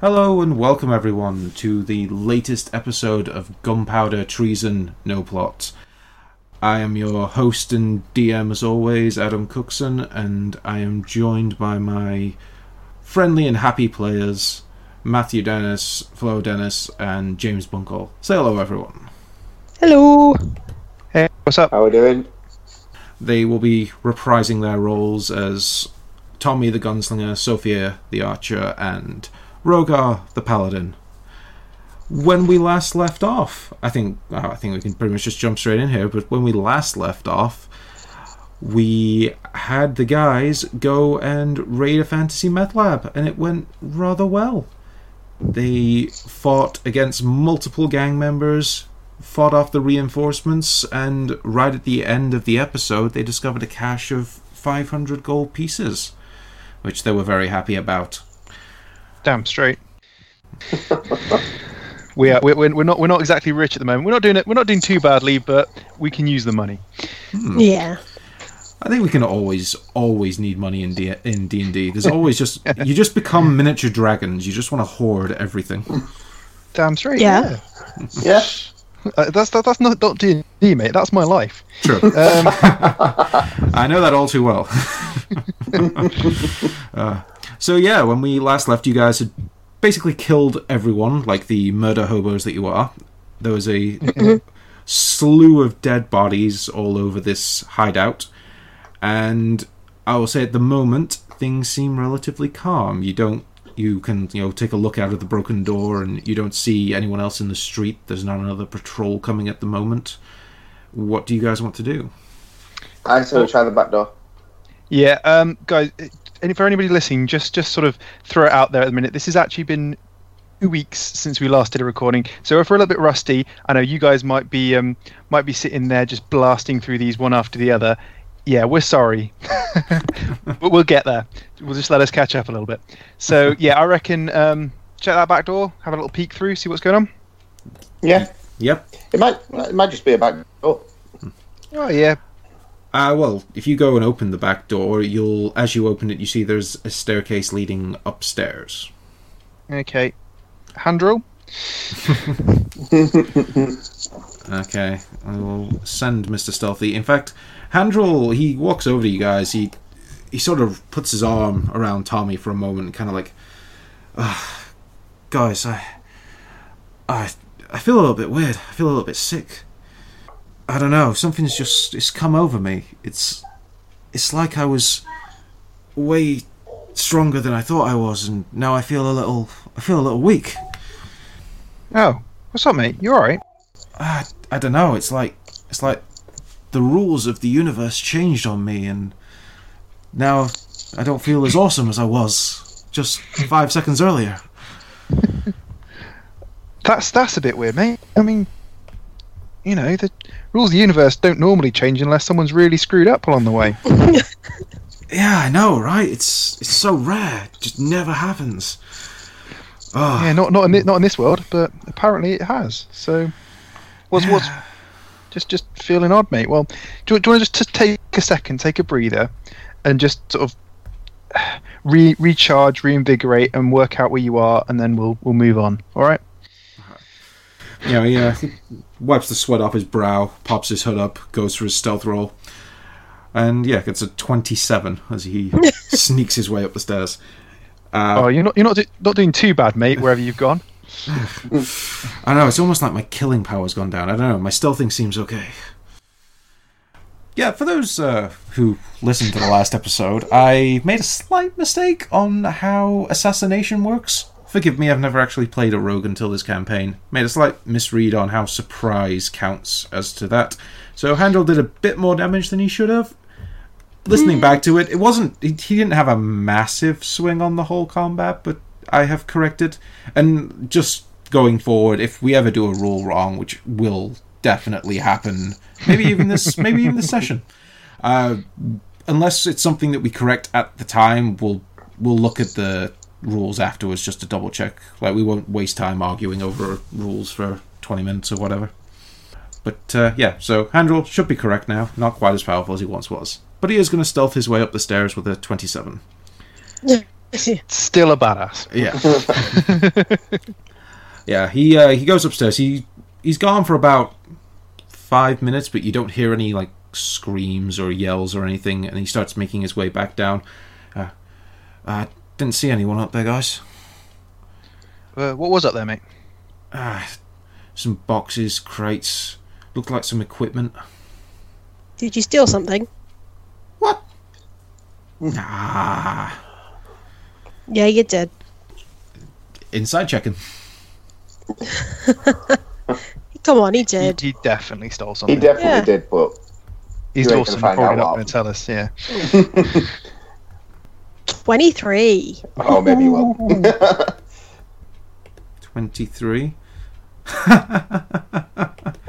Hello and welcome everyone to the latest episode of Gunpowder Treason No Plot. I am your host and DM as always, Adam Cookson, and I am joined by my friendly and happy players, Matthew Dennis, Flo Dennis, and James Bunkle. Say hello everyone. Hello. Hey, what's up? How we doing? They will be reprising their roles as Tommy the Gunslinger, Sophia the Archer, and Rogar the Paladin. When we last left off, I think uh, I think we can pretty much just jump straight in here. But when we last left off, we had the guys go and raid a fantasy meth lab, and it went rather well. They fought against multiple gang members, fought off the reinforcements, and right at the end of the episode, they discovered a cache of 500 gold pieces, which they were very happy about. Damn straight. we are. We're, we're not. We're not exactly rich at the moment. We're not doing it. We're not doing too badly, but we can use the money. Yeah. I think we can always always need money in D in D and D. There's always just you just become miniature dragons. You just want to hoard everything. Damn straight. Yeah. Yeah. yeah. Uh, that's that, that's not not D mate. That's my life. True. Um, I know that all too well. Uh, so yeah, when we last left, you guys had basically killed everyone, like the murder hobos that you are. There was a slew of dead bodies all over this hideout, and I will say at the moment things seem relatively calm. You don't. You can you know take a look out of the broken door, and you don't see anyone else in the street. There's not another patrol coming at the moment. What do you guys want to do? I say we try the back door. yeah. Um, guys, it- and for anybody listening, just just sort of throw it out there at the minute. This has actually been two weeks since we last did a recording, so if we're a little bit rusty, I know you guys might be um might be sitting there just blasting through these one after the other. Yeah, we're sorry, but we'll get there. We'll just let us catch up a little bit. So yeah, I reckon um, check that back door, have a little peek through, see what's going on. Yeah. Yep. It might. It might just be a back door. Oh yeah, Uh, well, if you go and open the back door, you'll as you open it, you see there's a staircase leading upstairs. okay. Handrel, Okay, I will send Mr. Stealthy. In fact, Handrel, he walks over to you guys. He he sort of puts his arm around Tommy for a moment, kind of like, "Ugh, guys, I, I, I feel a little bit weird. I feel a little bit sick. I don't know. Something's just it's come over me. It's it's like I was way stronger than I thought I was, and now I feel a little I feel a little weak. oh, what's up, mate? You all right? I, Ah, I don't know. It's like it's like the rules of the universe changed on me, and now I don't feel as awesome as I was just five seconds earlier. That's that's a bit weird, mate. I mean, you know, the rules of the universe don't normally change unless someone's really screwed up along the way. Yeah, I know, right? It's it's so rare. It just never happens. Oh, Yeah, not not in thi- not in this world, but apparently it has. So, what's what's just just feeling odd, mate? Well, do, you- do you want to just t- take a second, take a breather, and just sort of re- recharge, reinvigorate, and work out where you are, and then we'll we'll move on. All right. Yeah, yeah. He wipes the sweat off his brow, pops his hood up, goes for his stealth roll. And yeah, gets a 27 as he sneaks his way up the stairs. oh, you're not you're not do- not doing too bad, mate. Wherever you've gone. I know, it's almost like my killing power's gone down. I don't know, my stealthing seems okay. Yeah, for those uh, who listened to the last episode, I made a slight mistake on how assassination works. Forgive me, I've never actually played a rogue until this campaign. Made a slight misread on how surprise counts as to that. So Handel did a bit more damage than he should have. Listening back to it, it wasn't. He, he didn't have a massive swing on the whole combat, but I have corrected. And just going forward, if we ever do a rule wrong, which will definitely happen, maybe even this, maybe even this session, uh, unless it's something that we correct at the time, we'll we'll look at the rules afterwards just to double check. Like we won't waste time arguing over rules for twenty minutes or whatever. But uh, yeah, so Handrel should be correct now. Not quite as powerful as he once was, but he is going to stealth his way up the stairs with a twenty-seven. Still a badass. Yeah. yeah, he uh, he goes upstairs. He he's gone for about five minutes, but you don't hear any like screams or yells or anything, and he starts making his way back down. Uh, uh, didn't see anyone up there, guys. Uh, what was up there, mate? Ah, some boxes, crates, looked like some equipment. Did you steal something? What? Nah. Yeah, you did. Inside checking. Come on, he He, did. he definitely stole He something. definitely Yeah. did, but He's you ain't gonna Dawson. find Probably out not what. going to tell us. Yeah. 23. oh, maybe he will. Twenty-three.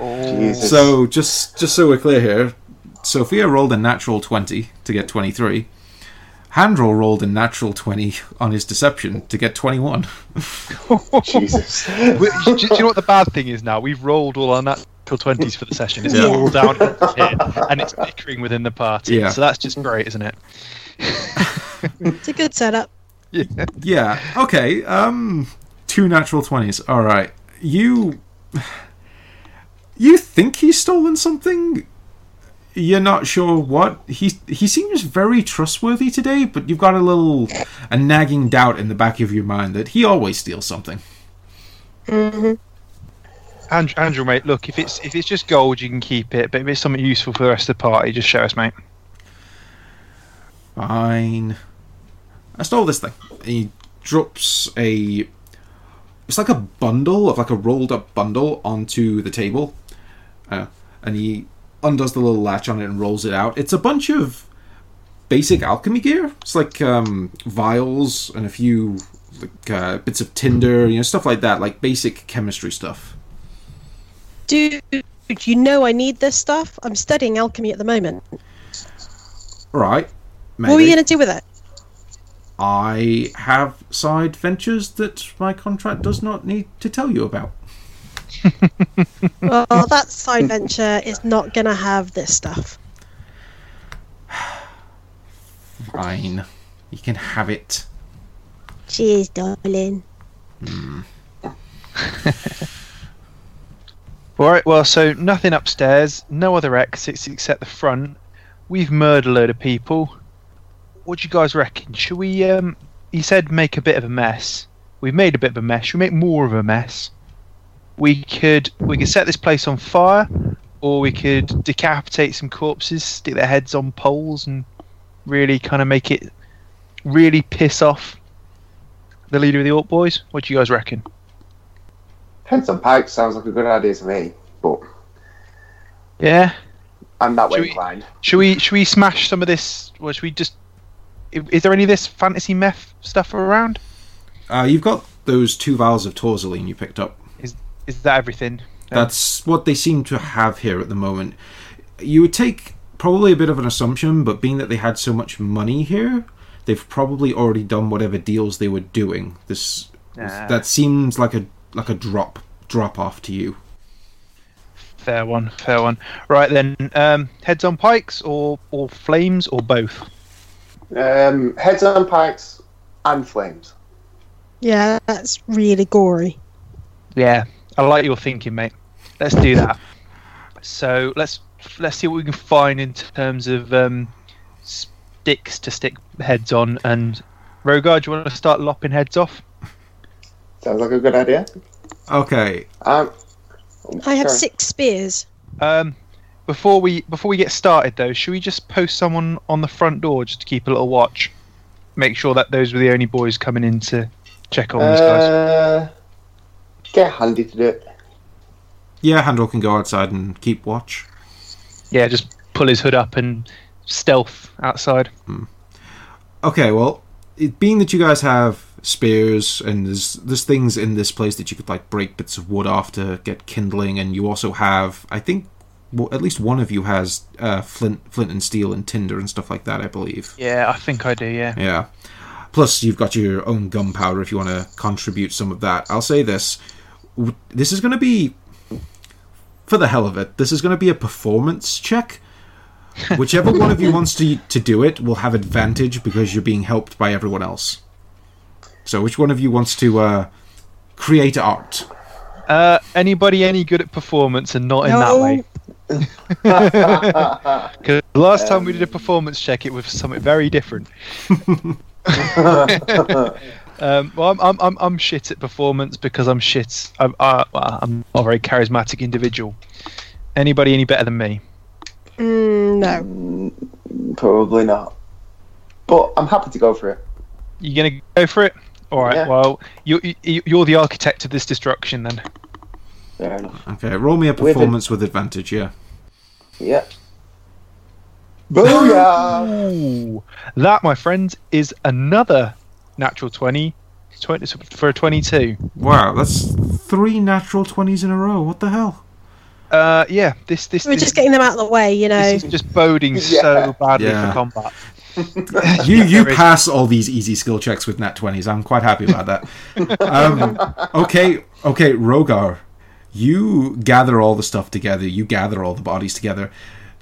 Jesus. So just just so we're clear here, Sophia rolled a natural twenty to get twenty three. Handrel rolled a natural twenty on his deception to get twenty one. Jesus. We- do, do you know what the bad thing is now? We've rolled all our natural twenties for the session. It's Yeah. all down here, and it's bickering within the party. Yeah. So that's just great, isn't it? It's a good setup. Yeah. Yeah. Okay. Um, two natural twenties. All right. You. You think he's stolen something? You're not sure what he he seems very trustworthy today, but you've got a little a nagging doubt in the back of your mind that he always steals something. Andrew, Andrew, mate, look, if it's if it's just gold, you can keep it. But if it's something useful for the rest of the party, just show us, mate. Fine. I stole this thing. He drops a. It's like a bundle of like a rolled up bundle onto the table, uh, and he undoes the little latch on it and rolls it out. It's a bunch of basic alchemy gear. It's like um, vials and a few like uh, bits of tinder, you know, stuff like that, like basic chemistry stuff. Dude, you know I need this stuff. I'm studying alchemy at the moment. All right. Maybe. What are you going to do with it? I have side ventures that my contract does not need to tell you about. Well, Oh, that side venture is not going to have this stuff. Fine. You can have it. Cheers, darling. All right. Well, so nothing upstairs, no other exits except the front. We've murdered a load of people. What do you guys reckon? Should we? Um, he said make a bit of a mess. We've made a bit of a mess. Should we make more of a mess? We could. We could set this place on fire, or we could decapitate some corpses, stick their heads on poles, and really kind of make it really piss off the leader of the Orc Boys. What do you guys reckon? Heads on pikes sounds like a good idea to me, but Yeah. I'm that Should way we- inclined. Should we should we smash some of this? Or should we just? i- Is there any of this fantasy meth stuff around? Uh, you've got those two vials of torzoline you picked up. Is that everything? Yeah. That's what they seem to have here at the moment. You would take probably a bit of an assumption, but being that they had so much money here, they've probably already done whatever deals they were doing. This Nah. that seems like a like a drop drop off to you. Fair one, fair one. Right then, um, heads on pikes or or flames or both. Um, heads on pikes and flames. Yeah, that's really gory. Yeah, I like your thinking, mate. Let's do that. So let's let's see what we can find in terms of um, sticks to stick heads on. And Rogar, do you want to start lopping heads off? Sounds like a good idea. Okay. Um, I have Sorry. six spears. Um, before we before we get started though, should we just post someone on the front door just to keep a little watch, make sure that those were the only boys coming in to check on these guys? uh, get handy to do it. Yeah, Handel can go outside and keep watch. Yeah, just pull his hood up and stealth outside. Okay, well, it, being that you guys have spears and there's there's things in this place that you could like break bits of wood off to get kindling, and you also have, I think, well, at least one of you has uh, flint, flint and steel and tinder and stuff like that, I believe. Yeah, I think I do. Yeah. Yeah. Plus, you've got your own gunpowder if you want to contribute some of that. I'll say this: W- this is going to be, for the hell of it, this is going to be a performance check. Whichever one of you wants to to do it will have advantage because you're being helped by everyone else. So, which one of you wants to uh, create art? Uh, anybody any good at performance and not in that No. way? Because last time we did a performance check, it was something very different. um, well, I'm, I'm, I'm, I'm shit at performance because I'm shit. I'm, uh, well, I'm not a very charismatic individual. Anybody any better than me? Mm, no. Probably not. But I'm happy to go for it. You gonna go for it? All right. Yeah. Well, you, you you're the architect of this destruction then. Fair enough. Okay, roll me a With it. performance with advantage. Yeah. Yeah. Booyah! Ooh, that, my friends, is another natural 20, 20 for a 22. Wow, that's three natural twenties in a row. What the hell? Uh, yeah, this this We're this, just getting them out of the way, you know. this is just boding Yeah. so badly Yeah. for combat. You you there is. pass all these easy skill checks with nat twenties. I'm quite happy about that. um, okay, okay, Rogar, you gather all the stuff together. You gather all the bodies together.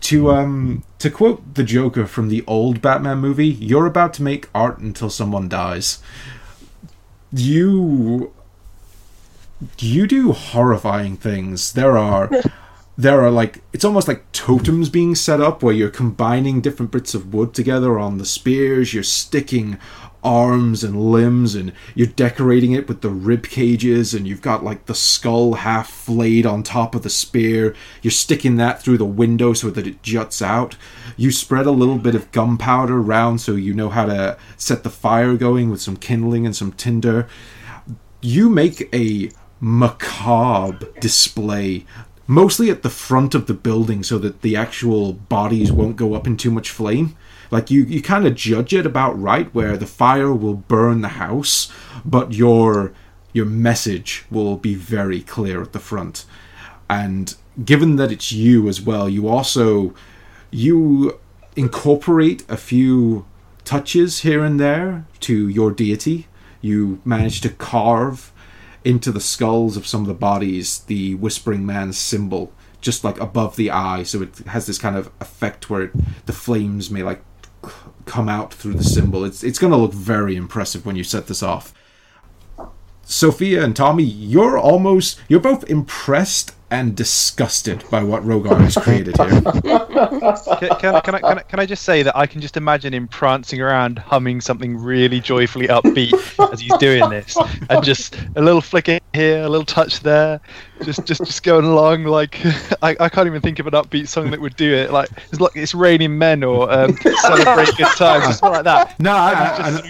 To um to quote the Joker from the old Batman movie, you're about to make art until someone dies. You you do horrifying things. There are there are like it's almost like totems being set up where you're combining different bits of wood together on the spears you're sticking arms and limbs and you're decorating it with the rib cages and you've got like the skull half flayed on top of the spear you're sticking that through the window so that it juts out you spread a little bit of gunpowder round so you know how to set the fire going with some kindling and some tinder you make a macabre display mostly at the front of the building so that the actual bodies won't go up in too much flame like you you kind of judge it about right where the fire will burn the house but your your message will be very clear at the front and given that it's you as well you also you incorporate a few touches here and there to your deity you manage to carve into the skulls of some of the bodies the whispering man's symbol just like above the eye so it has this kind of effect where it, the flames may like c- come out through the symbol it's it's going to look very impressive when you set this off Sophia and Tommy, you're almost you're both impressed and disgusted by what Rogar has created here. Can, can, I- can, I, can, I, can I just say that I can just imagine him prancing around, humming something really joyfully upbeat as he's doing this, and just a little flicker here, a little touch there, just just just going along like I, I can't even think of an upbeat song that would do it. Like it's like it's raining men or um, celebrate good times, just like that. No, I, I, I, know-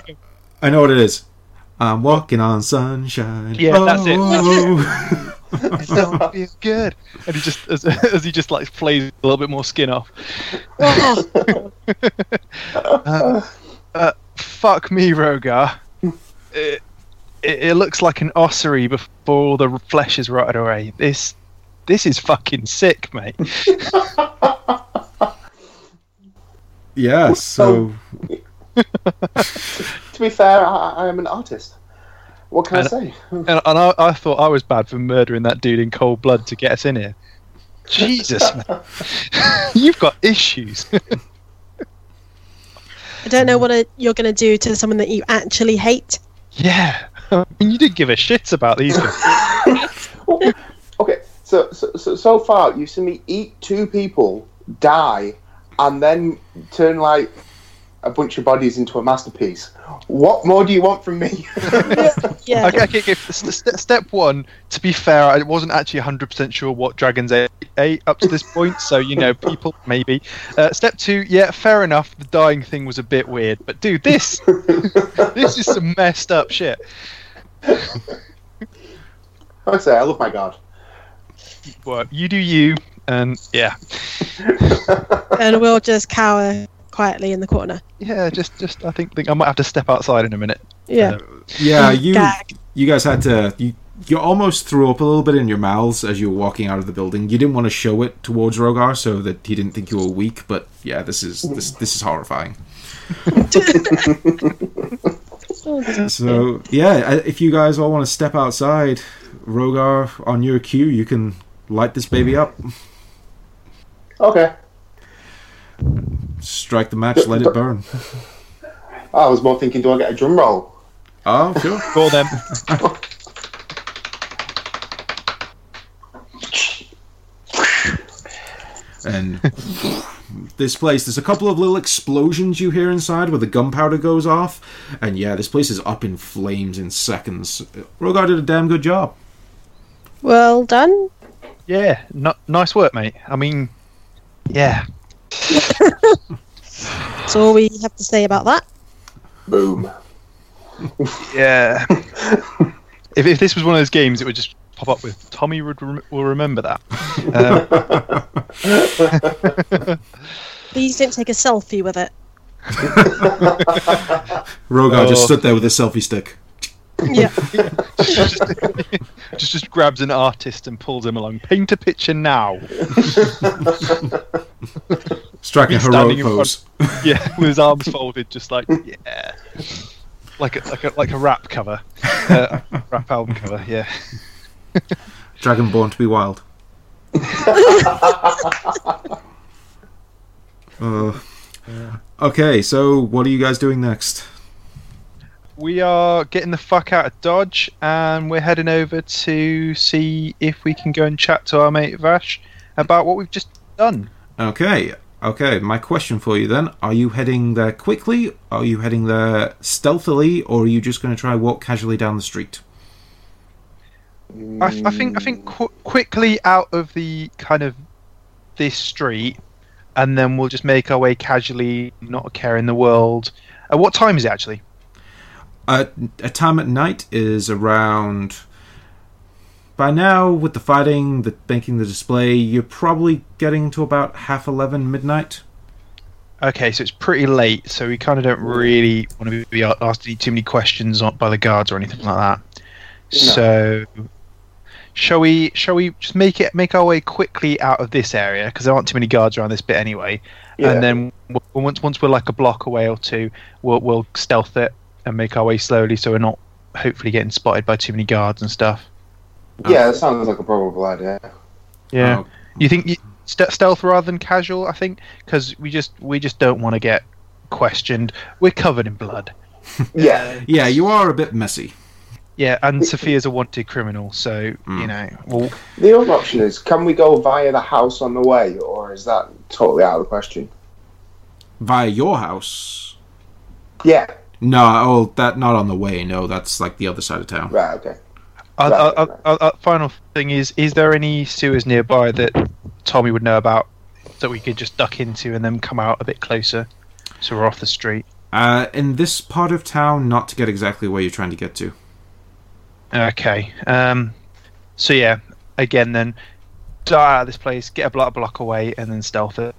I know what it is. I'm walking on sunshine. Yeah, that's it. oh. It's so feels good. And he just as, as he just like plays a little bit more skin off. Oh, Fuck me, Rogar. It, it, it looks like an ossuary before all the flesh is rotted away. This this is fucking sick, mate. Yeah, so to be fair, I, I am an artist. What can I, And- say? And, and I, I thought I was bad for murdering that dude in cold blood to get us in here. Jesus, man. You've got issues. I don't know what a, you're going to do to someone that you actually hate. yeah. I mean, you didn't give a shit about these guys. Oh, okay, so, so so so far you've seen me eat two people, die, and then turn like a bunch of bodies into a masterpiece. What more do you want from me? Yeah. Okay, okay, okay. St- st- step one. To be fair, I wasn't actually 100% sure what Dragon's Age ate up to this point, so you know, people maybe. Uh, step two. Yeah, fair enough. The dying thing was a bit weird, but dude, this this is some messed up shit. I say I love my god. Well, you do you, and yeah, And we'll just cower quietly in the corner. yeah. Just, just I think, think I might have to step outside in a minute. Yeah. Uh, yeah, you Gag. you guys had to you you almost threw up a little bit in your mouths as you were walking out of the building. You didn't want to show it towards Rogar so that he didn't think you were weak, but yeah, this is this this is horrifying. So yeah, I- if you guys all want to step outside, Rogar, on your cue, you can light this baby up, Okay, strike the match, let it burn. I was more thinking, do I get a drum roll? Oh, sure. Roll them. and this place there's a couple of little explosions you hear inside where the gunpowder goes off and yeah this place is up in flames in seconds rogar did a damn good job Well done. Yeah, n- nice work, mate. I mean, yeah. That's all we have to say about that. Boom. Yeah. if, if this was one of those games, it would just pop up with Tommy would rem- will remember that. Um, Please don't take a selfie with it. rogar just Oh. stood there with his selfie stick Yeah. just, just just grabs an artist and pulls him along. Paint a picture now. striking a He's heroic standing in front- pose Yeah, with his arms folded, just like yeah, like a like a like a rap cover, uh, rap album cover. Yeah. dragonborn to be wild Uh, okay so what are you guys doing next We are getting the fuck out of Dodge and we're heading over to see if we can go and chat to our mate Vash about what we've just done. okay okay my question for you then are you heading there quickly are you heading there stealthily or are you just going to try walk casually down the street I, I think I think qu- quickly out of the kind of this street and then we'll just make our way casually, not a care in the world. Uh, what time is it actually? a, a time at night is around by now with the fighting the making the display you're probably getting to about half 11 midnight Okay, so it's pretty late, so we kind of don't really want to be a- asked any- too many questions on- by the guards or anything like that. No. So, shall we? Shall we just make it make our way quickly out of this area because there aren't too many guards around this bit anyway. Yeah. And then w- once once we're like a block away or two, we'll we'll stealth it and make our way slowly, so we're not hopefully getting spotted by too many guards and stuff. Yeah, that sounds like a probable idea. Yeah. Oh, You think you, st- stealth rather than casual? I think because we just we just don't want to get questioned. We're covered in blood. Yeah. yeah you are a bit messy Yeah, and Sophia's a wanted criminal, so you know. Well, The other option is can we go via the house on the way, or is that totally out of the question? via your house Yeah. no oh that not on the way no that's like the other side of town Right, okay. our, Right, our, right. our- our uh, final thing is: is there any sewers nearby that Tommy would know about that we could just duck into and then come out a bit closer, so we're off the street? uh, in this part of town not to get exactly where you're trying to get to Okay. Um. So yeah, again then, die out of this place, get a block block away, and then stealth it.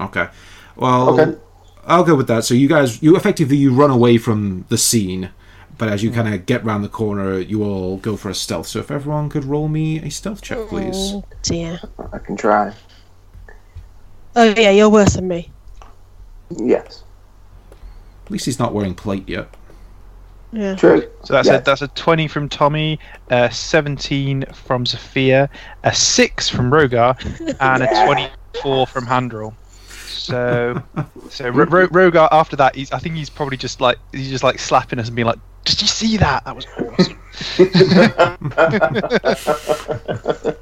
okay well Okay. I'll go with that. So you guys, you effectively you run away from the scene, but as you kind of get round the corner, you all go for a stealth. So if everyone could roll me a stealth check, please. Oh dear. I can try. Oh yeah, you're worse than me. Yes. At least he's not wearing plate yet. Yeah. True. So that's Yeah. a that's a twenty from Tommy, a seventeen from Sophia, a six from Rogar, and a twenty-four from Handrel. So, so Ro- Ro- Rogar after that, he's, I think he's probably just like he's just like slapping us and being like, "Did you see that? That was awesome."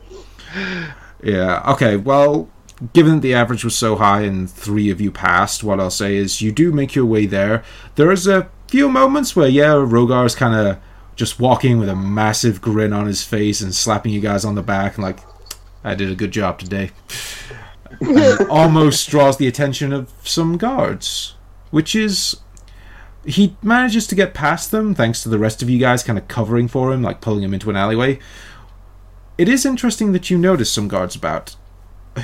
Yeah. Okay. Well, given that the average was so high and three of you passed, what I'll say is you do make your way there. There is a few moments where, yeah, Rogar is kind of just walking with a massive grin on his face and slapping you guys on the back and like, I did a good job today. And almost draws the attention of some guards, which is. He manages to get past them thanks to the rest of you guys kind of covering for him, like pulling him into an alleyway. It is interesting that you notice some guards about.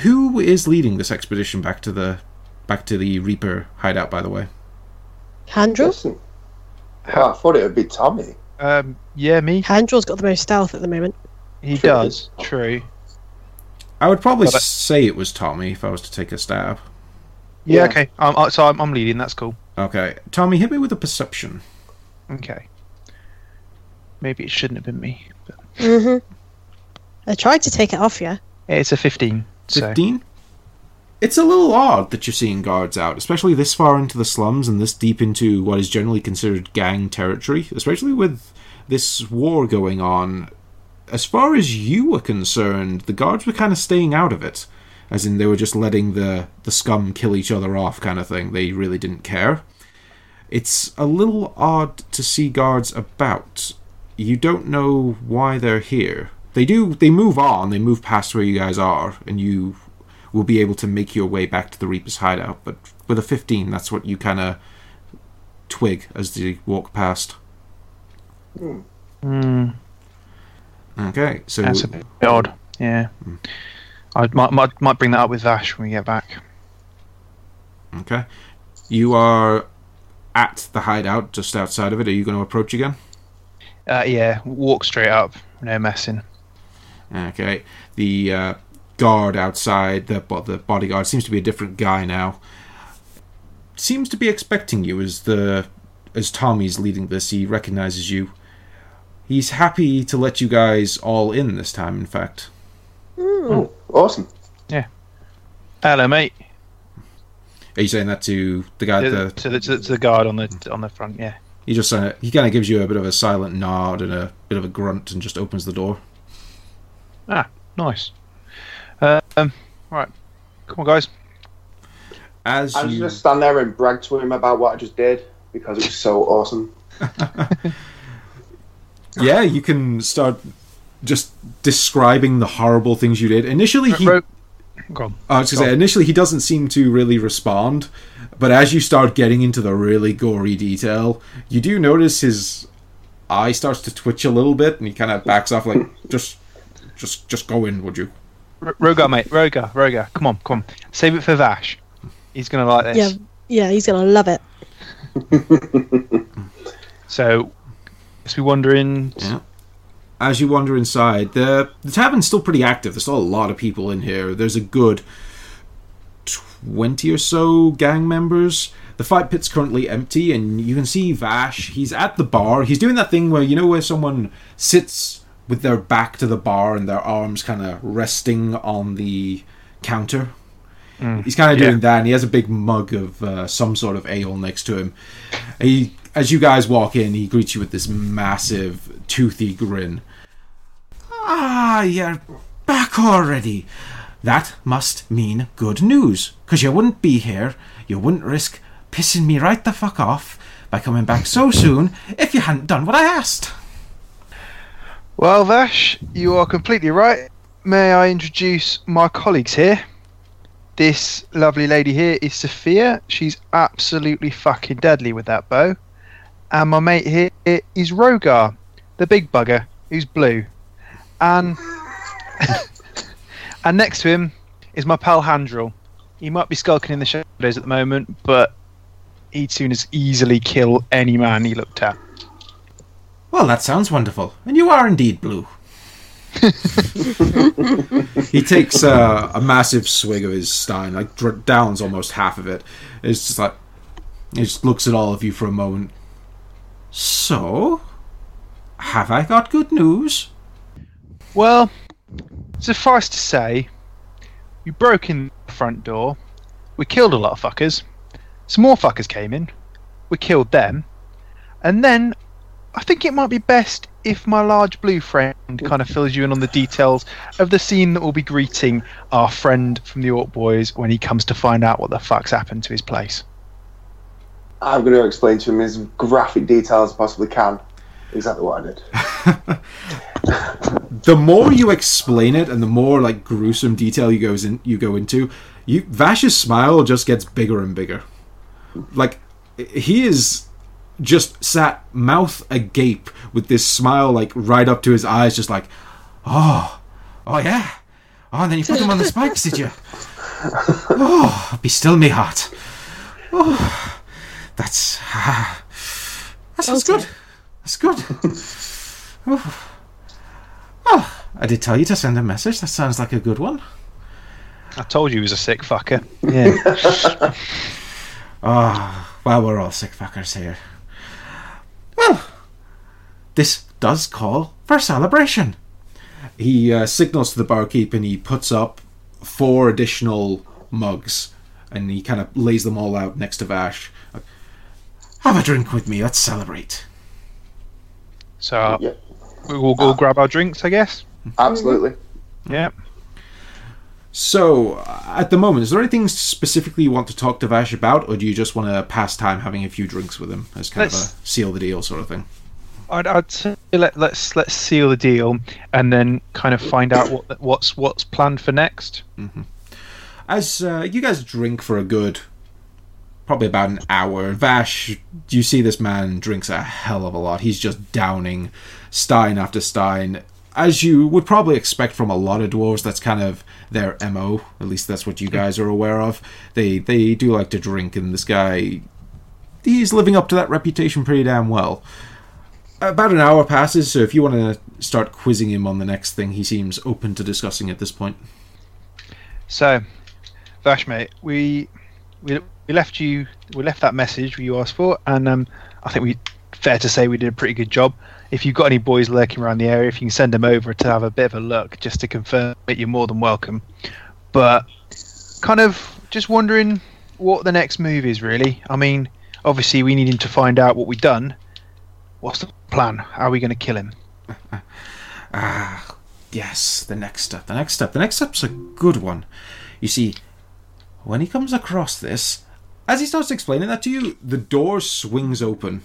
Who is leading this expedition back to the back to the Reaper hideout? By the way, Handrel? Listen. Oh, I thought it would be Tommy. Um, yeah, me. Handrel's got the most stealth at the moment. He True. does. True. I would probably But I- say it was Tommy if I was to take a stab. Yeah. Yeah. Okay. Um, uh, so I'm, I'm leading. That's cool. Okay, Tommy, hit me with a perception. Okay. Maybe it shouldn't have been me. But Mm-hmm. I tried to take it off you. it's a fifteen. So Fifteen. It's a little odd that you're seeing guards out, especially this far into the slums and this deep into what is generally considered gang territory, especially with this war going on. As far as you were concerned, the guards were kind of staying out of it. As in, they were just letting the, the scum kill each other off, kind of thing. They really didn't care. It's a little odd to see guards about. You don't know why they're here. They do. They move on. They move past where you guys are, and you will be able to make your way back to the Reaper's hideout. But with a 15, that's what you kind of twig as they walk past. Okay, so Hmm. That's a bit Oh. odd. Yeah. Hmm. I might, might might bring that up with Ash when we get back. okay, you are at the hideout, just outside of it. Are you going to approach again? Uh, yeah, walk straight up, no messing. Okay. The uh, guard outside, the bo- the bodyguard seems to be a different guy now. Seems to be expecting you as the as Tommy's leading this. He recognizes you. He's happy to let you guys all in this time. In fact, Awesome. Hello, mate. are you saying that to the guy? at To, The to the, to the guard on the on the front. Yeah. he just uh, he kind of gives you a bit of a silent nod and a bit of a grunt and just opens the door. Ah, nice. Um, right. Come on, guys. As I was you, going to stand there and brag to him about what I just did because it was so awesome. yeah, you can start just describing the horrible things you did. Initially, he Ro- go on. I was going to Go say, on. initially he doesn't seem to really respond, but as you start getting into the really gory detail, you do notice his eye starts to twitch a little bit, and he kind of backs off, like just, just, just go in, would you? R- Rogar, mate. Rogar, Rogar. Come on, come on. Save it for Vash. He's gonna like this. Yeah, yeah, he's gonna love it. So, guess we wander in. Yeah. As you wander inside, the the tavern's still pretty active. There's still a lot of people in here. There's a good twenty or so gang members. The fight pit's currently empty, and you can see Vash. He's at the bar. He's doing that thing where you know where someone sits with their back to the bar and their arms kind of resting on the counter. He's kind of yeah. doing that, and he has a big mug of uh, some sort of ale next to him. He, as you guys walk in, he greets you with this massive, toothy grin. Ah, you're back already. That must mean good news, 'cause you wouldn't be here. You wouldn't risk pissing me right the fuck off by coming back so soon if you hadn't done what I asked. Well, Vash, you are completely right. May I introduce my colleagues here? This lovely lady here is Sophia. She's absolutely fucking deadly with that bow. And my mate here is Rogar, the big bugger, who's blue. And and next to him is my pal Handrel. He might be skulking in the shadows at the moment, but he'd soon as easily kill any man he looked at. Well, that sounds wonderful, and you are indeed blue. he takes uh, a massive swig of his stein, like dr- downs almost half of it. It's just like he just looks at all of you for a moment. So, have I got good news? Well, suffice to say, we broke in the front door. We killed a lot of fuckers. Some more fuckers came in. We killed them. And then I think it might be best if my large blue friend kind of fills you in on the details of the scene that will be greeting our friend from the Orc Boys when he comes to find out what the fuck's happened to his place. I'm going to explain to him as graphic detail as I possibly can exactly what I did. the more you explain it and the more like gruesome detail you goes in you go into you vash's smile just gets bigger and bigger like he is just sat mouth agape with this smile like right up to his eyes just like oh oh yeah oh and then you put him on the spikes did you oh be still me heart oh that's ah, that sounds good Okay. that's good "Oh, I did tell you to send a message. That sounds like a good one. I told you he was a sick fucker. Yeah. Well, we're all sick fuckers here. Well, this does call for celebration. He uh, signals to the barkeep and he puts up four additional mugs, and he kind of lays them all out next to Vash. Like, Have a drink with me. Let's celebrate. So uh, Yeah. we will go grab our drinks, I guess. Absolutely. Yeah. So, uh, at the moment, is there anything specifically you want to talk to Vash about, or do you just want to pass time having a few drinks with him as kind Let's- of a seal the deal sort of thing? I'd, I'd say let, let's let's seal the deal and then kind of find out what what's what's planned for next. As uh, you guys drink for a good, probably about an hour, Vash, you see this man drinks a hell of a lot. He's just downing stein after stein. As you would probably expect from a lot of dwarves, that's kind of their MO. At least that's what you guys are aware of. They they do like to drink, and this guy, he's living up to that reputation pretty damn well. About an hour passes, so if you want to start quizzing him on the next thing, he seems open to discussing at this point. So, Vash, mate, we we, we left you we left that message you asked for, and um, I think we fair to say we did a pretty good job. If you've got any boys lurking around the area, if you can send them over to have a bit of a look, just to confirm that you're more than welcome. But kind of just wondering what the next move is, really. I mean, obviously we need him to find out what we've done. What's the plan? How are we going to kill him? Yes, the next step. The next step. The next step's a good one. You see, when he comes across this, as he starts explaining that to you, the door swings open.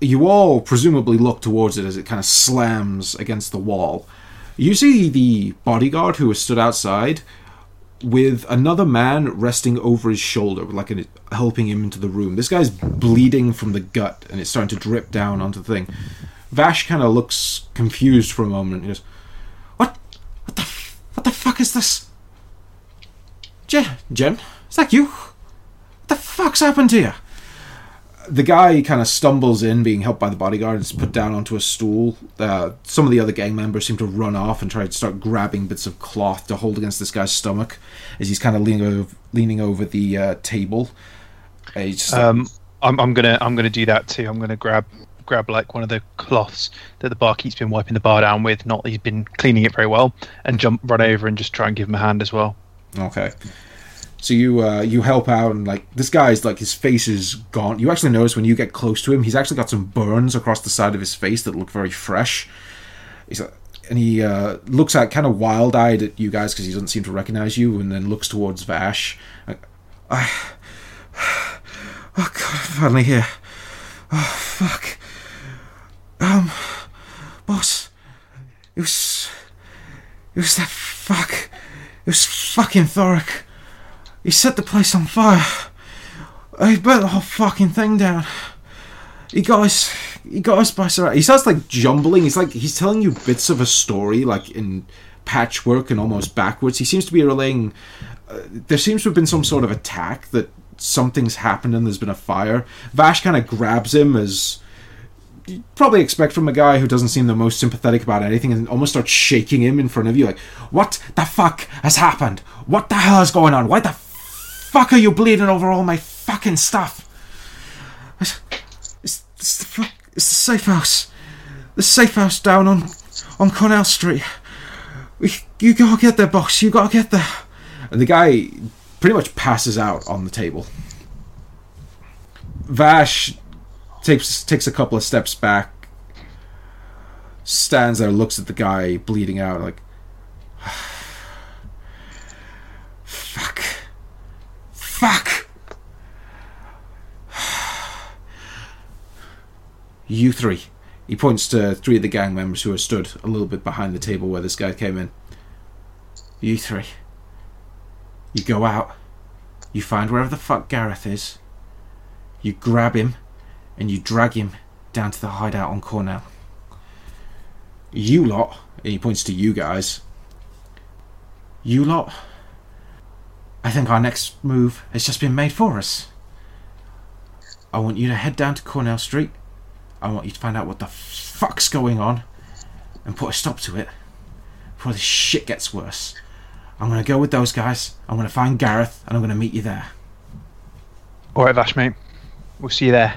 You all presumably look towards it as it kind of slams against the wall. You see the bodyguard who has stood outside with another man resting over his shoulder, like an, helping him into the room. This guy's bleeding from the gut and it's starting to drip down onto the thing. Vash kind of looks confused for a moment. He goes, "What? What the? f- What the fuck is this? Je- Jem, is that you? What the fuck's happened to you?" The guy kind of stumbles in, being helped by the bodyguard, and is put down onto a stool. Uh, some of the other gang members seem to run off and try to start grabbing bits of cloth to hold against this guy's stomach as he's kind of leaning over, leaning over the uh, table. Uh, he's just like, Um, I'm, I'm gonna I'm gonna do that too. I'm gonna grab grab like one of the cloths that the barkeep's been wiping the bar down with. Not that he's been cleaning it very well, and jump run over and just try and give him a hand as well. Okay. So you uh, you help out and like this guy's like his face is gone. You actually notice when you get close to him, he's actually got some burns across the side of his face that look very fresh. He's like, and he uh, looks out kind of wild eyed at you guys because he doesn't seem to recognize you, and then looks towards Vash. Like, I, oh god, I'm finally here. Oh fuck. Um, boss, it was it was that fuck. It was fucking Thoric. He set the place on fire. He burnt the whole fucking thing down. He got us. He got us by surprise. He starts like jumbling. He's like he's telling you bits of a story, like in patchwork and almost backwards. He seems to be relaying. Uh, there seems to have been some sort of attack that something's happened and there's been a fire. Vash kind of grabs him as probably expect from a guy who doesn't seem the most sympathetic about anything and almost start shaking him in front of you like what the fuck has happened what the hell is going on why the fuck are you bleeding over all my fucking stuff it's, it's, it's the, fuck, it's the safe house the safe house down on on Cornell Street we, you gotta get there boss you gotta get there and the guy pretty much passes out on the table Vash takes takes a couple of steps back, stands there, looks at the guy bleeding out, like, fuck, fuck. You three. He points to three of the gang members who are stood a little bit behind the table where this guy came in. You three. You go out. You find wherever the fuck Gareth is. You grab him and you drag him down to the hideout on Cornell. You lot, and he points to you guys. You lot, I think our next move has just been made for us. I want you to head down to Cornell Street. I want you to find out what the fuck's going on and put a stop to it before this shit gets worse. I'm gonna go with those guys. I'm gonna find Gareth and I'm gonna meet you there. All right, Vash, mate. We'll see you there.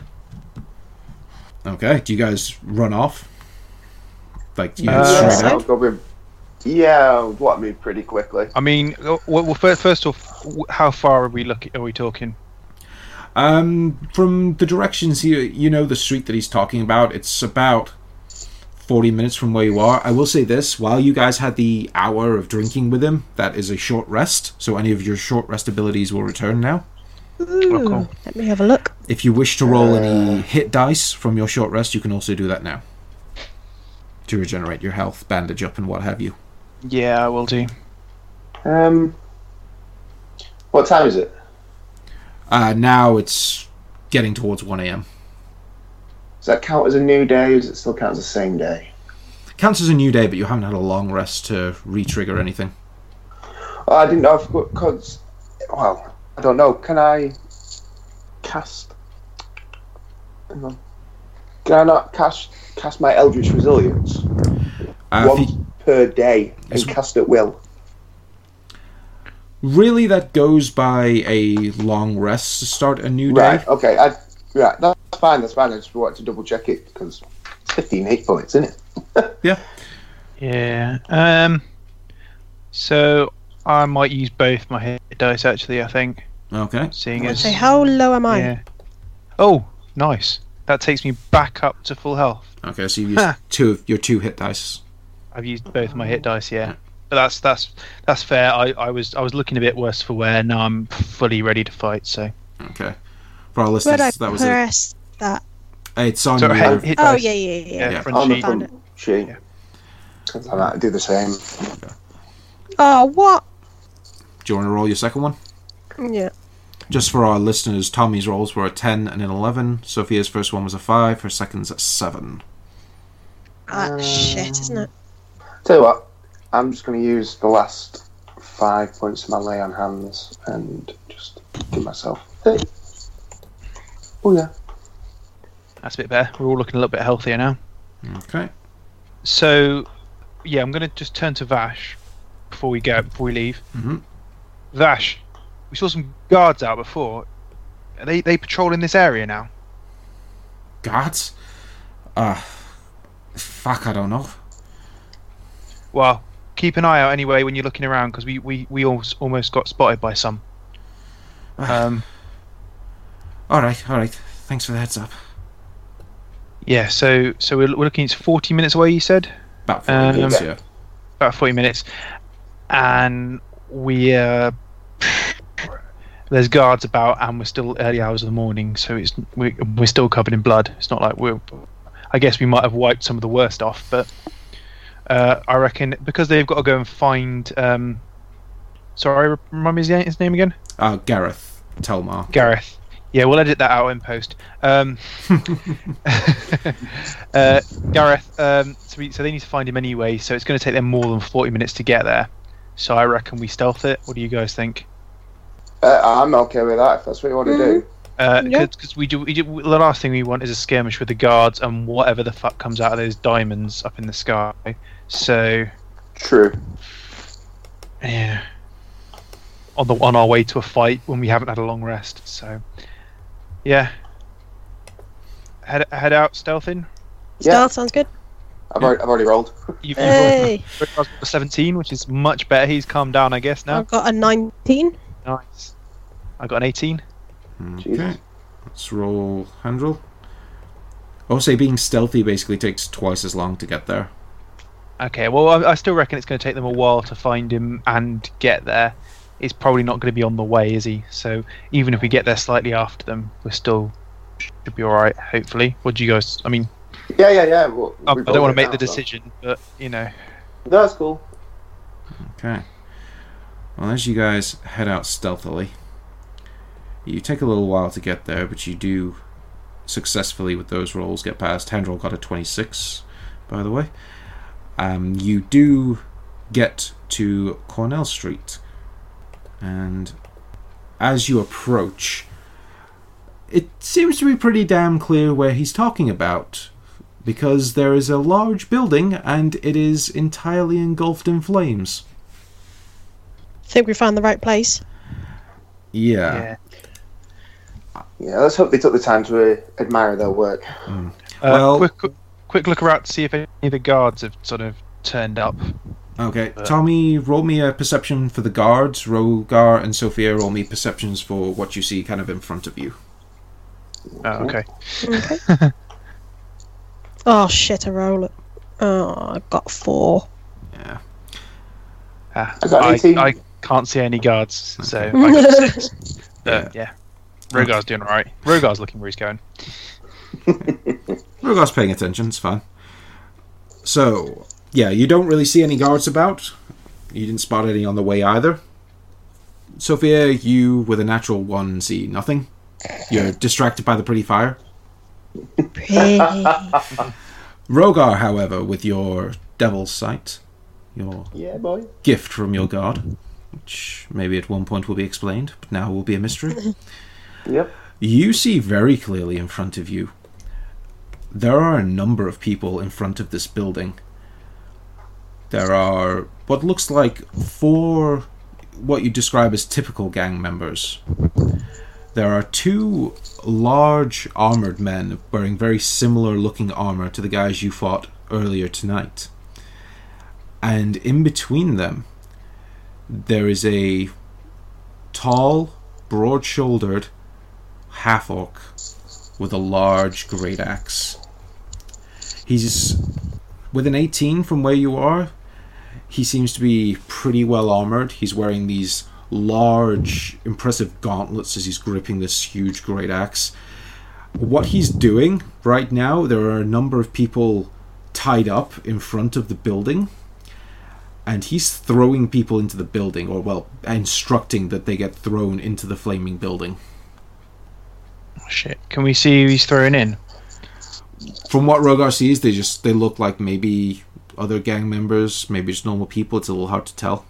Okay. Do you guys run off? Like you Uh, head Yeah, straight I'll up? go with- yeah, what I mean pretty quickly. I mean, uh, well, well first, first off, w- how far are we looking? Are we talking? Um, from the directions here, you know the street that he's talking about. It's about forty minutes from where you are. I will say this: while you guys had the hour of drinking with him, that is a short rest. So any of your short rest abilities will return now. Ooh, cool. Let me have a look. If you wish to roll any hit dice from your short rest, you can also do that now to regenerate your health, bandage up, and what have you. Yeah, I will do. Um, what time is it? Uh, now it's getting towards one a.m. Does that count as a new day, or does it still count as the same day? Counts as a new day, but you haven't had a long rest to re-trigger anything. Oh, I didn't know if because well, I don't know. Can I cast? hang on. Can I not cast cast my Eldritch Resilience Uh, if once you- per day Yes. and cast at will? really, that goes by a long rest to start a new day. Right. Okay. I, right. That's fine. That's fine. I just wanted to double check it because it's fifteen hit points, isn't it? Yeah. Um. So I might use both my hit dice actually. I think Okay. seeing as Okay, how low am I? yeah. Oh, nice. That takes me back up to full health. Okay, so you used Huh. two of your two hit dice. I've used both my hit dice, yeah. But that's that's that's fair. I, I was I was looking a bit worse for wear. Now I'm fully ready to fight. So Okay. For our listeners, Where'd I that was it. press that? It's on So your hit, hit Oh dice. yeah, yeah, yeah. yeah, Yeah. front On the sheet. front sheet. Yeah. Something like that. I do the same. Oh what? Do you want to roll your second one? Yeah. Just for our listeners, Tommy's rolls were a 10 and an 11. Sophia's first one was a 5, her second's a 7. Ah, shit, isn't it? Tell you what, I'm just going to use the last five points of my lay on hands and just give myself. Hey. Oh yeah. That's a bit better. We're all looking a little bit healthier now. Okay. So yeah, I'm gonna just turn to Vash before we go before we leave. Mhm. Vash, we saw some guards out before. Are they they patrolling this area now? Guards? Uh, fuck, I don't know. Well, keep an eye out anyway when you're looking around because we we we al- almost got spotted by some. Um. Alright, alright. Thanks for the heads up. Yeah, so so we're, we're looking. It's forty minutes away. You said About 40 Um, minutes, yeah. about forty minutes, and we uh, there's guards about, and we're still early hours of the morning, so it's we, we're still covered in blood. It's not like we're. I guess we might have wiped some of the worst off, but uh, I reckon because they've got to go and find. Um, sorry, remind me his name- his name again. Uh, Gareth Telmar. Gareth. Yeah, we'll edit that out in post. Um, uh, Gareth, um, so, we, so they need to find him anyway, so it's going to take them more than 40 minutes to get there. So I reckon we stealth it. What do you guys think? Uh, I'm okay with that if that's what you want to do. Because Yeah. Uh, we do, we do, the last thing we want is a skirmish with the guards and whatever the fuck comes out of those diamonds up in the sky. So True. yeah, on the on our way to a fight when we haven't had a long rest. So yeah, head head out stealthing. Yeah, Style sounds good. I've already, I've already rolled. You've, you've already Hey, Rick Ross got a 17, which is much better. He's calmed down, I guess, now. I've got a 19. Nice. I got an 18. Okay. Jesus. Let's roll Handrel. I'll say being stealthy basically takes twice as long to get there. Okay, well, I, I still reckon it's going to take them a while to find him and get there. It's probably not going to be on the way, is he? So even if we get there slightly after them, we're still should be all right. Hopefully. What do you guys? I mean, Yeah, yeah, yeah. Well, Oh, I, I we've don't rolled want it to make the now, so- decision, but you know, No, that's cool. Okay. Well, as you guys head out stealthily, you take a little while to get there, but you do successfully with those rolls get past. Handrel got a 26, by the way. Um, you do get to Cornell Street, and as you approach, it seems to be pretty damn clear where he's talking about. Because there is a large building and it is entirely engulfed in flames. Think we found the right place. Yeah. yeah. Yeah, let's hope they took the time to uh, admire their work. Uh, Well- quick, quick look around to see if any of the guards have sort of turned up. Okay, Tommy, roll me a perception for the guards. Rogar and Sophia, roll me perceptions for what you see kind of in front of you. Oh, okay. Okay. oh shit! I roll it. Oh, I've got four. Yeah. Ah, I got 18. I, I can't see any guards, so I got six. But, yeah. Rogar's doing alright. Rogar's looking where he's going. Rogar's paying attention, it's fine. So, yeah, you don't really see any guards about. You didn't spot any on the way either. Sophia, you with a natural one see nothing. You're distracted by the pretty fire. Pretty. Rogar, however, with your devil's sight, your Yeah, boy. gift from your guard, which maybe at one point will be explained, but now will be a mystery. Yep. You see very clearly in front of you. There are a number of people in front of this building. There are what looks like four, what you describe as typical gang members. There are two large armored men wearing very similar looking armor to the guys you fought earlier tonight. And in between them, there is a tall, broad shouldered, half orc with a large great axe. He's with an 18 from where you are. He seems to be pretty well armored. He's wearing these large, impressive gauntlets as he's gripping this huge great axe. What he's doing right now, there are a number of people tied up in front of the building, and he's throwing people into the building, or, well, instructing that they get thrown into the flaming building. Oh, shit. Can we see who he's throwing in? from what Rogar sees, they just they look like maybe other gang members, maybe just normal people. It's a little hard to tell.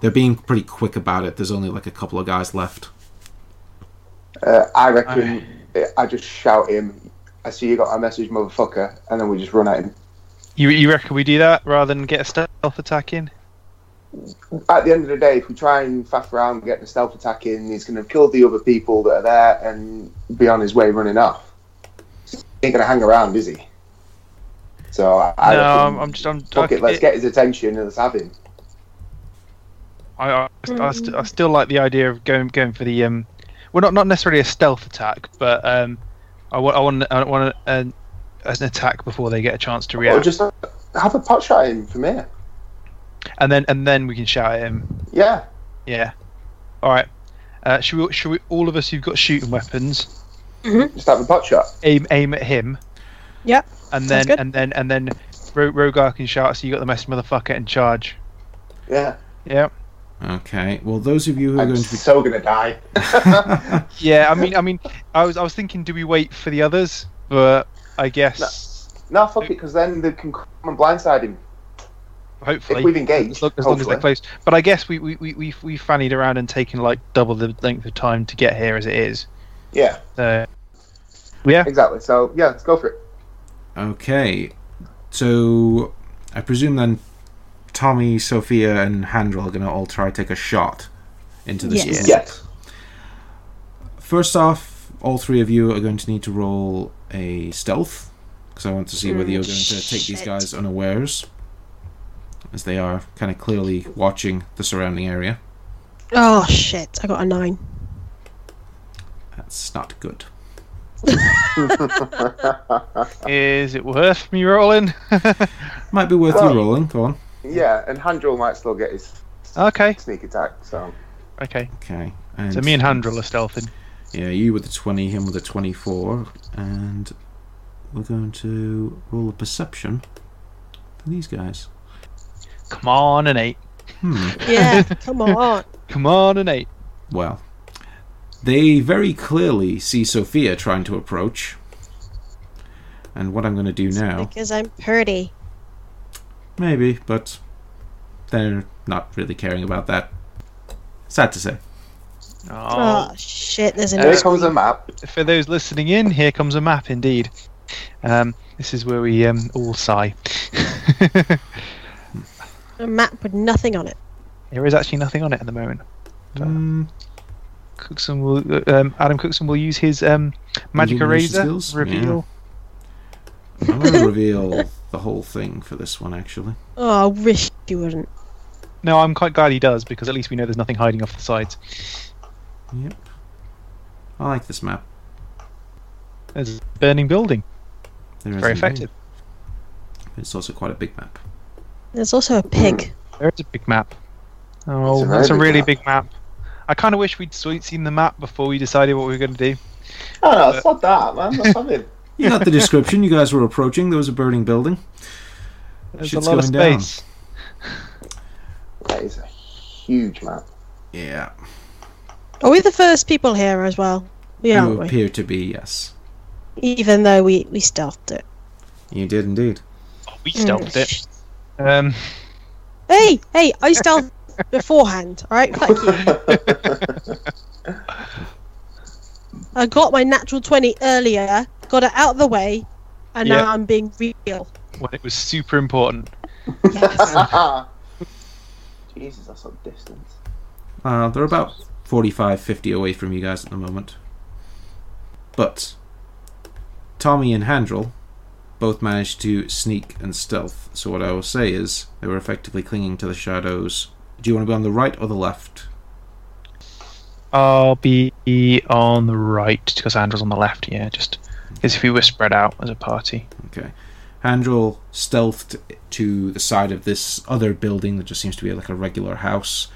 They're being pretty quick about it. There's only like a couple of guys left. Uh, I reckon uh, I just shout him. I see you got a message, motherfucker, and then we just run at him. You, you reckon we do that rather than get a stealth attack in? At the end of the day, if we try and faff around, get the stealth attack in, he's going to kill the other people that are there and be on his way running off. He ain't going to hang around, is he? So I, I no, reckon, I'm, I'm just. I'm, fuck it, let's get his attention and let's have him. I, I, I, st- I still like the idea of going going for the um, well not not necessarily a stealth attack, but um, I want I want I want an, an attack before they get a chance to Or react, just uh, have a pot shot at him from here. and then and then we can shout at him. Yeah. Yeah. All right. Uh, should we should we all of us who've got shooting weapons Just have a pot shot. aim aim at him, Yep. and Sounds then good. and then and then Ro- Rogar can shout, so you got the message, motherfucker, and charge. Yeah. Yeah. Okay. Well, those of you who are I'm going to so gonna die. Yeah. I mean I mean I was I was thinking, do we wait for the others? But I guess no, fuck it, because then they can come and blindside him. hopefully. if we've engaged, as long, as, long as they're hopefully. close. But I guess we we we we we fannied around and taken like double the length of time to get here as it is. Yeah, So yeah, exactly. So yeah, let's go for it. be okay. So I presume then Tommy, Sophia, and Handrel are going to all try take a shot into this. Yes. room. Yes. First off, all three of you are going to need to roll a stealth because I want to see whether you're going to take these shit. guys unawares, as they are kind of clearly watching the surrounding area. Oh shit! I got a nine. That's not good. is it worth me rolling? Might be worth Oh. Well- you rolling. Go on. Yeah, and Handrel might still get his okay, sneak attack. So okay. Okay. And So me and Handrel are stealthing. Yeah, you with a 20, him with a 24, and we're going to roll a perception for these guys. Come on an eight. Yeah. come on. Come on an eight. Well, they very clearly see Sophia trying to approach. And what I'm going to do now, Because I'm pretty. maybe, but they're not really caring about that. Sad to say. Oh. Oh, shit! There's an. here comes a map. For those listening in, here comes a map indeed. Um, this is where we um, all sigh. a map with nothing on it. there is actually nothing on it at the moment. Hmm. Mm, Cookson will um, Adam Cookson will use his um, magic Illumination eraser skills? reveal. I'm going to reveal the whole thing for this one, actually. Oh, I wish you wouldn't. No, I'm quite glad he does because at least we know there's nothing hiding off the sides. Yep. I like this map. There's a burning building. There is Very indeed. effective. It's also quite a big map. There's also a pig. There is a big map. Oh, It's a very that's a big really map. big map. I kind of wish we'd swe- seen the map before we decided what we were going to do. Oh, no, it's not that, man. That's something. You got the description. You guys were approaching. There was a burning building. There's Shit's a lot of going down. space. That is a huge map. Yeah. Are we the first people here as well? We You aren't we? appear to be, yes. Even though we, we stealthed it. Mm. You did indeed. Oh, we stealthed it. Mm. Um, Hey, hey, I stealthed beforehand, alright? Thank you. I got my natural 20 earlier, got it out of the way, and Yeah. now I'm being real. when it was super important. Jesus, that's not distance. Uh, they're about 45, 50 away from you guys at the moment. But Tommy and Handrel both managed to sneak and stealth. So what I will say is they were effectively clinging to the shadows. Do you want to be on the right or the left? I'll be on the right because Andrew's on the left. Yeah, just because if we were spread out as a party. Okay. Handrel stealthed to the side of this other building that just seems to be like a regular house.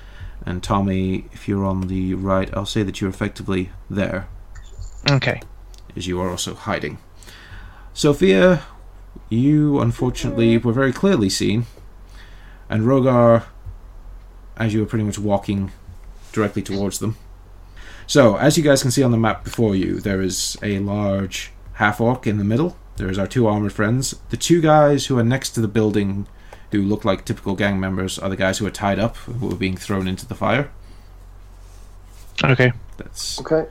And Tommy, if you're on the right, I'll say that you're effectively there. Okay. as you are also hiding. Sophia, you unfortunately were very clearly seen, and Rogar, as you were pretty much walking directly towards them. So, as you guys can see on the map before you, there is a large half orc in the middle. There is our two armored friends. The two guys who are next to the building, who look like typical gang members, are the guys who are tied up, who were being thrown into the fire. Okay. That's Okay.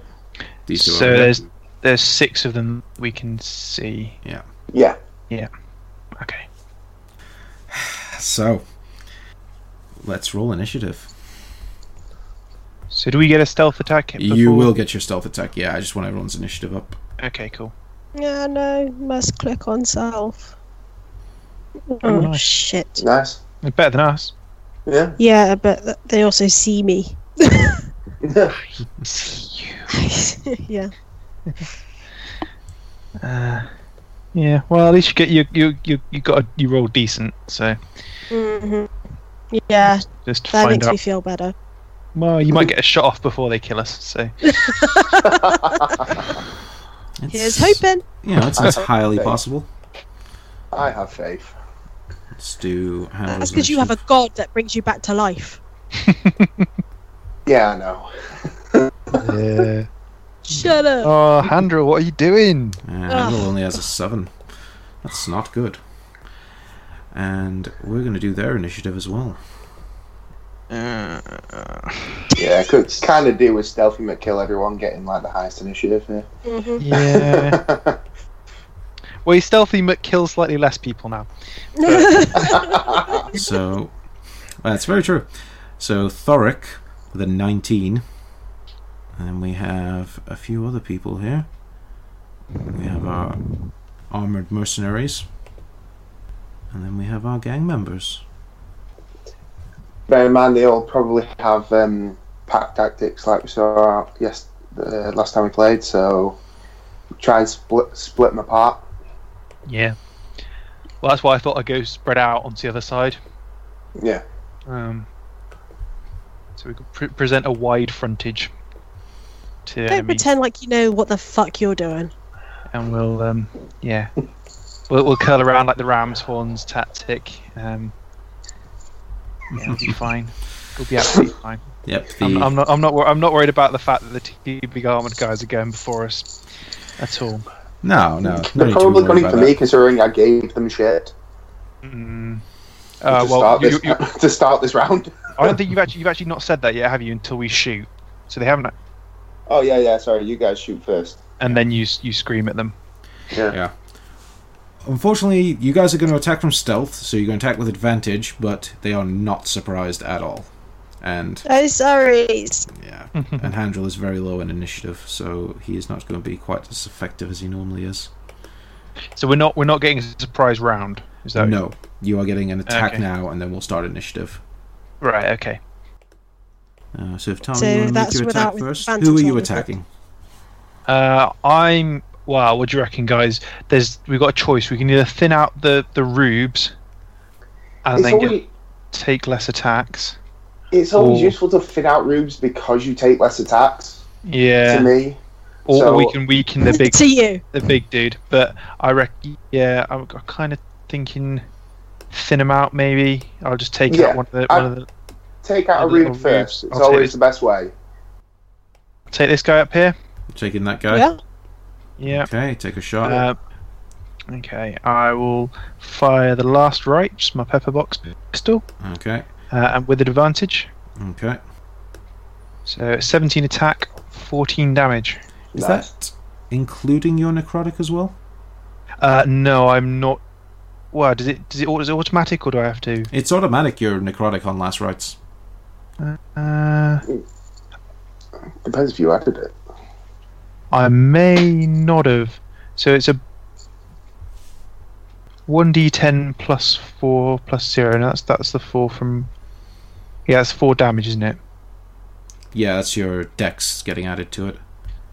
these two. So over there. there's there's six of them we can see. Yeah. Okay. so let's roll initiative. So do we get a stealth attack? You before- will get your stealth attack. Yeah, I just want everyone's initiative up. Okay. Cool. Yeah, no, must click on self. Oh, nice. shit. Nice. It's better than us. Yeah. Yeah, but th- they also see me. See you. yeah. Uh, yeah. Well, at least you get you you you you got a, you rolled decent. So hmm Yeah, just that find makes out. me feel better. Well, you might get a shot off before they kill us. So It's, Here's hoping. You know, it's, it's highly Okay. possible. I have faith. Let's do. Handle's That's because you have a initiative. god that brings you back to life. Yeah, I know. yeah. Shut up. Oh, Handra, what are you doing? And Ugh. Handle Uh, only has a seven. That's not good. And we're going to do their initiative as well. Yeah, I could kind of do with stealthy but kill everyone getting like the highest initiative here. Mm-hmm. Yeah. well, he's stealthy, but kills slightly less people now. So that's very true. So Thoric with a nineteen, and then we have a few other people here. We have our armored mercenaries, and then we have our gang members. Bear in mind, they all probably have um, pack tactics like we saw yes uh, last time we played. So try and split split them apart. Yeah. Well, that's why I thought I'd go spread out onto the other side. Yeah. Um, so we could pre- present a wide frontage to the Don't enemy, pretend like you know what the fuck you're doing. and we'll um, yeah, we'll, we'll curl around like the ram's horns tactic. Um, yeah, we'll be fine. We'll be absolutely fine. Yep, the I'm, I'm not. I'm not. Wor- I'm not worried about the fact that the two big armored guys are going before us at all. No, no. no They're need to probably worry going about for that. me considering I gave them shit Mm. Uh, to, well, start you, this, you, to start this round. I don't think you've actually you've actually not said that yet, have you? Until we shoot, so they haven't, Oh yeah, yeah. Sorry, you guys shoot first. and then you s- you scream at them. Unfortunately, you guys are going to attack from stealth, so you're going to attack with advantage, but they are not surprised at all. And Oh, sorry. It's- yeah, and Handrel is very low in initiative, so he is not going to be quite as effective as he normally is. So we're not we're not getting a surprise round. Is that No, you are getting an attack Okay. now, and then we'll start initiative. right? Okay. Uh, so if Tom, So you want to make that's your attack without first. advantage Who are you on the attacking? Uh, I'm. Wow, what do you reckon, guys? There's we've got a choice. We can either thin out the the rubes, and It's then only get, take less attacks. it's always Or- useful to thin out rubes because you take less attacks. To Yeah, me, or, or we so- can weaken the big to you. the big dude. But I reckon, yeah, I'm, I'm kind of thinking thin them out. Maybe I'll just take Yeah, out one of the I- one of the. take out a The little rube first. rubes. It's I'll take always it. the best way. Take this guy up here. Taking that guy. Yeah. Yeah. Okay, take a shot. Uh, okay, I will fire the last ripes, my pepper box pistol, okay, uh, and with advantage. okay. So 17 attack, 14 damage. Is Nice. that including your necrotic as well? Uh, no, I'm not. Well, does it does it au- is it automatic or do I have to? It's automatic. Your necrotic on last rites. Uh, Depends if you added it. I may not have. So it's a 1d10 plus four plus zero, and that's that's the four from. Yeah, that's four damage, isn't it? Yeah, that's your dex getting added to it.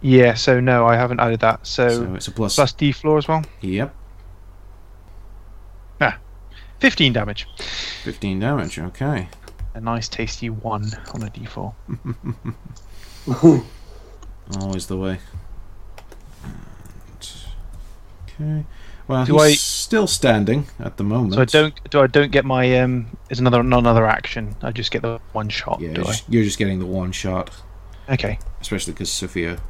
Yeah. So no, I haven't added that. So, So it's a plus. plus d floor as well. Yep, 15 damage. fifteen damage. Okay. A nice tasty one on a d4. Always the way. And- okay. Well, Do he's I- still standing at the moment. So I don't do I don't get my um is another not another action. I just get the one shot. Yeah, do you're just, you're just getting the one shot, I? Okay. especially because Sophia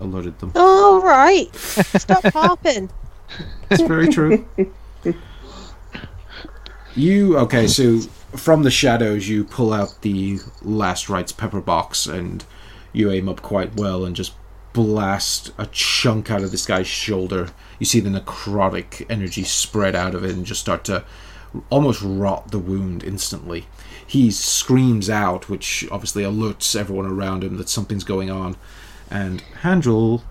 alerted them. All right. Stop harping. That's very true. you okay? So from the shadows, you pull out the last rites pepper box, and you aim up quite well, and just blast a chunk out of this guy's shoulder. You see the necrotic energy spread out of it, and just start to almost rot the wound instantly. He screams out, which obviously alerts everyone around him that something's going on. And Handrel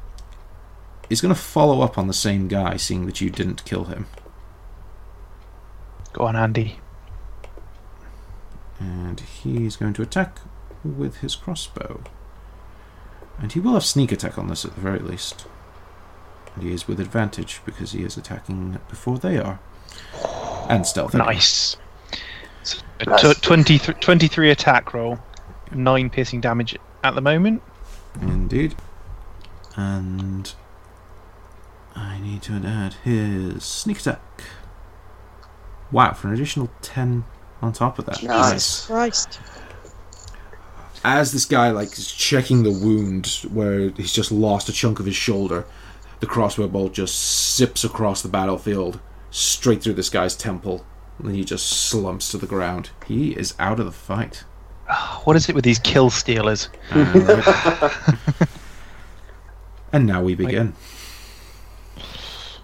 is going to follow up on the same guy, seeing that you didn't kill him. Go on, Andy. And he's going to attack with his crossbow. And he will have sneak attack on this at the very least. And he is with advantage because he is attacking before they are. And stealth. anyway. Nice. So, a Nice. tw- 23, 23 attack roll, nine piercing damage at the moment. Indeed. And I need to add his sneak attack. Wow, for an additional 10 on top of that. Jesus Christ. as this guy like is checking the wound where he's just lost a chunk of his shoulder, the crossbow bolt just zips across the battlefield, straight through this guy's temple, and then he just slumps to the ground. He is out of the fight. What is it with these kill stealers? uh, and now we begin.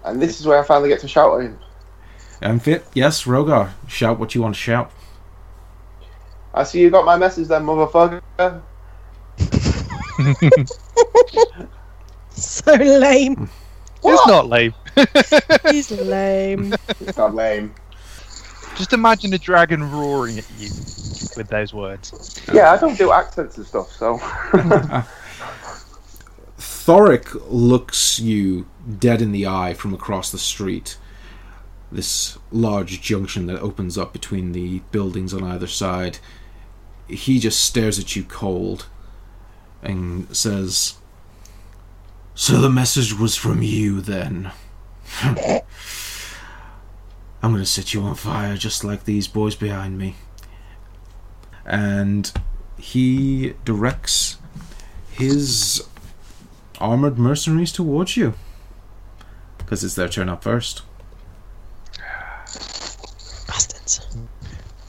And this is where I finally get to shout at him. And fit, yes, Rogar, shout what you want to shout. I see you got my message then, motherfucker. So lame. It's not lame. He's lame. It's not lame. Just imagine a dragon roaring at you with those words. Yeah, I don't do accents and stuff, so. Thoric looks you dead in the eye from across the street. This large junction that opens up between the buildings on either side. He just stares at you cold and says, So the message was from you then. I'm going to set you on fire just like these boys behind me. And he directs his armored mercenaries towards you. Because it's their turn up first. Bastards.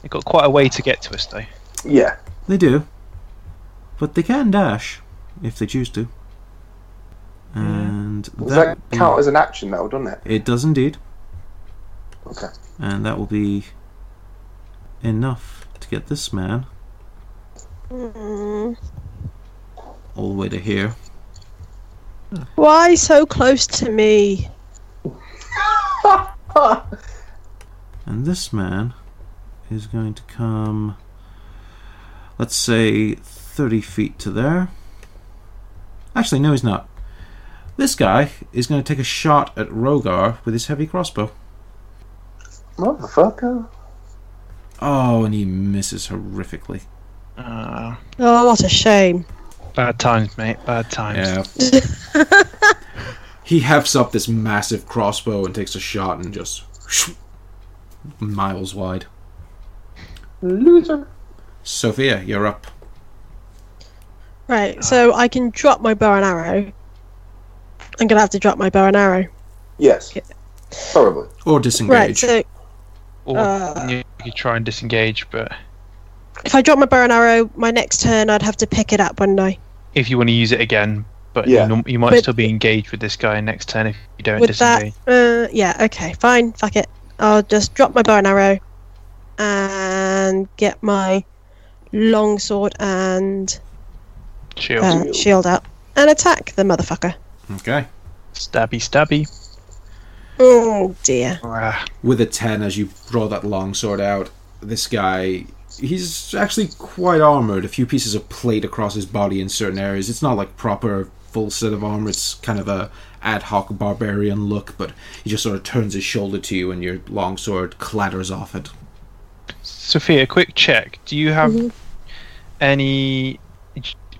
They've got quite a way to get to us, though. yeah. They do. But they can dash if they choose to. And Hmm. Does that, that count as an action, though, doesn't it? it does indeed. Okay. And that will be enough to get this man Mm. all the way to here. Why so close to me? And this man is going to come, let's say, 30 feet to there. Actually, no, he's not. This guy is going to take a shot at Rogar with his heavy crossbow. Motherfucker. Oh, and he misses horrifically. Uh, Oh, what a shame. bad times, mate. Bad times. Yeah. he hefts up this massive crossbow and takes a shot and just miles wide. Loser. Sophia, you're up. Right, so I can drop my bow and arrow. I'm gonna have to drop my bow and arrow. Yes. Probably. Or Right, disengage. so Or Uh. you could try and disengage, but if I drop my bow and arrow, my next turn I'd have to pick it up, wouldn't I? if you want to use it again, but Yeah. you, norm- you might But- still be engaged with this guy next turn if you don't Would disengage. that? Uh, yeah. Okay. Fine. Fuck it. I'll just drop my bow and arrow, and get my longsword and Shield. uh, Shield. shield out and attack the motherfucker. Okay. Stabby, stabby. Oh dear. Ah, With a 10, as you draw that longsword out, this guy, he's actually quite armored. A few pieces of plate across his body in certain areas. It's not like proper full set of armor, it's kind of a ad hoc barbarian look, but he just sort of turns his shoulder to you and your longsword clatters off it. Sophia, quick check. Do you have Mm-hmm. any?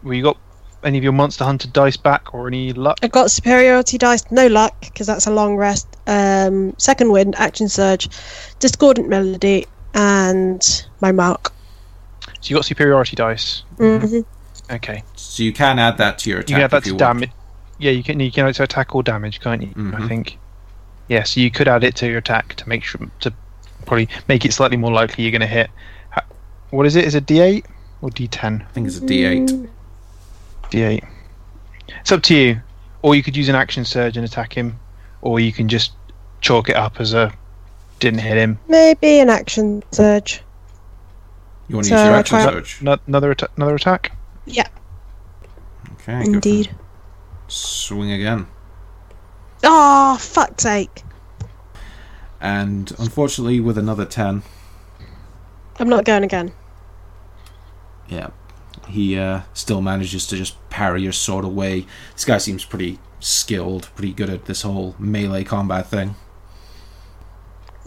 Well, you got any of your monster hunter dice back or any luck? I got superiority dice, no luck, because that's a long rest. Um, second wind, action surge, discordant melody, and my mark. So you got superiority dice. hmm Okay. So you can add that to your attack. you can have that if you to want. damage. Yeah, you can you can add it to attack or damage, can't you? I Mhm. think. Yeah, so you could add it to your attack to make sure to probably make it slightly more likely you're going to hit. Ha- What is it? Is it D8 or D10? I think it's a D8. D8. It's up to you. Or you could use an action surge and attack him, or you can just chalk it up as a didn't hit him. Maybe an action surge. You want to So use your I action try- surge? No- Another atta- another attack. Okay. go for Indeed. it. Swing again. Oh, fuck's sake. And unfortunately, with another 10, I'm not going again. yeah, he uh, still manages to just parry your sword away. This guy seems pretty skilled, pretty good at this whole melee combat thing.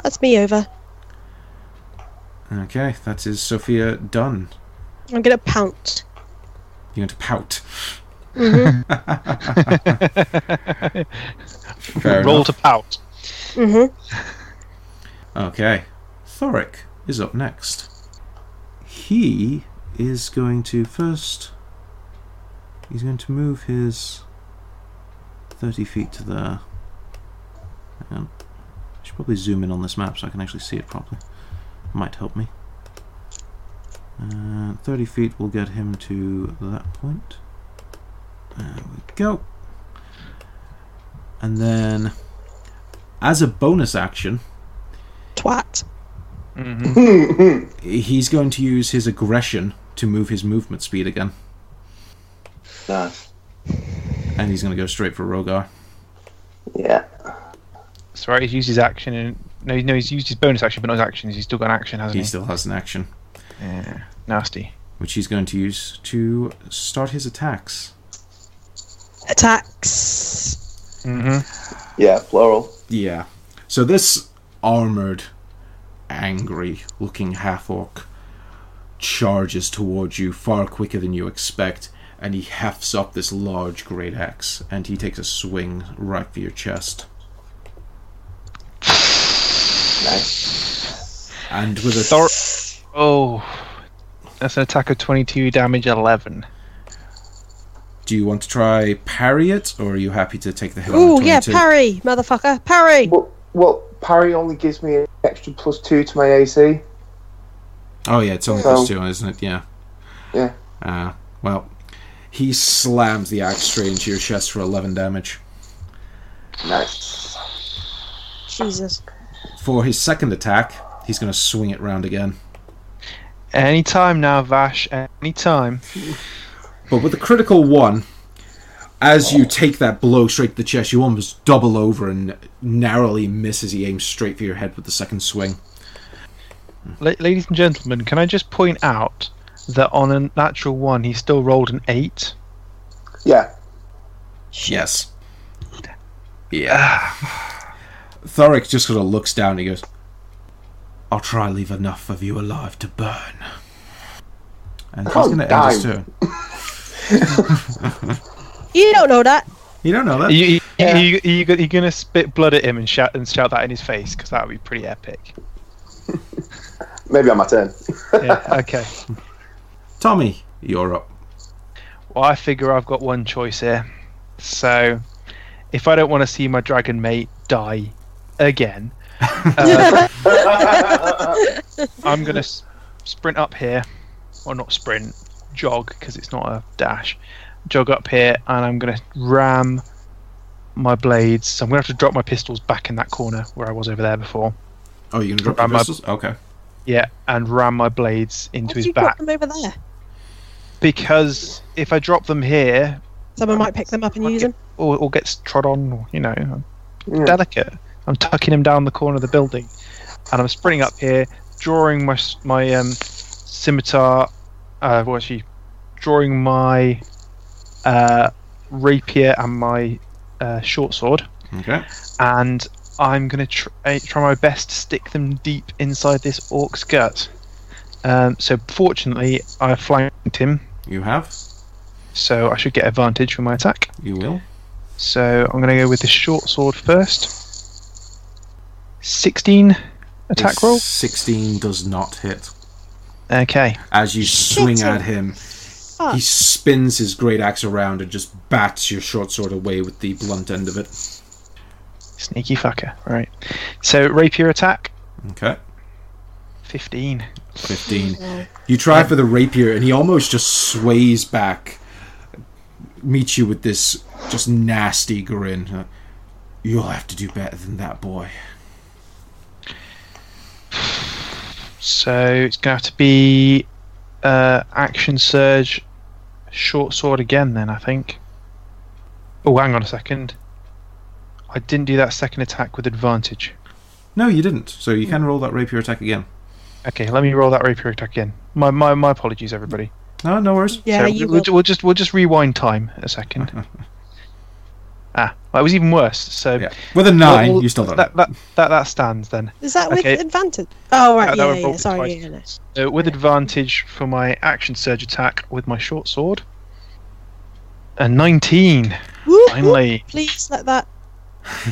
That's me over. Okay, that is Sophia done. I'm going to pounce. You're going to pout. hmm Fair Roll enough. to pout. hmm Okay. Thoric is up next. He is going to first. He's going to move his 30 feet to there. Hang on. I should probably zoom in on this map so I can actually see it properly. Might help me. Uh, 30 feet will get him to that point. There we go. And then, as a bonus action, Twat. Mhm. He's going to use his aggression to move his movement speed again, Nice. and he's going to go straight for Rogar. Yeah. Sorry, he's used his action and no, no, he's used his bonus action, but not his action. He's still got an action, hasn't He still has an action, he? Yeah. Nasty. which he's going to use to start his attacks. Attacks. Mm-hmm. Yeah, plural. Yeah. So this armored, angry-looking half orc charges towards you far quicker than you expect, and he hefts up this large great axe, and he takes a swing right for your chest, Nice. and with a Thor- oh, that's an attack of 22 damage, 11. Do you want to try parry it, or are you happy to take the hit? Ooh, on the yeah, 22? parry, motherfucker. Parry. Well, well, parry only gives me an extra plus two to my AC. Oh yeah, it's only So- plus two, isn't it? Yeah. Yeah. Uh, well, he slams the axe straight into your chest for eleven damage. Nice. Jesus. For his second attack, he's going to swing it round again, Any time now, Vash. Any time. but with a critical one, as you take that blow straight to the chest, you almost double over and narrowly miss as he aims straight for your head with the second swing. La- ladies and gentlemen, can I just point out that on a natural one, he still rolled an eight. Yeah. Yes. Yeah. Thoric just sort of looks down and he goes, I'll try leave enough of you alive to burn. And he's Oh, going to end his die. turn. You don't know that. You don't know that. Are you, are Yeah. you, are you, are you gonna spit blood at him and shout and shout that in his face because that would be pretty epic. Maybe on my turn. Yeah, okay. Tommy, you're up. Well, I figure I've got one choice here. So, if I don't want to see my dragon mate die again, uh, I'm going to s- sprint up here. Or not sprint, jog, because it's not a dash. Jog up here, and I'm going to ram my blades. So, I'm going to have to drop my pistols back in that corner where I was over there before. Oh, you're going to drop your I'm up. pistols? Okay. Yeah, and ram my blades Why into did his you drop back. them over there? Because if I drop them here, Someone might pick them up and use them. or, or gets trod on, or, you know, I'm Yeah. delicate. I'm tucking him down the corner of the building, and I'm springing up here, drawing my s- my um, scimitar, uh, well, actually, drawing my uh, rapier and my uh, short sword, Okay. and I'm gonna tr- uh, try my best to stick them deep inside this orc's gut. Um, so fortunately, I flanked him, You have. so I should get advantage for my attack. You will. So I'm going to go with the short sword first. 16 attack A roll. 16 does not hit. Okay. As you swing Shit. at him, Fuck. he spins his great axe around and just bats your short sword away with the blunt end of it. Sneaky fucker. Right. So rapier attack. Okay. 15. 15. You try for the rapier, and he almost just sways back, meets you with this just nasty grin. Uh, You'll have to do better than that, boy. So it's going to have to be uh, action surge, short sword again, then, I think. Oh, hang on a second. I didn't do that second attack with advantage. No, you didn't. So you can roll that rapier attack again. Okay, let me roll that rapier attack again. My, my, my apologies, everybody. No, no worries. Yeah, so you we'll, will. we'll just we'll just rewind time a second. ah, well, it was even worse. So Yeah. With a Well, nine, well, you still don't. That, that that that stands then. Is that with Okay. advantage? Oh right, That- that yeah, would yeah. roll Sorry, twice. yeah, no. So Uh, with advantage for my action surge attack with my short sword. A nineteen. Woo-hoo. Finally, Please let that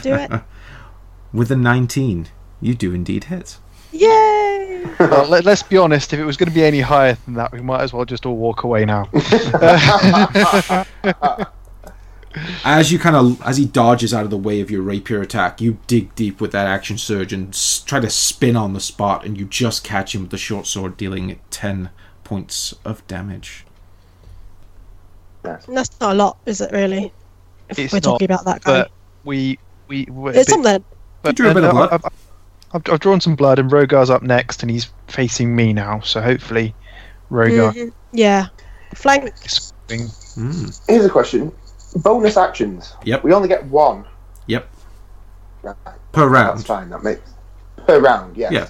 do it. With a 19, you do indeed hit. Yay! well, let, us be honest. If it was going to be any higher than that, we might as well just all walk away now. Uh, As you kind of, as he dodges out of the way of your rapier attack, you dig deep with that action surge and s- try to spin on the spot, and you just catch him with the short sword, dealing 10 points of damage. And that's not a lot, is it? Really? If It's we're talking not, about that guy, But we we we're a it's bit- something. But, drew a uh, bit of no, blood. I've, I've, I've drawn some blood, and Rogar's up next, and he's facing me now. So hopefully, Rogar Mhm. Yeah. Flank. is going Mm. Here's a question. Bonus actions. Yep. We only get one. Yep. Right. Per That's round. fine. That makes per round. Yeah. Yeah.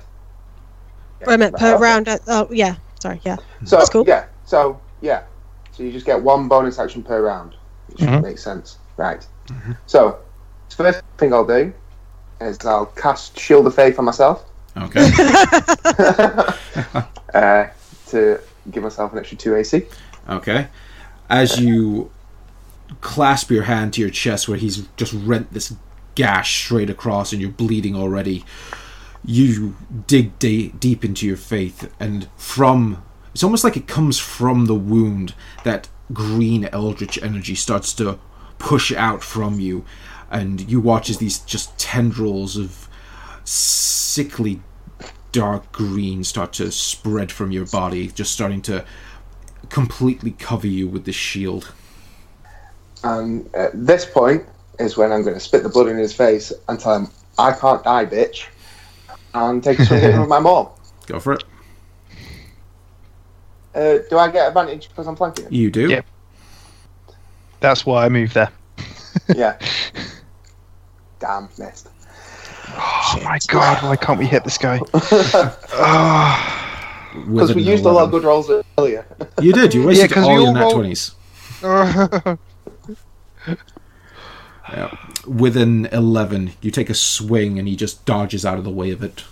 Wait a minute. Per Right, okay. round. uh, Oh yeah. Sorry. Yeah. So That's cool. yeah. So yeah. So you just get one bonus action per round, which Mhm. makes sense, right? So first thing I'll do is I'll cast Shield of Faith on myself Okay. Oh uh, to give myself an extra two AC. Okay. As you clasp your hand to your chest where he's just rent this gash straight across and you're bleeding already, you dig de- deep into your faith and from it's almost like it comes from the wound that green eldritch energy starts to push out from you and you watch as these just tendrils of sickly dark green start to spread from your body just starting to completely cover you with this shield. And at this point is when I'm going to spit the blood in his face and tell him I can't die, bitch, and take a swing at him with my maul. Go for it. Uh, do I get advantage because I'm flanking him? You do. Yep. That's why I moved there. yeah. Damn, missed. Oh my god, why can't we hit this guy? Ah. Because we used all our good rolls earlier. You did. You wasted 'cause we all your all nat rolled- twenties. With an eleven, you take a swing and he just dodges out of the way of it.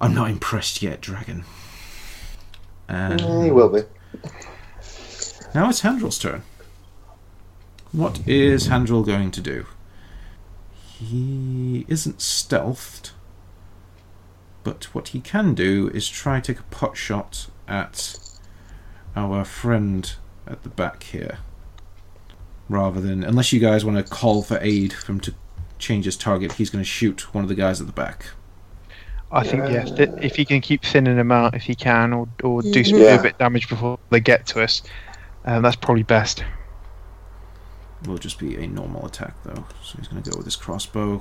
I'm not impressed yet, dragon. And Yeah, you will be. now it's Handrel's turn. What is Handrel going to do? He isn't stealthed, but what he can do is try to take a pot shot at our friend at the back here. Rather than, unless you guys want to call for aid for him to change his target, he's going to shoot one of the guys at the back. I think yeah, th- if he can keep thinning them out, if he can, or or do some Yeah. a bit of damage before they get to us, um, that's probably best. Will just be a normal attack though, so he's going to go with his crossbow.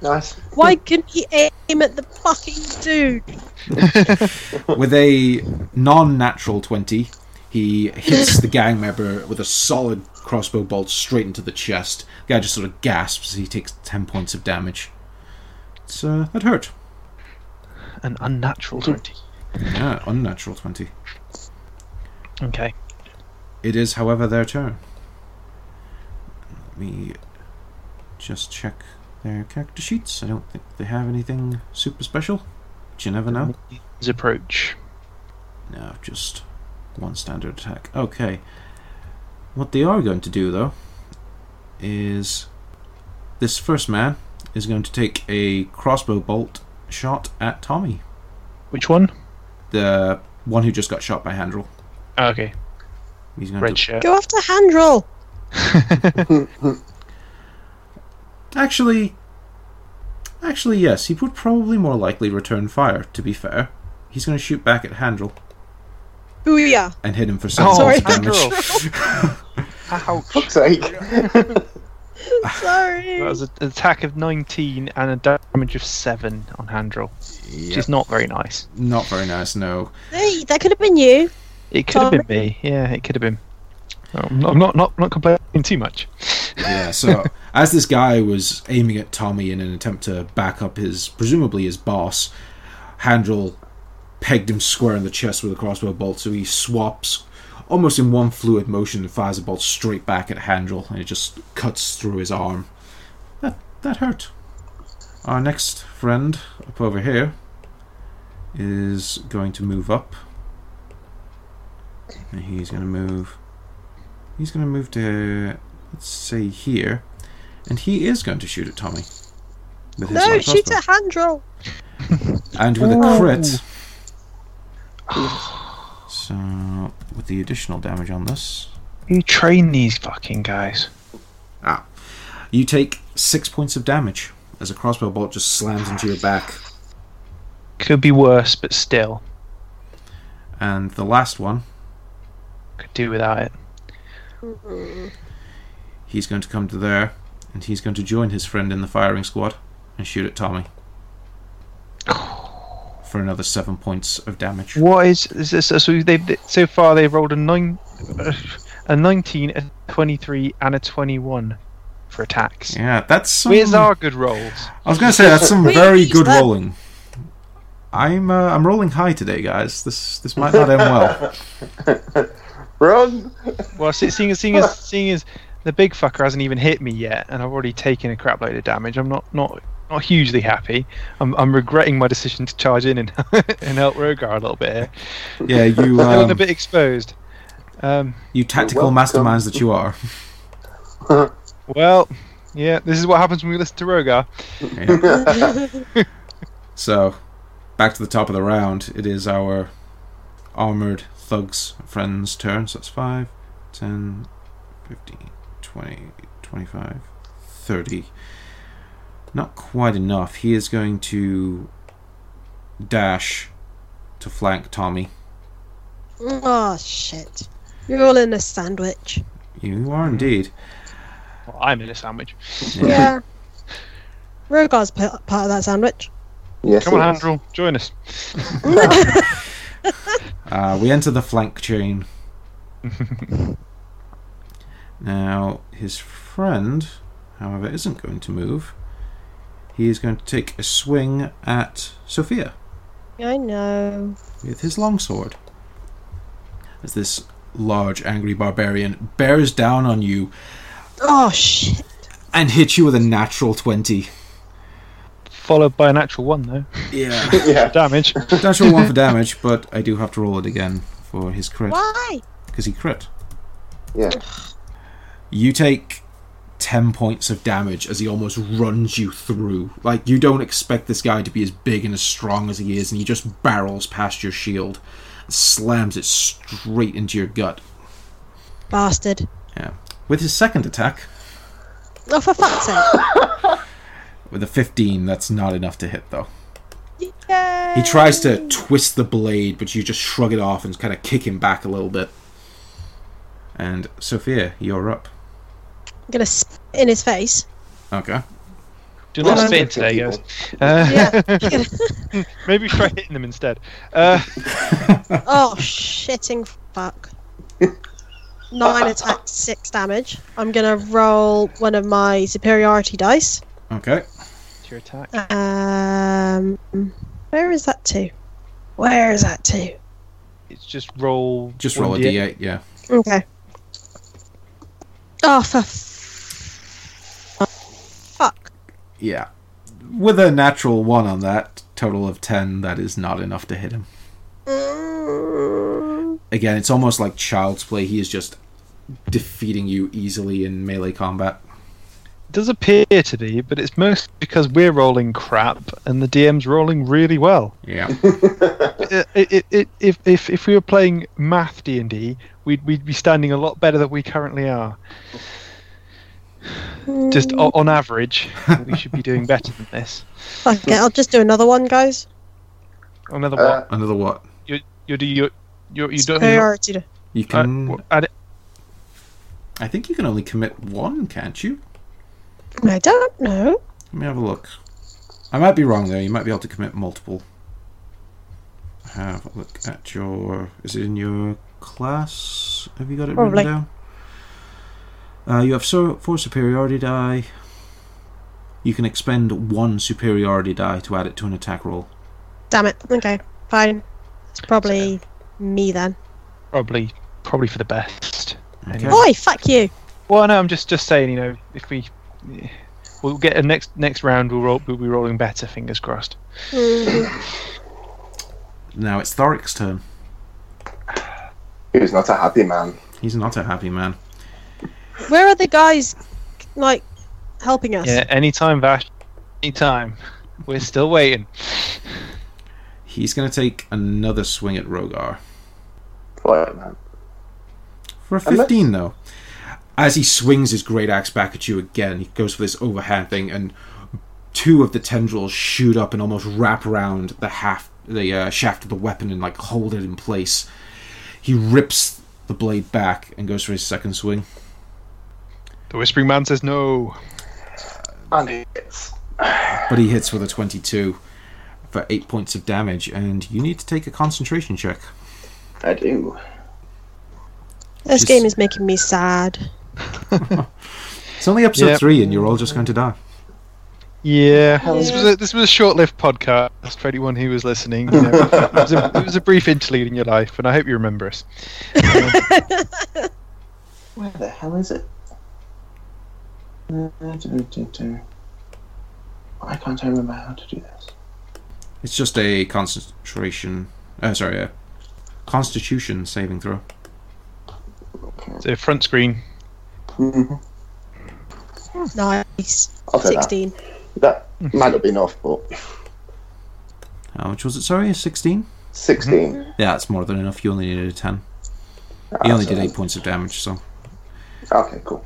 Nice. Nice. Why couldn't he aim at the fucking dude? with a non-natural 20 he hits the gang member with a solid crossbow bolt straight into the chest the guy just sort of gasps he takes 10 points of damage it's uh, that hurt An unnatural twenty. yeah unnatural 20 Okay. it is however their turn let me just check their character sheets i don't think they have anything super special but you never know His approach. No, just one standard attack. Okay. What they are going to do, though, is this first man is going to take a crossbow bolt shot at Tommy, Which one? the one who just got shot by Handrel. Oh, okay. He's going to Red shirt. Go after Handroll. actually, actually, yes, he would probably more likely return fire. To be fair, he's going to shoot back at Handrel Booyah. and hit him for seven Oh, points Sorry. of damage. Ouch. Fuck's sake. Sorry. That was a- an attack of 19 and a damage of 7 on Handrel, which Yeah, is not very nice. not very nice. No, Hey, that could have been you. It could have been me. Yeah, it could have been. I'm not, I'm not, not, not complaining too much. Yeah, so as this guy was aiming at Tommy in an attempt to back up his, presumably his boss, Handrel pegged him square in the chest with a crossbow bolt, so he swaps almost in one fluid motion and fires a bolt straight back at Handrel, and it just cuts through his arm. That, that hurt. Our next friend up over here is going to move up. And he's going to move. He's going to move to let's say here, and he is going to shoot at Tommy. With his No, light shoot crossbow. at Handroll. And with a crit. Jesus. So, with the additional damage on this, You train these fucking guys. you take six points of damage as a crossbow bolt just slams into your back. Could be worse, but still. And the last one, Could do without it. he's going to come to there, and he's going to join his friend in the firing squad and shoot at Tommy. For another seven points of damage. What is, is this? So, they've, they- so far, they've rolled a, nine, a 19, a 23, and a 21 for attacks. Yeah, that's some. Where's our good rolls? I was going to say that's some Wait, very is good that- rolling. I'm uh, I'm rolling high today, guys. This this might not end well. Run! Well, see- seeing as seeing as seeing as the big fucker hasn't even hit me yet, and I've already taken a crap load of damage, I'm not not not hugely happy. I'm, I'm regretting my decision to charge in and and help Rogar a little bit. Here. Yeah, you Feeling a um, bit exposed. Um, you tactical welcome. masterminds that you are. well, yeah, this is what happens when we listen to Rogar. So, back to the top of the round. It is our armored thugs friends' turn. So that's 5, 10, 15, 20, 25, 30. Not quite enough. He is going to dash to flank Tommy. Oh, shit. You're all in a sandwich. You are indeed. Well, I'm in a sandwich. Yeah. Rogar's p- part of that sandwich. Yes. Come on, it is. Andrew, join us. Uh, we enter the flank chain. Now, his friend, however, isn't going to move. He is going to take a swing at Sophia I know. with his longsword. As this large, angry barbarian bears down on you Oh shit! and hits you with a natural 20. Followed by an actual one though. Yeah. Yeah. Damage. That's roll one for damage, but I do have to roll it again for his crit Why? because he crit. Yeah. You take ten points of damage as he almost runs you through. Like you don't expect this guy to be as big and as strong as he is, and he just barrels past your shield, and slams it straight into your gut. Bastard! Yeah. With his second attack, Oh, for fuck's sake! with a fifteen, that's not enough to hit though. Yay. He tries to twist the blade, but you just shrug it off and kind of kick him back a little bit. And Sophia, you're up. I'm gonna spit in his face. Okay. Do not Well, spin that's today, good guys. Uh, Yeah. Maybe try hitting them instead. Uh, oh shitting fuck! Nine attacks, six damage. I'm gonna roll one of my superiority dice. Okay. it's your attack. Um, where is that to? Where is that to? It's just roll. Just one roll a D8. d8, yeah. Okay. Oh, for f- fuck. Yeah. With a natural 1 on that, total of 10, that is not enough to hit him. Mm. Again, it's almost like child's play. He is just defeating you easily in melee combat. It does appear to be, but it's mostly because we're rolling crap and the DM's rolling really well. Yeah. it, it, it, if, if, if we were playing math D and D, we'd we'd be standing a lot better than we currently are. Just o- on average, we should be doing better than this. Fuck it, I'll just do another one, guys. Another one. Uh, Another what? you do you you you don't. you Superiority. di- Uh, You can. I think you can only commit one, can't you? I don't know. Let me have a look. I might be wrong there. You might be able to commit multiple. Have a look at your. Is it in your class? Have you got it Probably. written down? Uh, you have so four superiority die. You can expend one superiority die to add it to an attack roll. Damn it. Okay, fine. It's probably me then. probably probably for the best. Okay. Anyway. Oi, fuck you. Well, no, I'm just just saying. You know, if we we'll get a next next round, we'll roll, we'll be rolling better. Fingers crossed. Mm-hmm. Mm, Now it's Thoric's turn. he was not a happy man. He's not a happy man. Where are the guys, like, helping us? Yeah, anytime, Vash. Anytime. We're still waiting. He's going to take another swing at Rogar. Like, man. For a And let's- 15, though. As he swings his great axe back at you again, he goes for this overhand thing, and two of the tendrils shoot up and almost wrap around the half, the uh, shaft of the weapon, and like hold it in place. He rips the blade back and goes for his second swing. The Whispering Man says no. And it's But he hits with a 22 for eight points of damage, and you need to take a concentration check. I do. This Just- game is making me sad. It's only episode Yep. three, and you're all just going to die. Yeah, Yeah. this was a, this was a short-lived podcast for anyone who was listening. You know, it, was a, it was a brief interlude in your life, and I hope you remember us. Where the hell is it? Uh, Why can't I remember how to do this? It's just a concentration. Uh, sorry, a constitution saving throw. So front screen. Mhm. Nice. I'll take 16. that. That might not be enough, but How much was it? Sorry, 16? 16. Yeah, that's more than enough. You only needed a 10. He only did 8 points of damage, so. Okay, cool.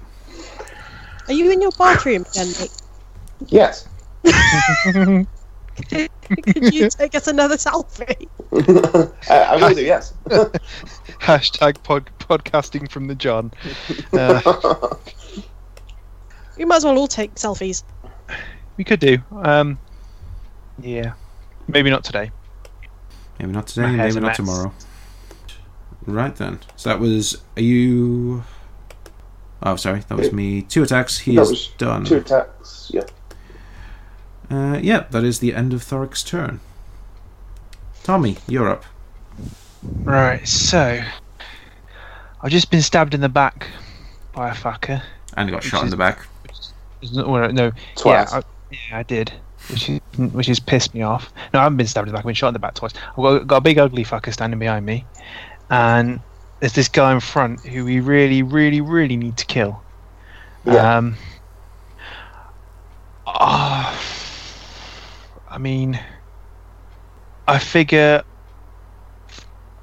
Are you in your bathroom again, mate? Yes. Could you take us another selfie? I, I will do, yes. Uh, Hashtag pod, podcasting from the John. Uh, We might as well all take selfies. we could do. Um, yeah, maybe not today. Maybe not My today, hair's maybe a not mess. tomorrow. Right then. So that was. Are you. Oh, sorry, that was me. Two attacks. He That is was done. Two attacks. Yeah. Uh, yeah, that is the end of Thoric's turn. Tommy, you're up. Right, so I've just been stabbed in the back by a fucker. And got shot in is- the back. Is not- well, no, Twice. Yeah, I, yeah, I did, which is, which has pissed me off. No, I haven't been stabbed in the back. I've been shot in the back twice. I've got, got a big ugly fucker standing behind me, and there's this guy in front who we really, really, really need to kill. Yeah. Um, ah, I mean, I figure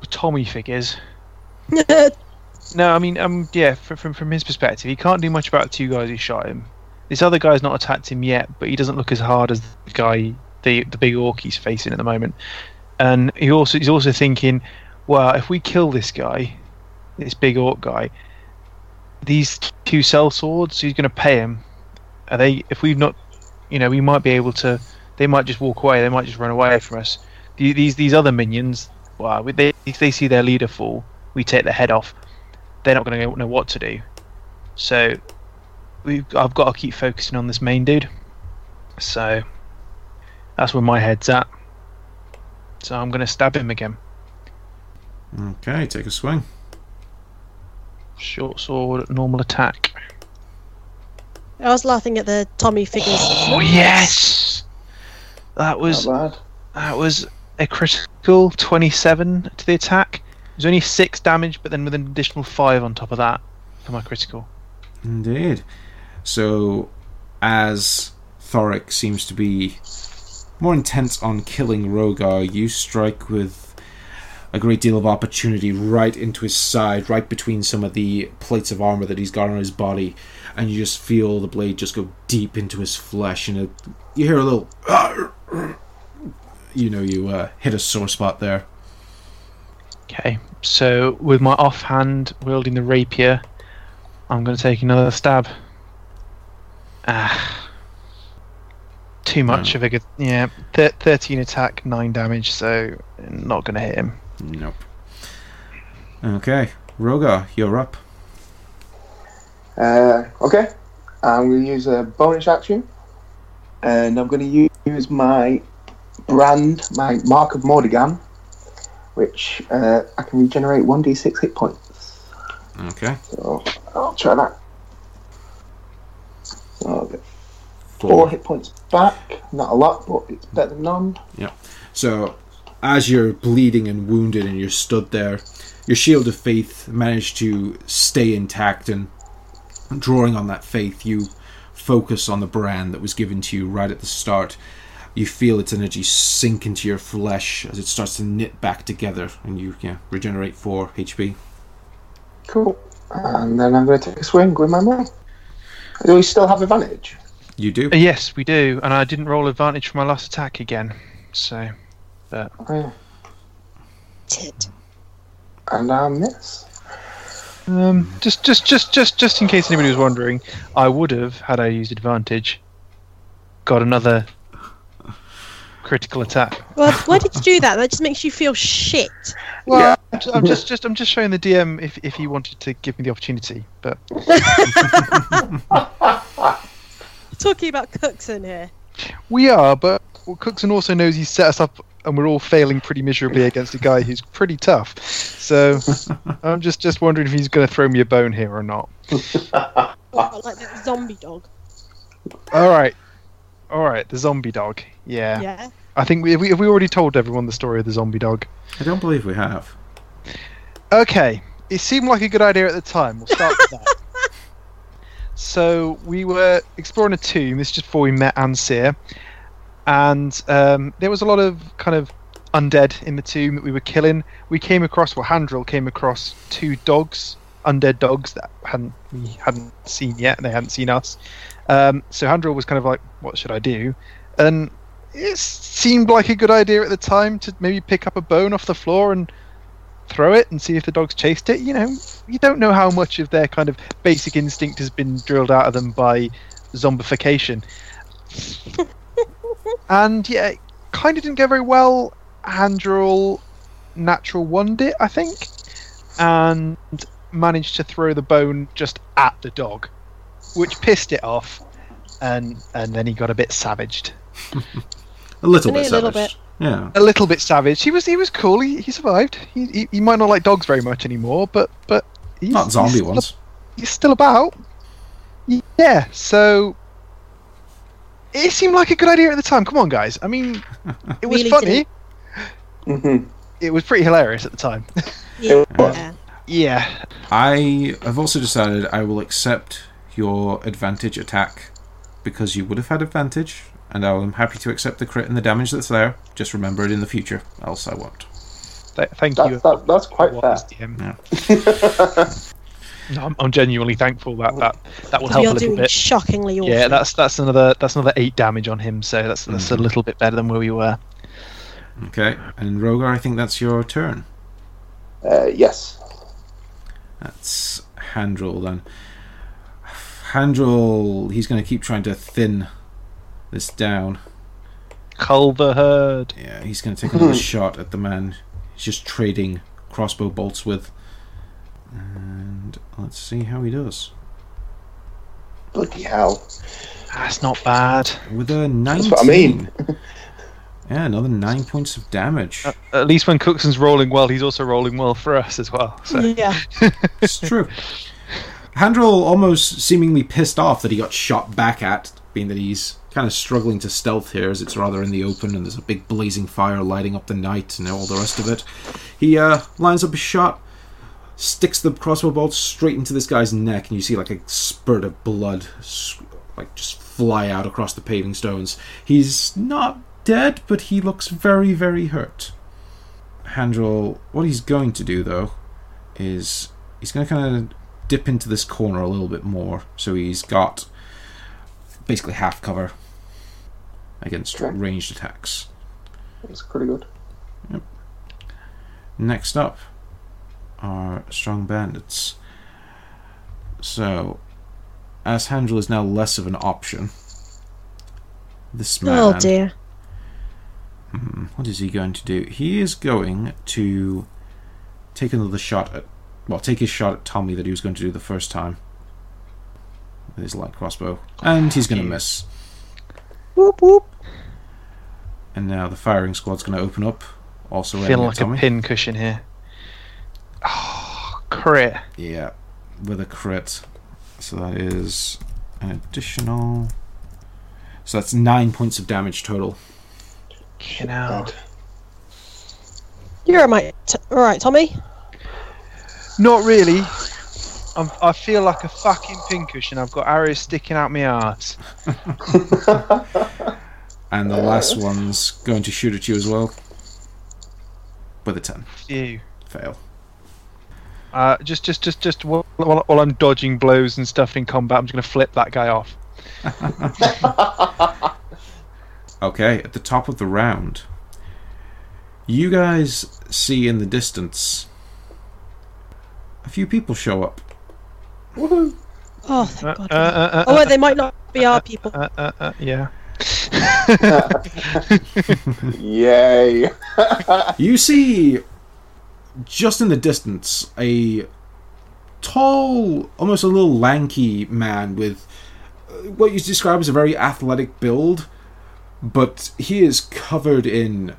Tommy figures no, I mean, um, yeah, fr- from from his perspective, he can't do much about the two guys who shot him. This other guy's not attacked him yet, but he doesn't look as hard as the guy, the the big orc he's facing at the moment. And he also he's also thinking, well, if we kill this guy, this big orc guy, these two cell swords, who's going to pay him? Are they? If we've not, you know, we might be able to. They might just walk away. They might just run away from us. The- These these other minions, well, they if they see their leader fall, we take their head off they're not going to know what to do. So we've, I've got to keep focusing on this main dude. So that's where my head's at. So I'm going to stab him again. Okay, take a swing. Short sword, normal attack. I was laughing at the Tommy figures. Oh yes, that was Not bad. that was a critical 27 to the attack. It was only six damage, but then with an additional five on top of that for my critical. Indeed. So, as Thoric seems to be more intent on killing Rogar, you strike with a great deal of opportunity right into his side, right between some of the plates of armor that he's got on his body, and you just feel the blade just go deep into his flesh, and it, you hear a little. You know, you uh, hit a sore spot there. Okay, so with my offhand wielding the rapier, I'm going to take another stab. Ah, too much of a good. Yeah, thir- 13 attack, 9 damage, so not going to hit him. Nope. Okay, Rogar, you're up. Uh, okay, I'm going to use a bonus action, and I'm going to use my brand, my Mark of Mordigan, which uh, I can regenerate 1d6 hit points. Okay. So I'll try that. So I'll get four hit points back. Not a lot, but it's better than none. So, as you're bleeding and wounded and you're stood there, your shield of faith managed to stay intact, and drawing on that faith, you focus on the brand that was given to you right at the start. You feel its energy sink into your flesh as it starts to knit back together, and you yeah, regenerate 4 HP. Cool. And then I'm going to take a swing with my maul. Do we still have advantage? You do. Uh, yes, we do, and I didn't roll advantage for my last attack again, so. Oh, yeah. Tit. And I miss. Um, just, just, just, just, just in case anybody was wondering, I would have had I used advantage. Got another critical attack. Well, why did you do that? That just makes you feel shit. Well, I'm, just, I'm just, just, I'm just showing the DM if, if he wanted to give me the opportunity, but Talking about cooks in here. we are. But Cookson also knows he's set us up, and we're all failing pretty miserably against a guy who's pretty tough. So I'm just, just wondering if he's going to throw me a bone here or not. Ah. What, like that zombie dog. All right, all right. The zombie dog. Yeah, Yeah. I think we, have we have we already told everyone the story of the zombie dog. I don't believe we have. Okay, it seemed like a good idea at the time. We'll start with that. so we were exploring a tomb. This is just before we met Ansir, and um, there was a lot of kind of undead in the tomb that we were killing. We came across, well, Handrel came across two dogs, undead dogs that hadn't we hadn't seen yet. and They hadn't seen us. Um, so Handrel was kind of like, "What should I do?" And it seemed like a good idea at the time to maybe pick up a bone off the floor and throw it and see if the dogs chased it. You know, you don't know how much of their kind of basic instinct has been drilled out of them by zombification. and yeah, it kind of didn't go very well. Handral natural one it, I think. And managed to throw the bone just at the dog, which pissed it off, and and then he got a bit savaged. A little bit Only a little savage. Yeah. A little bit savage. He was he was cool. He, he survived. He, he he might not like dogs very much anymore, but but he's, Not zombie he's ones. he's still about. Yeah, so it seemed like a good idea at the time. Come on, guys. I mean, it was Really funny. did. Mhm. It was pretty hilarious at the time. Yeah. was. yeah. I have also decided I will accept your advantage attack because you would have had advantage, and I am happy to accept the crit and the damage that's there. Just remember it in the future, else I won't. Th- thank you. That's, that, that's quite What fair. was DM. Yeah. No, I'm, I'm genuinely thankful that that, that will help a You're little doing bit. shockingly awful. Yeah, that's that's another that's another eight damage on him. So that's that's Mm. a little bit better than where we were. Okay, and Rogar, I think that's your turn. Uh, yes. That's Handrel then. Handrel, he's going to keep trying to thin this down. Cull the herd. Yeah, he's going to take another shot at the man he's just trading crossbow bolts with. And let's see how he does. Bloody hell. That's not bad. With a 19. what I mean. Uh, yeah, another 9 points of damage. At least when Cookson's rolling well, he's also rolling well for us as well. So Yeah. It's true. Handrel almost seemingly pissed off that he got shot back at, being that he's kind of struggling to stealth here as it's rather in the open and there's a big blazing fire lighting up the night and all the rest of it. He uh, lines up a shot, sticks the crossbow bolt straight into this guy's neck, and you see like a spurt of blood, s- like just fly out across the paving stones. He's not dead, but he looks very, very hurt. Handrel, what he's going to do though is he's going to kind of dip into this corner a little bit more. So he's got basically half cover against Okay. ranged attacks. That's pretty good. Next up are strong bandits. So, as Handrel is now less of an option, this man. Oh dear. What is he going to do? He is going to take another shot at. Well, take his shot at Tommy that he was going to do the first time. With his light crossbow. And he's going to miss. Whoop whoop. And now the firing squad's going to open up. Also, aiming feeling at like Tommy. a pin cushion here. Oh, crit. Yeah, with a crit. So that is an additional. So that's nine points of damage total. You know. You're my t- all right, Tommy. Not really. I'm, I feel like a fucking pincushion. I've got arrows sticking out my arse. And the last one's going to shoot at you as well. With a 10. Phew. Fail. Uh, just, just, just, just while, while, while I'm dodging blows and stuff in combat, I'm just going to flip that guy off. Okay, at the top of the round, you guys see in the distance a few people show up. Woohoo. Oh thank Uh, uh, God. uh, oh, well, they might not be our people. uh, uh, uh, yeah. Yay. You see, just in the distance, a tall, almost a little lanky man with uh, what you describe as a very athletic build, but he is covered in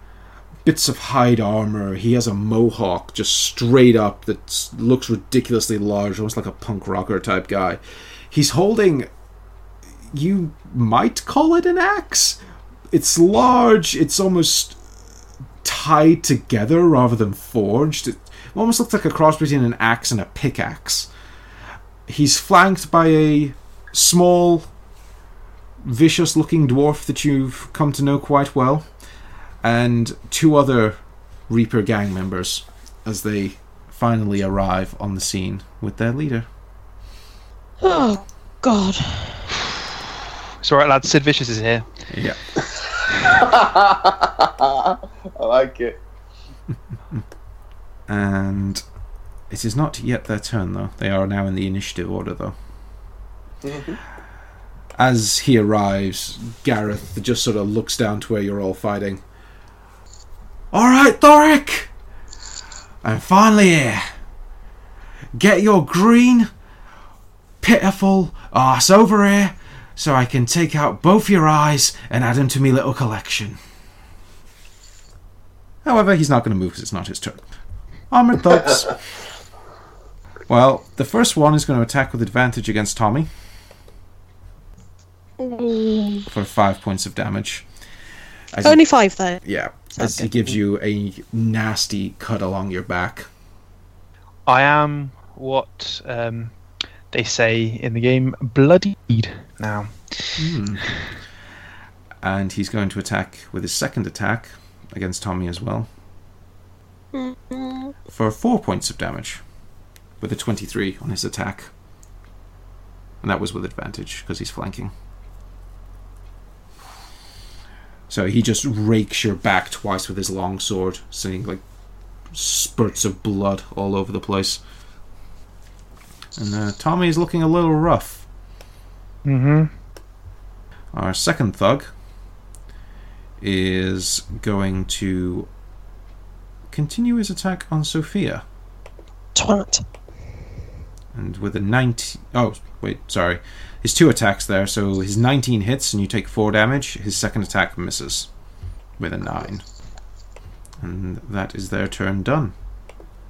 bits of hide armor. He has a mohawk just straight up that s- looks ridiculously large, almost like a punk rocker type guy. He's holding. You might call it an axe. It's large, it's almost tied together rather than forged. It almost looks like a cross between an axe and a pickaxe. He's flanked by a small, vicious looking dwarf that you've come to know quite well, and two other Reaper gang members as they finally arrive on the scene with their leader. Oh God. It's all right, lad. Sid Vicious is here. Yeah. I like it. And it is not yet their turn, though. They are now in the initiative order, though. Mm-hmm. As he arrives, Gareth just sort of looks down to where you're all fighting. All right, Thoric! I'm finally here. Get your green, pitiful ass over here so I can take out both your eyes and add them to me little collection. However, he's not going to move because it's not his turn. Armored thugs. well, the first one is going to attack with advantage against Tommy Ooh. for five points of damage. As he- Only five though. yeah, Sounds as he good. gives you a nasty cut along your back. I am what um, they say in the game, bloodied now. And he's going to attack with his second attack against Tommy as well Mm, for four points of damage with a 23 on his attack. And that was with advantage because he's flanking. So he just rakes your back twice with his long sword, seeing like spurts of blood all over the place. And uh, Tommy is looking a little rough. Mm-hmm. Our second thug is going to continue his attack on Sophia, Twat. and with a 19. Oh, wait, sorry. His two attacks there, so his 19 hits and you take 4 damage. His second attack misses with a 9. And that is their turn done.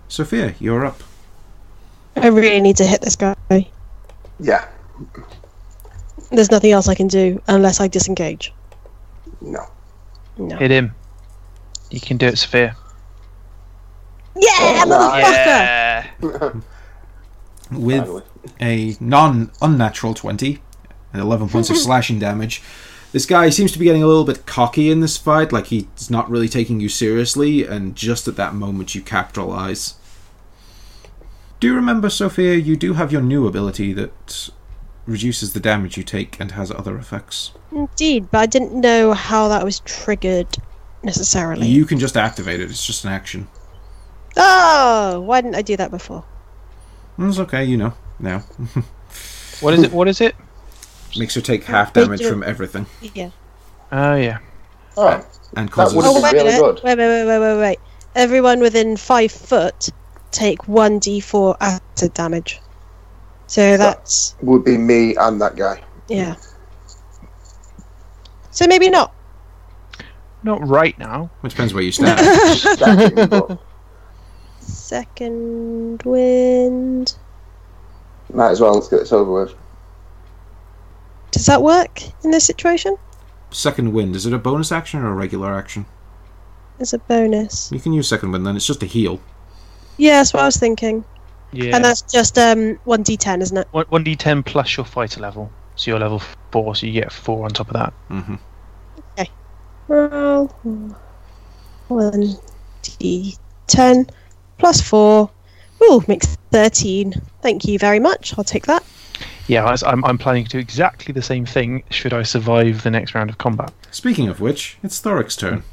Sophia, you're up. I really need to hit this guy. Yeah, There's nothing else I can do unless I disengage. no. No. Hit him. You can do it, Sophia. Oh, Yeah, motherfucker! Yeah. With Finally. a non unnatural 20 and 11 points of slashing damage. This guy seems to be getting a little bit cocky in this fight, like he's not really taking you seriously, and just at that moment you capitalize. Do remember, Sophia, you do have your new ability that reduces the damage you take and has other effects. Indeed, but I didn't know how that was triggered necessarily. You can just activate it, it's just an action. Oh, why didn't I do that before? It's okay, you know, now. What is it? What is it? Makes her take half They damage do- from everything Yeah. Oh yeah. All right. and causes. would've Oh, been wait a really minute. good. Wait, wait, wait, wait, wait, wait. Everyone within five foot take 1d4 acid damage. So that's. Would be me and that guy. Yeah. So maybe not. Not right now. Which depends where you stand. That him, but Second wind. might as well. Let's get this over with. Does that work in this situation? Second wind, is it a bonus action or a regular action? As a bonus. You can use second wind then, it's just a heal. Yeah, that's what I was thinking. Yeah. And that's just um 1d10, isn't it? One- One d10 plus your fighter level. So you're level four, so you get four on top of that. hmm Roll 1d10 plus 4. Ooh, makes 13. Thank you very much. I'll take that. Yeah, I- I'm, I'm planning to do exactly the same thing. Should I survive the next round of combat? Speaking of which, it's Thoric's turn.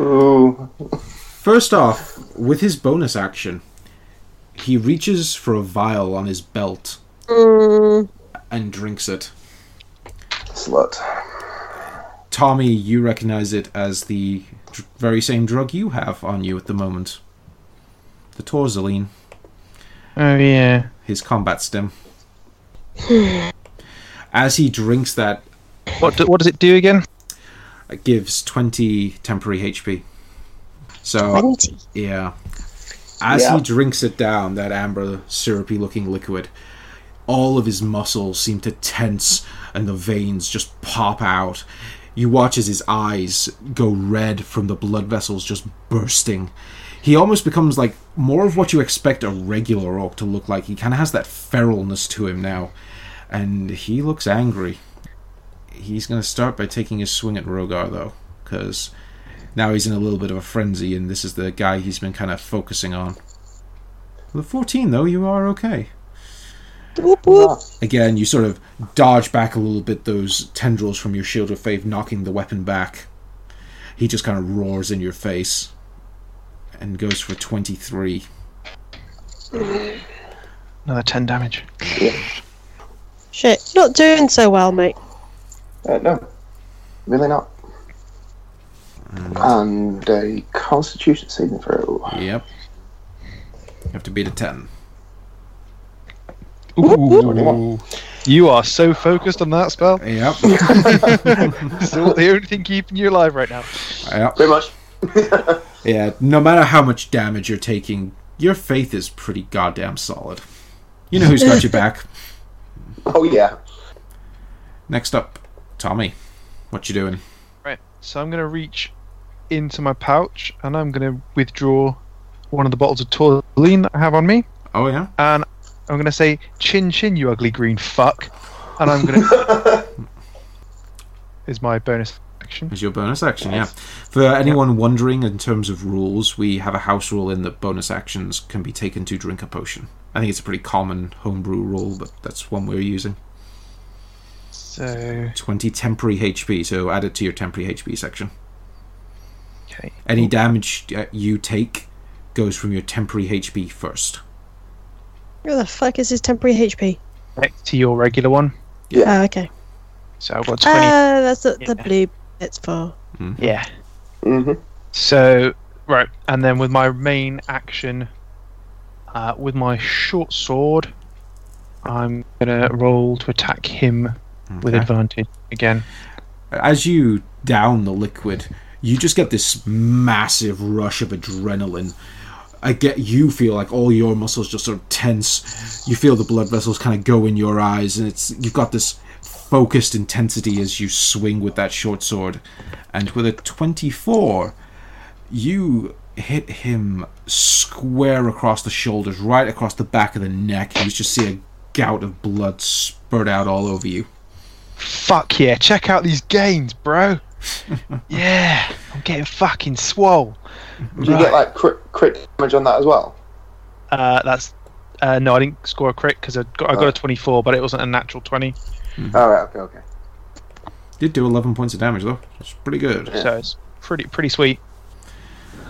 Ooh. First off, with his bonus action, he reaches for a vial on his belt Mm, and drinks it. Slut. Tommy, you recognize it as the dr- very same drug you have on you at the moment the Torzoline, Oh yeah. his combat stim. As he drinks that, What do, what does it do again? it gives 20 temporary HP. So 20. Yeah. As Yeah. he drinks it down, that amber, syrupy looking liquid, all of his muscles seem to tense and the veins just pop out. You watch as his eyes go red from the blood vessels just bursting. He almost becomes like more of what you expect a regular orc to look like. He kind of has that feralness to him now. And he looks angry. He's going to start by taking his swing at Rogar, though, because now he's in a little bit of a frenzy, and this is the guy he's been kind of focusing on. With 14, though, you are okay. Whoop, whoop. Again, you sort of dodge back a little bit those tendrils from your shield of faith, knocking the weapon back. He just kind of roars in your face and goes for 23. Another ten damage. Shit, not doing so well, mate. Uh, no, really not. Mm. And a Constitution saving throw. Yep. You have to beat a 10. Ooh. You are so focused on that spell. Yep. Still the only thing keeping you alive right now. yep. Pretty much. Yeah, no matter how much damage you're taking, your faith is pretty goddamn solid. You know who's got your back. Oh yeah. Next up, Tommy. What you doing? Right. So I'm going to reach into my pouch and I'm going to withdraw one of the bottles of Tourmaline that I have on me. Oh, yeah? And I'm going to say, Chin Chin, you ugly green fuck. And I'm going to. is my bonus action. Is your bonus action, yeah. For anyone wondering in terms of rules, we have a house rule in that bonus actions can be taken to drink a potion. I think it's a pretty common homebrew rule, but that's one we're using. So. 20 temporary HP, so add it to your temporary HP section. Okay. Any damage uh, you take goes from your temporary HP first. Where the fuck is his temporary HP? Back to your regular one. Oh, okay. So I've got 20. Ah, that's what the Yeah. blue bits for. yeah. Mm-hmm. So right, and then with my main action, uh, with my short sword, I'm gonna roll to attack him with Okay. advantage again. as you down the liquid, you just get this massive rush of adrenaline. I get you feel like all your muscles just sort of tense. You feel the blood vessels kind of go in your eyes, and it's you've got this focused intensity as you swing with that short sword. And with a twenty-four, you hit him square across the shoulders, right across the back of the neck. You just see a gout of blood spurt out all over you. Fuck yeah! Check out these gains, bro. yeah, I'm getting fucking swole. Do you Right. get like crit, crit damage on that as well? Uh, that's uh, no, I didn't score a crit because I got, I got a Right. 24, but it wasn't a natural 20, Mm-hmm. All Oh, right. Okay. Okay. Did do eleven points of damage though. It's pretty good. so it's pretty pretty sweet.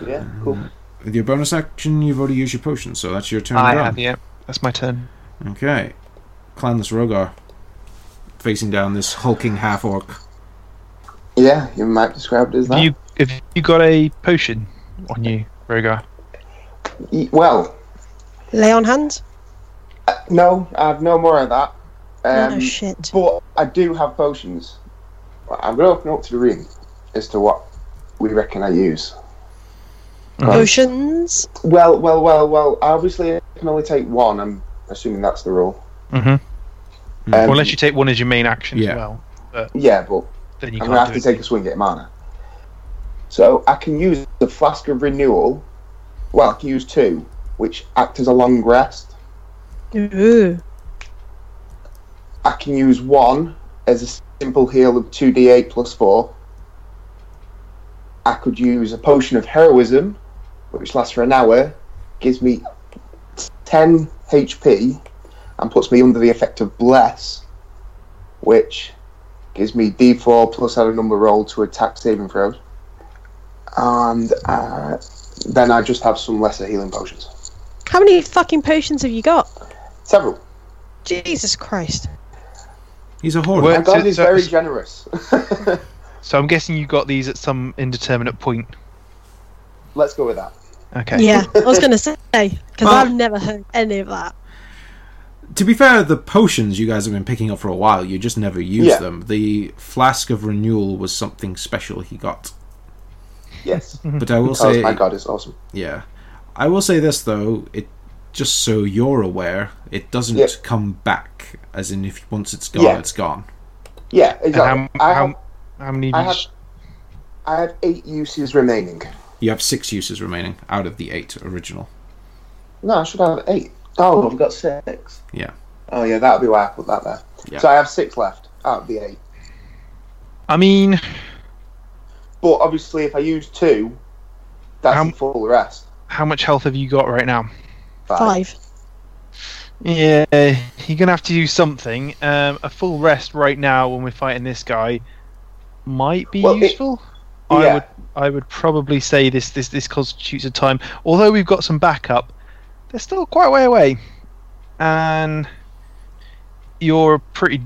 Yeah. Cool. With your bonus action, you've already used your potion, so that's your turn. I done. have yeah. That's my turn. Okay. Clanless Rogar. Facing down this hulking half orc. Yeah. You might describe it as that. Have you have you got a potion on you, Rogar? Y- well, uh, Lay on hand? no, I have no more of that. Um, oh, shit. But I do have potions. I'm going to open up to the room as to what we reckon I use. Potions? Well, well, well, well. Obviously, I can only take one. I'm assuming that's the rule. Mm-hmm. Um, Well, unless you take one as your main action Yeah. as well, yeah, but then you I'm can't gonna have do to it. take a swing at mana. So I can use the flask of renewal. Well, I can use two, which act as a long rest. Ooh. I can use one as a simple heal of two d8 plus four. I could use a potion of heroism, which lasts for an hour, gives me ten HP, and puts me under the effect of bless, which gives me d4 plus add a number roll to attack saving throws. And uh, then I just have some lesser healing potions. How many fucking potions have you got? Several. Jesus Christ. He's a horde. Well- And God So- is so- very generous. So I'm guessing you got these at some indeterminate point. Let's go with that. Okay. Yeah, I was going to say, because Well- I've never heard any of that. To be fair, the potions you guys have been picking up for a while, you just never use Yeah. them. The flask of renewal was something special he got. Yes. But I will Because say Oh, my god, it's awesome. Yeah. I will say this though, it just so you're aware, it doesn't Yeah. come back as in if once it's gone, Yeah. it's gone. Yeah, And exactly. how, I, have, how, how many? I did you- have- I have eight uses remaining. You have six uses remaining out of the eight original. No, I should have eight. Oh, I've got six. Yeah. Oh, yeah, that'll be why I put that there. Yeah. So I have six left out of the eight. I mean, But obviously, if I use two, that's How the m- full rest. how much health have you got right now? Five. Yeah, you're gonna have to do something. Um, a full rest right now when we're fighting this guy might be Well, it- useful. I yeah. would I would probably say this this this constitutes a time. Although we've got some backup, they're still quite a way away, and you're pretty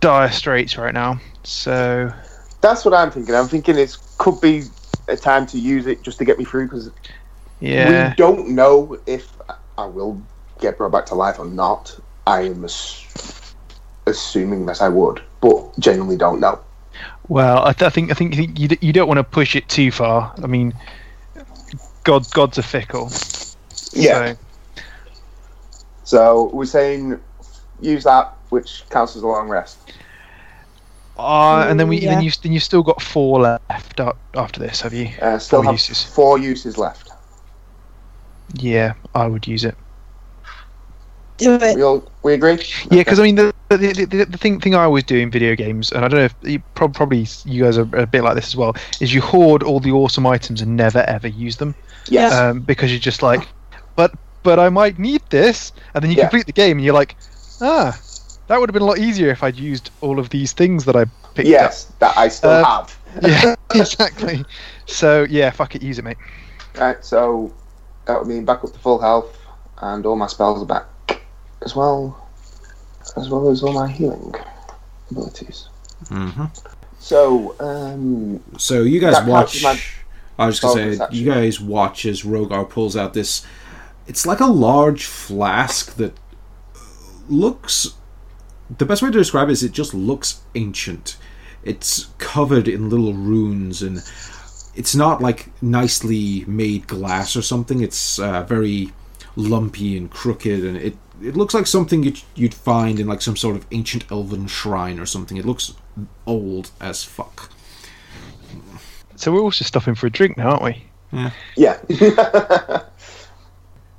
dire straits right now. So That's what I'm thinking. I'm thinking it could be a time to use it just to get me through because yeah, we don't know if I will get brought back to life or not. I am ass- assuming that I would, but genuinely don't know. Well, I, th- I think I think you d- you don't want to push it too far. I mean, God, gods are fickle. Yeah. So, So we're saying use that, which counts as a long rest. uh, and then we Yeah. then you then you've still got four left a- after this, have you? Uh, still Four have uses. four uses left. Yeah, I would use it. Do it. We all we agree? Yeah, because I mean the the, the, the the thing thing I always do in video games, and I don't know if you, prob- probably you guys are a bit like this as well, is you hoard all the awesome items and never ever use them. Yes. um, because you're just like, but but I might need this, and then you Yeah. complete the game and you're like, ah, that would have been a lot easier if I'd used all of these things that I picked yes, that I still Uh, have. up. Yeah, exactly. So yeah, fuck it, use it, mate. Right, so that would mean back up to full health, and all my spells are back as well, as well as all my healing abilities. hmm So, um, So you guys That counts watch. as my I was gonna bonus say action. you guys watch as Rogar pulls out this. It's like a large flask that looks. The best way to describe it is it just looks ancient. It's covered in little runes and it's not like nicely made glass or something. It's uh, very lumpy and crooked and it it looks like something you'd, you'd find in like some sort of ancient elven shrine or something. It looks old as fuck. So we're all just stopping for a drink now, aren't we? yeah.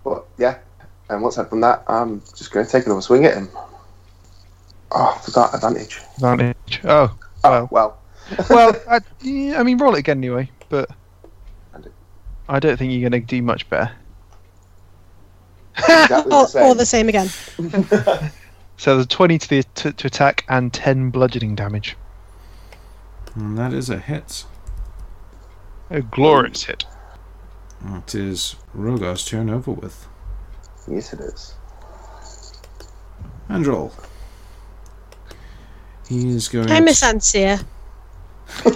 but yeah, and once I've done that, I'm just going to take another swing at him. Oh, I forgot advantage. Advantage. Oh, Oh Wow. well, well, I, yeah, I mean, roll it again anyway, but I do. I don't think you're going to do much better. exactly Or, the or same. the same again. So there's 20 to, the, to, to attack and 10 bludgeoning damage. And that is a hit. A Oh, glorious hit. It is Rogar's turn over with. Yes, it is. Androl. He's going. I miss Ansia.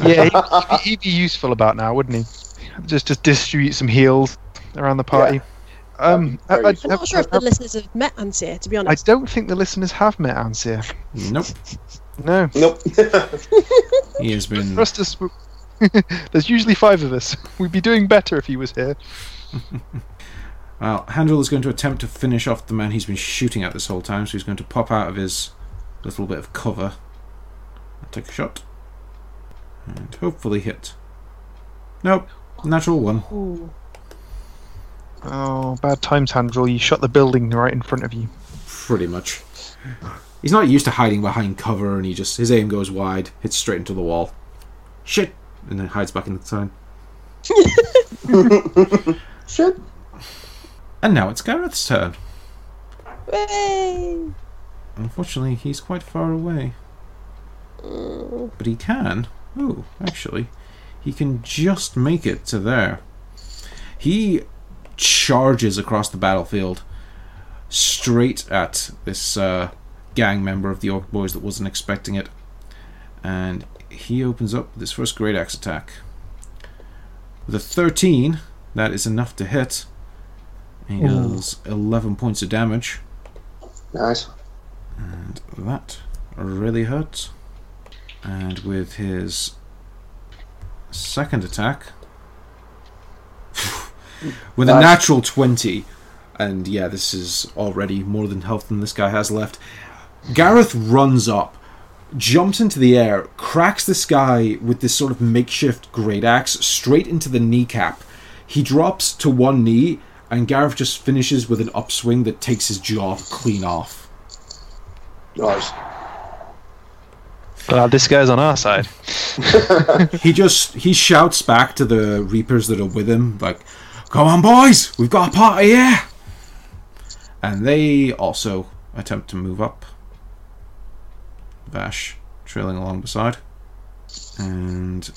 Yeah, he'd, be- he'd be useful about now, wouldn't he? Just just distribute some heals around the party. Um, I, That'd be I- I'm not sure if the I- listeners have met Ansia, to be I honest. don't think the listeners have met Ansir. Nope. No, Nope. He has been. trust us. w- There's usually five of us. We'd be doing better if he was here. Well, Handel is going to attempt to finish off the man he's been shooting at this whole time, so he's going to pop out of his little bit of cover. and Take a shot. And hopefully hit. Nope. Natural one. Ooh. Oh, bad times, Handrel. You shot the building right in front of you. Pretty much. He's not used to hiding behind cover, and he just. His aim goes wide, hits straight into the wall. Shit! And then hides back inside. Shit. And now it's Gareth's turn. Yay! Unfortunately, he's quite far away. But he can. Oh, actually. He can just make it to there. He charges across the battlefield straight at this uh, gang member of the Orc Boys that wasn't expecting it. And he opens up with his first Great Axe attack. With a 13, that is enough to hit. He does 11 points of damage. Nice. That really hurts. And with his second attack, with a Nice. natural 20, and yeah, this is already more than health than this guy has left. Gareth runs up, jumps into the air, cracks this guy with this sort of makeshift great axe straight into the kneecap. He drops to one knee, and Gareth just finishes with an upswing that takes his jaw clean off. Nice. Glad this guy's on our side. he just he shouts back to the reapers that are with him like come on boys we've got a party here and they also attempt to move up vash trailing along beside and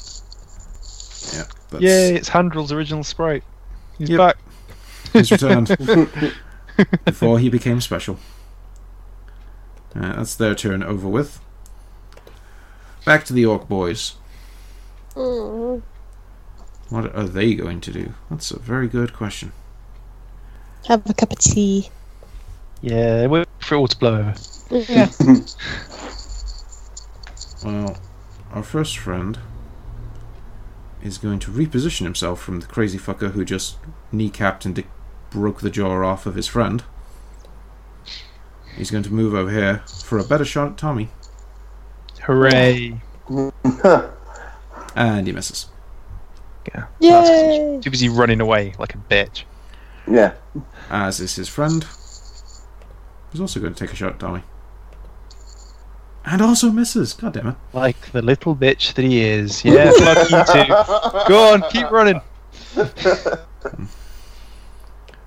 yeah that's Yay, it's Handrel's original sprite. He's Yep. back. his return before he became special Uh, that's their turn over with back to the orc boys Mm. Mm. What are they going to do? That's a very good question. Have a cup of tea. Yeah, wait for it all to blow over. Yeah. Well, our first friend is going to reposition himself from the crazy fucker who just kneecapped and di- broke the jaw off of his friend. He's going to move over here for a better shot at Tommy, Hooray! and he misses. Yay! Too busy running away like a bitch. yeah. As is his friend, he's also going to take a shot at Tommy, and also misses. God damn it! Like the little bitch that he is. Yeah, fuck you too. Go on, keep running.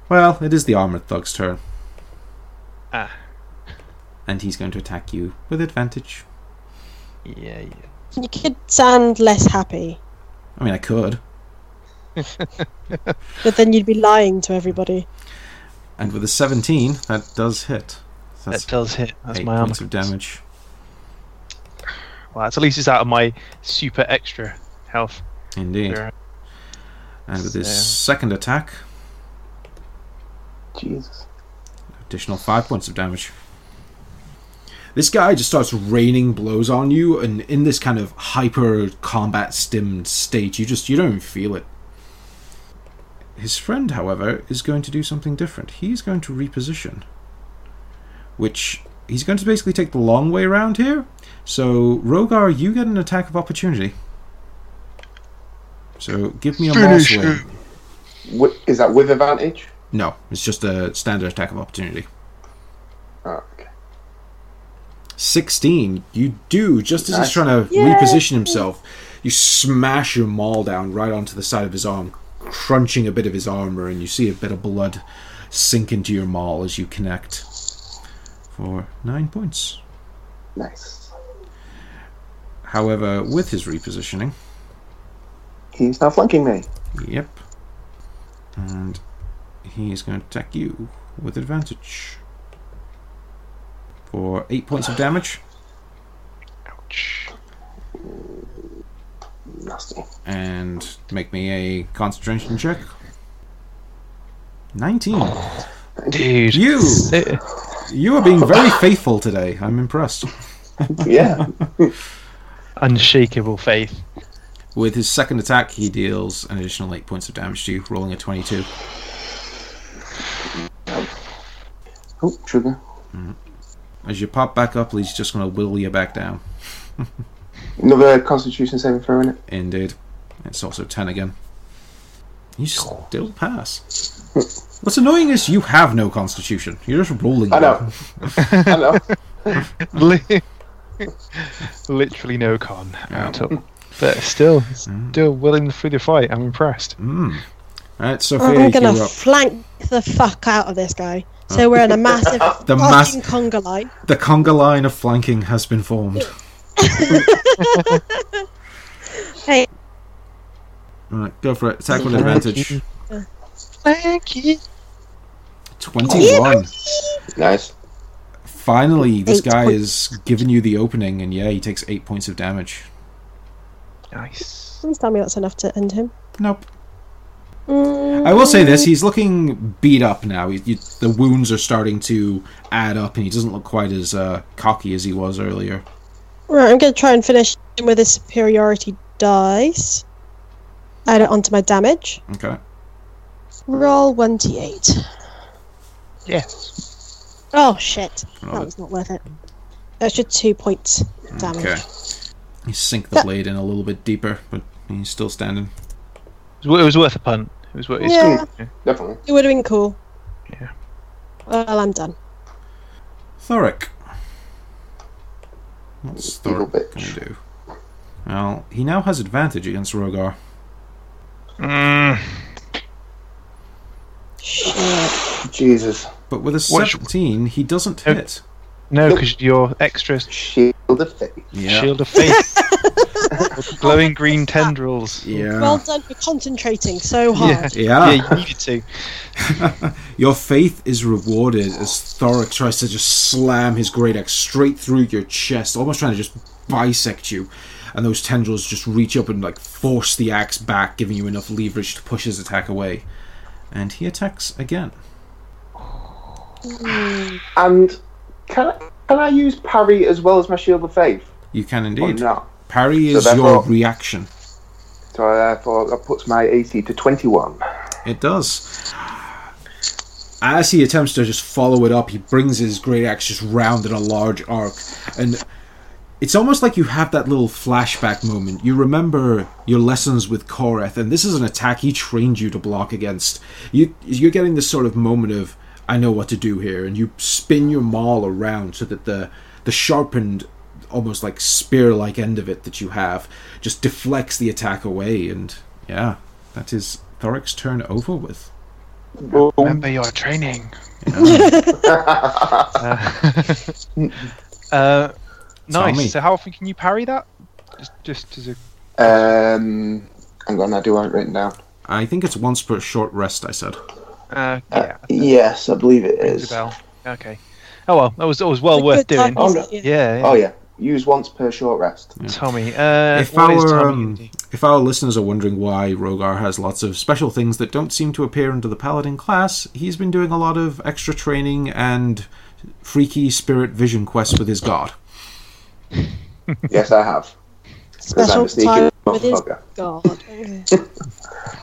Well, it is the armored thug's turn. Ah. And he's going to attack you with advantage. Yeah, yeah. You could sound less happy, I mean, I could. but then you'd be lying to everybody. And with a 17, that does hit. So That that's does hit. That's eight my armor. points of damage. Well, that's at least it's out of my super extra health. Indeed. Yeah. And with his So- second attack, Jesus. additional five points of damage. This guy just starts raining blows on you, and in this kind of hyper combat stimmed state, you just you don't even feel it. His friend, however, is going to do something different. He's going to reposition, which he's going to basically take the long way around here. So, Rogar, you get an attack of opportunity. So, give me a Finish moss win. him. Wi- is that with advantage? No, it's just a standard attack of opportunity. Oh, okay. 16 you do just as he's Nice. trying to Yay. reposition himself you smash your maul down right onto the side of his arm crunching a bit of his armor and you see a bit of blood sink into your maul as you connect for nine points Nice. however with his repositioning He's now flanking me. yep and he is going to attack you with advantage for eight points of damage Ouch. Nasty. and make me a concentration check. 19. Dude. You! You are being very faithful today. I'm impressed. Yeah. Unshakable faith. With his second attack, he deals an additional 8 points of damage to you, rolling a 22. oh, trigger. As you pop back up, he's just going to whittle you back down. Another Constitution saving throw in it. Indeed. It's also 10 again. You still pass. What's annoying is you have no constitution. You're just rolling. I know. I know. Li- Literally no con at all. But still, still willing through the fight. I'm impressed. Mm. Alright, Sophia, I'm gonna you're up. flank the fuck out of this guy. So we're in a massive The fucking mass- conga line. The conga line of flanking has been formed. Hey. Alright, go for it. Attack with advantage. Thank you. 21. Nice. Finally, this Eight guy is giving you the opening, and yeah, he takes 8 points of damage. Nice. Please tell me that's enough to end him. Nope. Mm, I will say this he's looking beat up now. He, you, the wounds are starting to add up, and he doesn't look quite as uh, cocky as he was earlier. Right, I'm gonna try and finish him with his superiority dice. Add it onto my damage. Okay. Roll one d eight. Yes. Oh shit! Roll That it. was not worth it. Extra two points damage. Okay. You sink the That- blade in a little bit deeper, but he's still standing. It was, it was worth a punt. It was worth it's Yeah. cool. Yeah. Definitely. It would have been cool. Yeah. Well, I'm done. Thoric. What's Little Thoric going bitch. to do? Well, he now has advantage against Rogar. Mm, Shit. Jesus. But with a What sh- 17, he doesn't hit. no, because your extra Shield of faith. Yeah. shield of faith. With glowing green tendrils. Well Yeah. done for concentrating so hard. Yeah. Yeah, you needed to. Your faith is rewarded as Thoric tries to just slam his great axe straight through your chest, almost trying to just bisect you. And those tendrils just reach up and like force the axe back, giving you enough leverage to push his attack away. And he attacks again. And can I, can I use parry as well as my shield of faith? You can Or indeed. not? Parry Oh, So is your therefore- reaction. So uh, therefore, that puts my AC to 21. It does. As he attempts to just follow it up, he brings his great axe just round in a large arc, and it's almost like you have that little flashback moment. You remember your lessons with Koreth, and this is an attack he trained you to block against. You you're getting this sort of moment of I know what to do here, and you spin your maul around so that the the sharpened, almost like spear-like end of it that you have just deflects the attack away, and yeah, that is Thoric's turn over with. Boom. Remember your training. Yeah. Uh, me. nice. So how often can you parry that? Just, just as a uh, Um, hang on, I do have it written down. I think it's once per short rest. I said. uh, yeah. Yes, I believe it rings a bell. Okay. Oh well, that was that was well worth Good time, doing. Oh, isn't it? Yeah, yeah. Oh, yeah. Use once per short rest. Tommy. Uh, If what is our Tommy um, gonna do? if our listeners are wondering why Rogar has lots of special things that don't seem to appear under the Paladin class, he's been doing a lot of extra training and freaky spirit vision quests with his god. yes, I have. Because I'm Special a sneaky time with his motherfucker. god.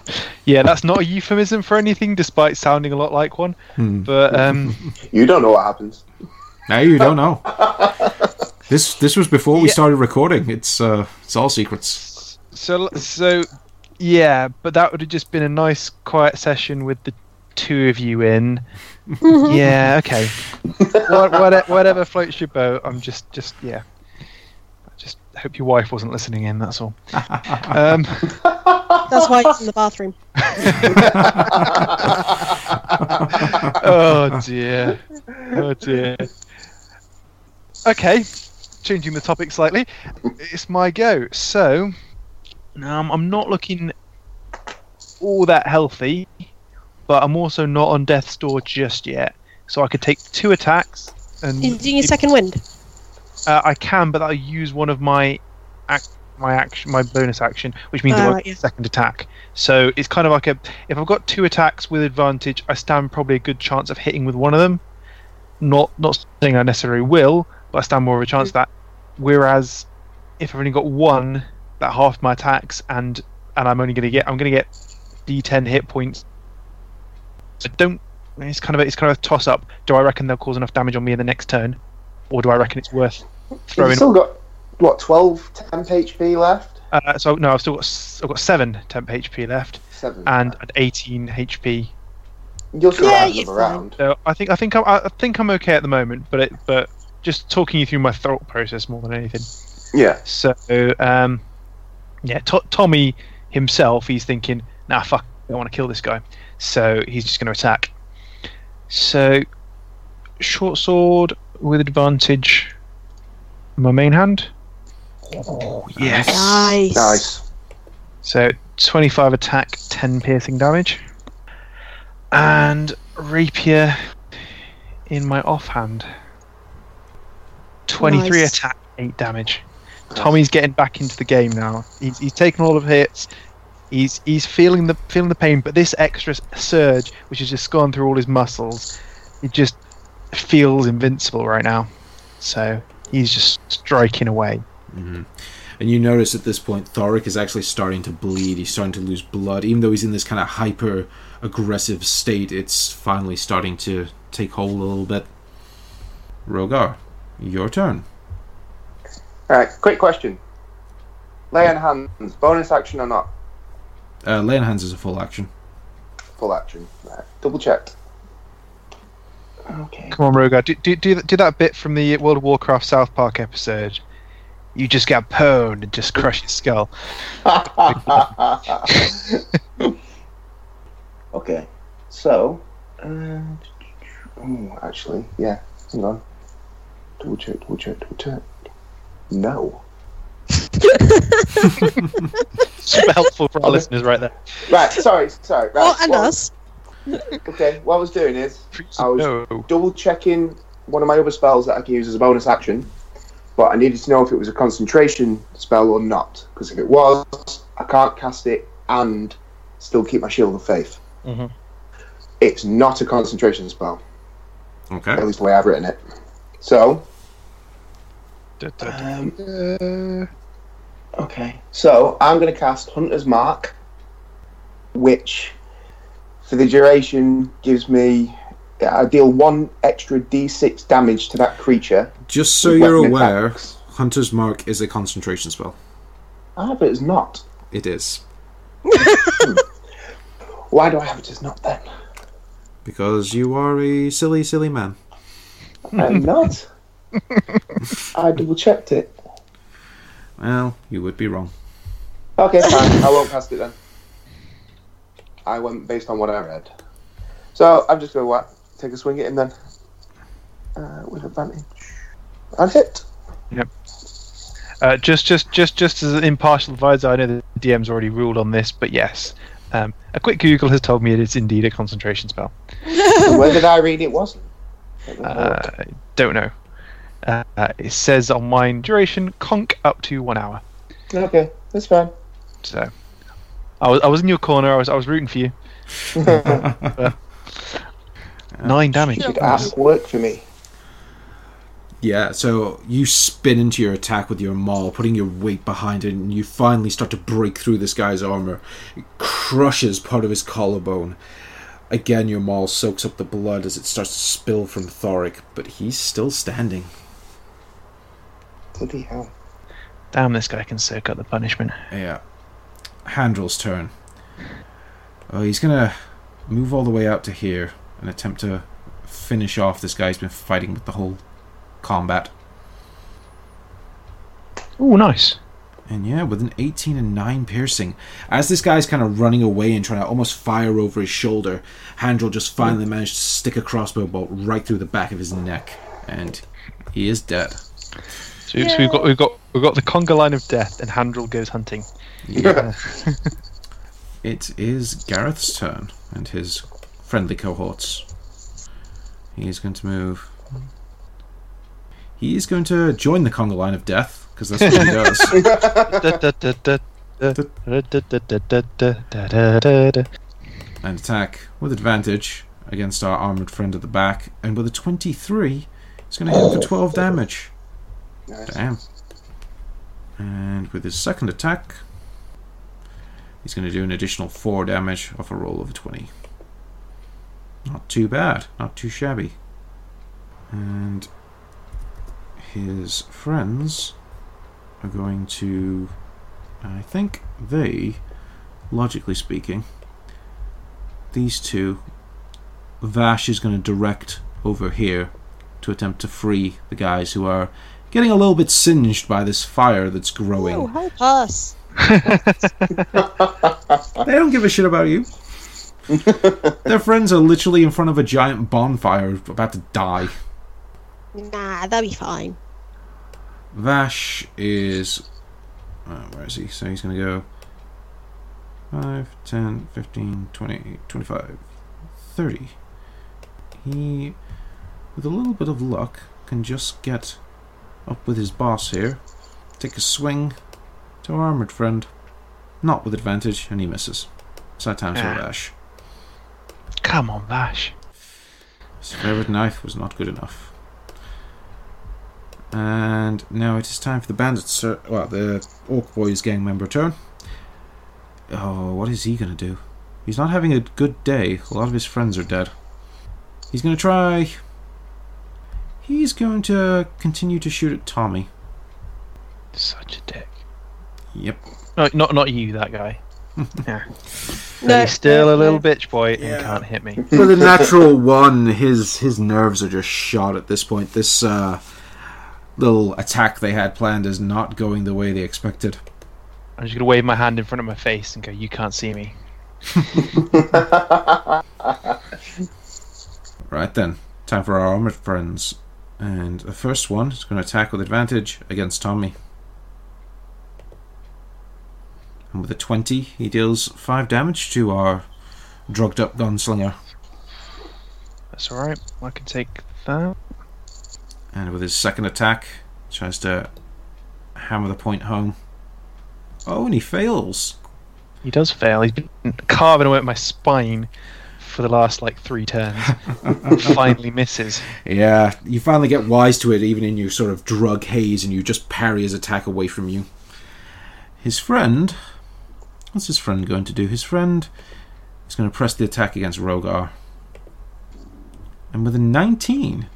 Okay. yeah, that's not a euphemism for anything, despite sounding a lot like one. But um, You don't know what happens. Now you don't know. This this was before we Yeah. started recording. It's uh, it's all secrets. so so yeah, but that would have just been a nice quiet session with the two of you in. yeah. Okay. what, what, whatever floats your boat. I'm just just yeah. I Just hope your wife wasn't listening in. That's all. um, That's why it's in the bathroom. oh dear. Oh dear. Okay, changing the topic slightly. It's my go. So, um, I'm not looking all that healthy, but I'm also not on death's door just yet. So I could take two attacks, and Is it doing your second wind? uh, I can, but I'll use one of my ac- my action, my bonus action, which means Ah, I'll right, yeah. second attack. So it's kind of like a if I've got two attacks with advantage, I stand probably a good chance of hitting with one of them. Not not saying I necessarily will, but I stand more of a chance of that. Whereas if I've only got one, that half my attacks, and and I'm only going to get I'm going to get D10 hit points. I don't. It's kind of a, it's kind of a toss up. Do I reckon they'll cause enough damage on me in the next turn, or do I reckon it's worth You've throwing? still got, what, 12 temp HP left? Uh, so no, I've still got s- I've got seven temp HP left 7. and an 18 HP. You'll still Yeah, have you're another fine. round. So I think I think I'm, I think I'm okay at the moment, but it, but just talking you through my thought process more than anything. Yeah. So um, yeah, to- Tommy himself, he's thinking, nah, fuck, I want to kill this guy, so he's just going to attack. So short sword with advantage, my main hand. Oh, yes. Nice. Nice. So 25 attack, 10 piercing damage. And rapier in my offhand. 23 Nice. attack, 8 damage. Tommy's getting back into the game now. He's, he's taken all of hits. He's he's feeling the feeling the pain, but this extra surge, which has just gone through all his muscles, it just feels invincible right now. So he's just striking away. And you notice at this point, Thoric is actually starting to bleed. He's starting to lose blood. Even though he's in this kind of hyper aggressive state, it's finally starting to take hold a little bit. Rogar, your turn. Alright, quick question. Lay on hands, bonus action or not? Uh, lay on hands is a full action. Full action. Right. Double checked. Okay. Come on, Rogar, do, do, do, th- do that bit from the World of Warcraft South Park episode. You just get pwned and just crush your skull. okay. So, uh, oh, actually, yeah. Hang on. Double check. Double check. Double check. No. Super helpful for our listeners right there. Right. Sorry. Sorry. Right. Well, and what- us. Okay. What I was doing is I was No. double checking one of my other spells that I can use as a bonus action, but I needed to know if it was a concentration spell or not. Because if it was, I can't cast it and Mm-hmm. still keep my shield of faith. Mhm. It's not a concentration spell. Okay. at least the way I've written it. So, Da, da, da. um, Uh, okay. So I'm going to cast Hunter's Mark, which for the duration gives me. I deal one extra d6 damage to that creature. Just so with you're weapon aware, attacks. Hunter's Mark is a concentration spell. Ah, but it's not. It is. Why do I have it as not then? Because you are a silly, silly man. I'm Uh, not. I double checked it. Well, you would be wrong. Okay, fine. I won't cast it then. I went based on what I read. So I'm just going to what, take a swing at him then. Uh, with advantage. I hit. uh, just, just, just, just as an impartial advisor, I know the DM's already ruled on this, but yes, um, a quick Google has told me it is indeed a concentration spell. And where did I read it wasn't? Uh, don't know. Uh, it says on mine duration conk up to one hour. okay, that's fine. So, I was I was in your corner. I was I was rooting for you. Nine damage. Should ask work for me. Yeah, so you spin into your attack with your maul, putting your weight behind it, and you finally start to break through this guy's armor. It crushes part of his collarbone. Again, your maul soaks up the blood as it starts to spill from Thoric, but he's still standing. Bloody hell. Damn, this guy can soak up the punishment. Yeah. Handrel's turn. Oh, he's gonna move all the way out to here and attempt to finish off this guy he's been fighting with the whole combat. Oh, nice. And yeah, with an 18 and 9 piercing. As this guy's kind of running away and trying to almost fire over his shoulder, Handrel just finally managed to stick a crossbow bolt right through the back of his neck. And he is dead. So, so we've got we've got we've got the conga line of death, and Handrel goes hunting. It is Gareth's turn and his friendly cohorts. He is going to move. He is going to join the conga line of death because that's what he does. Da, da, da, da, da, da, da, da, da, da, da, da, da, da. and attack with advantage against our armored friend at the back. And with a 23, he's going to hit for 12 damage. Nice. Damn. And with his second attack, he's going to do an additional 4 damage off a roll of 20. Not too bad, not too shabby. And his friends are going to. I think they, logically speaking, these two. Vash is going to direct over here to attempt to free the guys who are getting a little bit singed by this fire that's growing. Oh, help us. They don't give a shit about you. Their friends are literally in front of a giant bonfire about to die. Nah, that'll be fine. Vash is. Uh, where is he? So he's going to go 5, 10, 15, 20, 25, 30. He, with a little bit of luck, can just get up with his boss here, take a swing to our armored friend. Not with advantage, and he misses. Sad times for Ah. Vash. Come on, Vash. His favorite knife was not good enough. And now it is time for the bandit's sir. Well, the Orc Boys gang member turn. Oh, what is he gonna do? He's not having a good day. A lot of his friends are dead. He's gonna try. He's going to continue to shoot at Tommy. Such a dick. Yep. No, not not you, that guy. yeah. No, He's still no, a no. little bitch boy Yeah. and can't hit me. With a natural one, his his nerves are just shot at this point. This uh, little attack they had planned is not going the way they expected. I'm just gonna wave my hand in front of my face and go, "You can't see me." Right then, time for our armored friends. And the first one is going to attack with advantage against Tommy. And with a 20, he deals 5 damage to our drugged up gunslinger. That's all right. I can take that. And with his second attack, he tries to hammer the point home. Oh, and he fails. He does fail. He's been carving away at my spine for the last like three turns. Finally misses. Yeah, you finally get wise to it, even in your sort of drug haze, and you just parry his attack away from you. His friend. What's his friend going to do? His friend is going to press the attack against Rogar. And with a 19,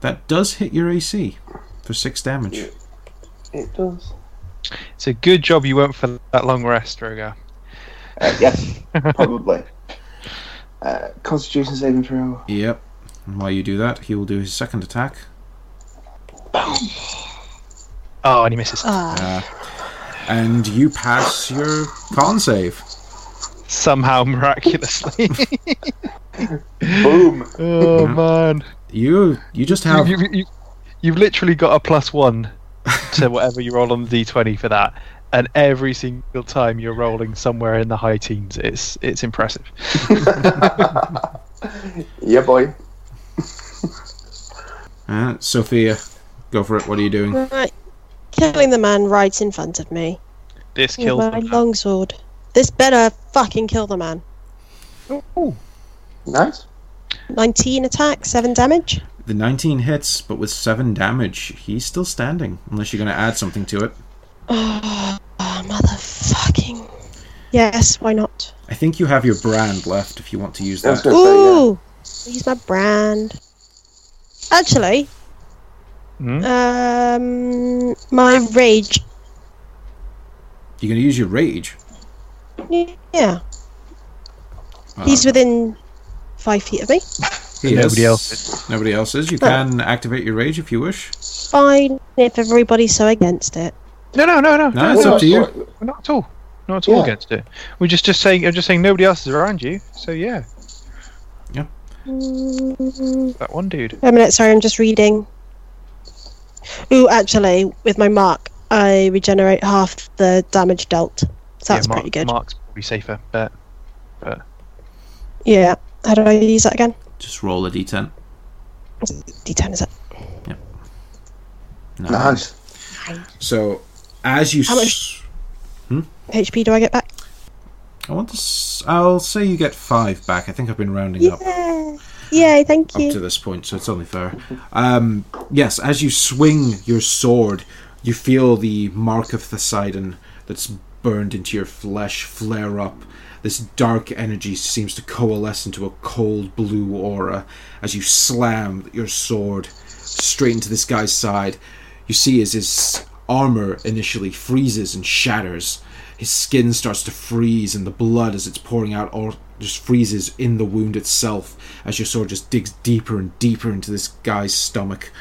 that does hit your AC for 6 damage. It does. It's a good job you went for that long rest, Rogar. Uh, yes, probably. Uh, Constitution saving throw. Yep. And while you do that, he will do his second attack. Oh, and he misses. Ah, And you pass your con save. Somehow miraculously. Boom. oh man. You you just have You, you, you, you've literally got a plus one to whatever you roll on the d20 for that, and every single time you're rolling somewhere in the high teens. It's it's impressive. Yeah, boy. Uh, Sophia, go for it. What are you doing? right. Killing the man right in front of me This with kills. Oh, my them. longsword. This better fucking kill the man. Nice. 19 attack, 7 damage. The 19 hits, but with 7 damage, he's still standing. Unless you're going to add something to it. Oh, motherfucking. Yes, why not? I think you have your brand left if you want to use That's that. good. But, uh, yeah. Ooh! Use my brand. Actually, Hmm? um, my rage. You're going to use your rage. Yeah. He's within five feet of me. He Nobody is. else Nobody else is. You can activate your rage if you wish. Fine if everybody's so against it. No, no, no, no. No, it's Well, up to you. sorry. We're not at all. Not at all Yeah. against it. We're just just saying. I'm just saying nobody else is around you. So yeah, Mm, that one dude. Wait a minute, sorry, I'm just reading. Ooh, actually, with my mark, I regenerate half the damage dealt. So that's yeah, Mark, pretty good. Mark's probably safer, but Yeah. How do I use that again? Just roll a d10. D10 is it? No. Nice. So, as you. How s- HP do I get back? I want to. S- I'll say you get 5 back. I think I've been rounding up. Yeah. Yay, thank up to you. this point, so it's only fair. Um, yes, as you swing your sword, you feel the mark of Poseidon that's burned into your flesh flare up. This dark energy seems to coalesce into a cold blue aura as you slam your sword straight into this guy's side. You see as his armor initially freezes and shatters. His skin starts to freeze, and the blood as it's pouring out all just freezes in the wound itself as your sword just digs deeper and deeper into this guy's stomach.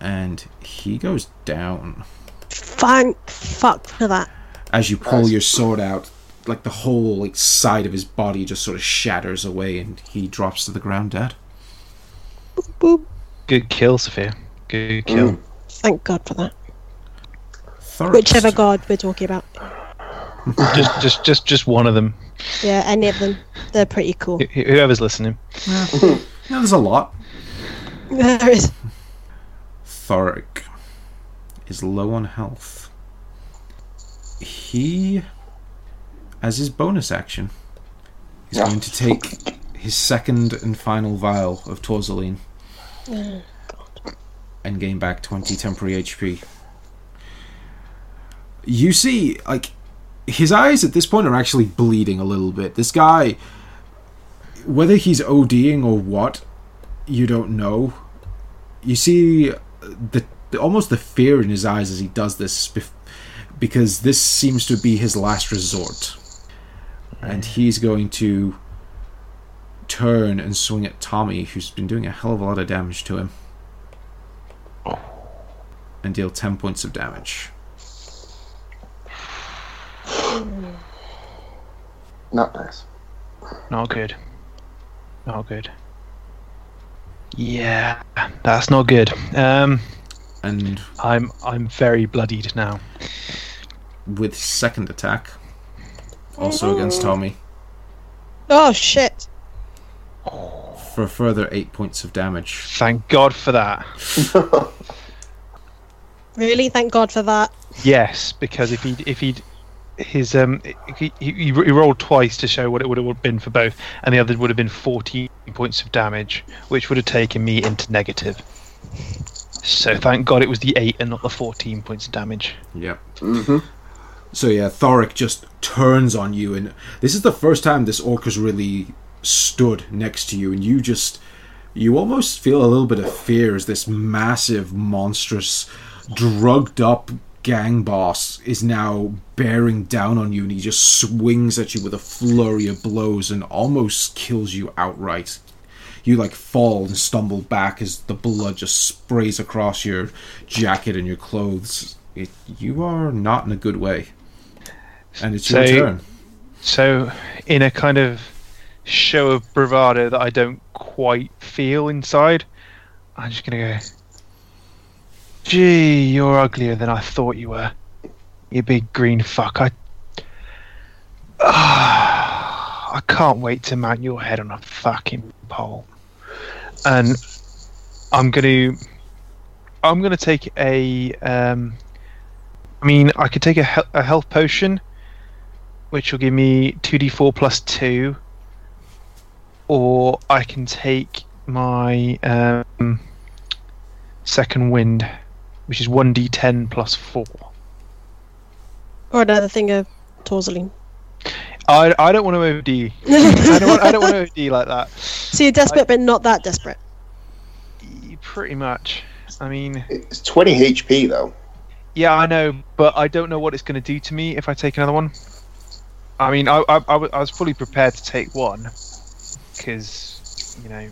And he goes down. Thank fuck for that. As you pull your sword out, like the whole like side of his body just sort of shatters away and he drops to the ground dead. Boop. good kill, Sophia. Good kill. Thank God for that. Thurrock. Whichever god we're talking about. Mm. Just just just just one of them. Yeah, any of them. They're pretty cool. Wh- Whoever's listening. No, there's a lot. There is. Thoric is low on health. He, as his bonus action, is going to take his second and final vial of Torzoline and gain back 20 temporary HP. You see, like, his eyes at this point are actually bleeding a little bit. This guy, whether he's ODing or what, you don't know. You see the, the almost the fear in his eyes as he does this bef- because this seems to be his last resort. And he's going to turn and swing at Tommy, who's been doing a hell of a lot of damage to him. And deal 10 points of damage. Not nice. Not good. Not good. Yeah, that's not good. Um, And I'm I'm very bloodied now. with his second attack, also against Tommy, Oh, shit. for a further 8 points of damage. Thank God for that. Really? Thank God for that. Yes, because if he would if he'd his um he, he, he rolled twice to show what it would have been for both, and the other would have been 14 points of damage, which would have taken me into negative. So thank God it was the eight and not the 14 points of damage. Yep. So yeah, Thoric just turns on you, and this is the first time this orc has really stood next to you, and you just you almost feel a little bit of fear as this massive, monstrous, drugged up gang boss is now bearing down on you, and he just swings at you with a flurry of blows and almost kills you outright. You like fall and stumble back as the blood just sprays across your jacket and your clothes. It, you are not in a good way. And it's your So- turn. So, in a kind of show of bravado that I don't quite feel inside, I'm just gonna go. Gee, you're uglier than I thought you were. You big green fuck. I. I can't wait to mount your head on a fucking pole. And I'm gonna. I'm gonna take a. Um, I mean, I could take a, he- a health potion which will give me 2d4 plus 2 or i can take my um, second wind which is 1d10 plus 4 Or another thing of Torsaline. i, I don't want to od I, don't want, I don't want to od like that So you're desperate, but not that desperate. pretty much i mean It's 20 HP though. yeah i know but i don't know what it's going to do to me if i take another one i mean i, I, I wa- I was fully prepared to take one because you know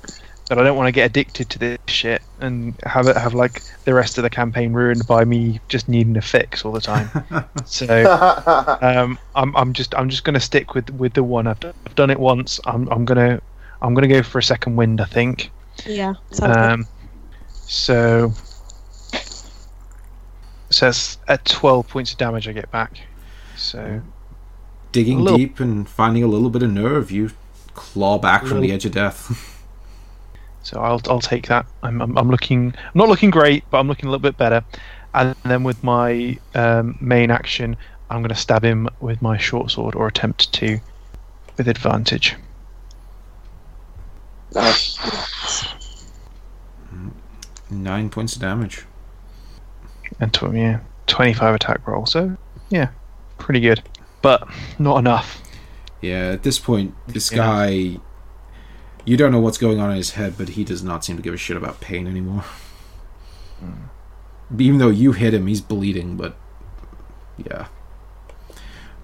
but i don't want to get addicted to this shit and have it have like the rest of the campaign ruined by me just needing a fix all the time so um, I'm, I'm just i'm just going to stick with with the one i've, d- I've done it once i'm, I'm going to i'm going to go for a second wind i think Yeah. Sounds good. um, so, so that's at twelve points of damage I get back. So Digging Little- deep and finding a little bit of nerve, you claw back from the Little- edge of death. so I'll I'll take that. I'm I'm, I'm looking I'm not looking great, but I'm looking a little bit better. And then with my um, main action, I'm going to stab him with my short sword or attempt to, with advantage. Nice. Nine points of damage. and tw- yeah, 25 attack roll. So yeah, pretty good, but not enough. Yeah, at this point, this Yeah. guy. You don't know what's going on in his head, but he does not seem to give a shit about pain anymore. Even though you hit him, he's bleeding, but. Yeah.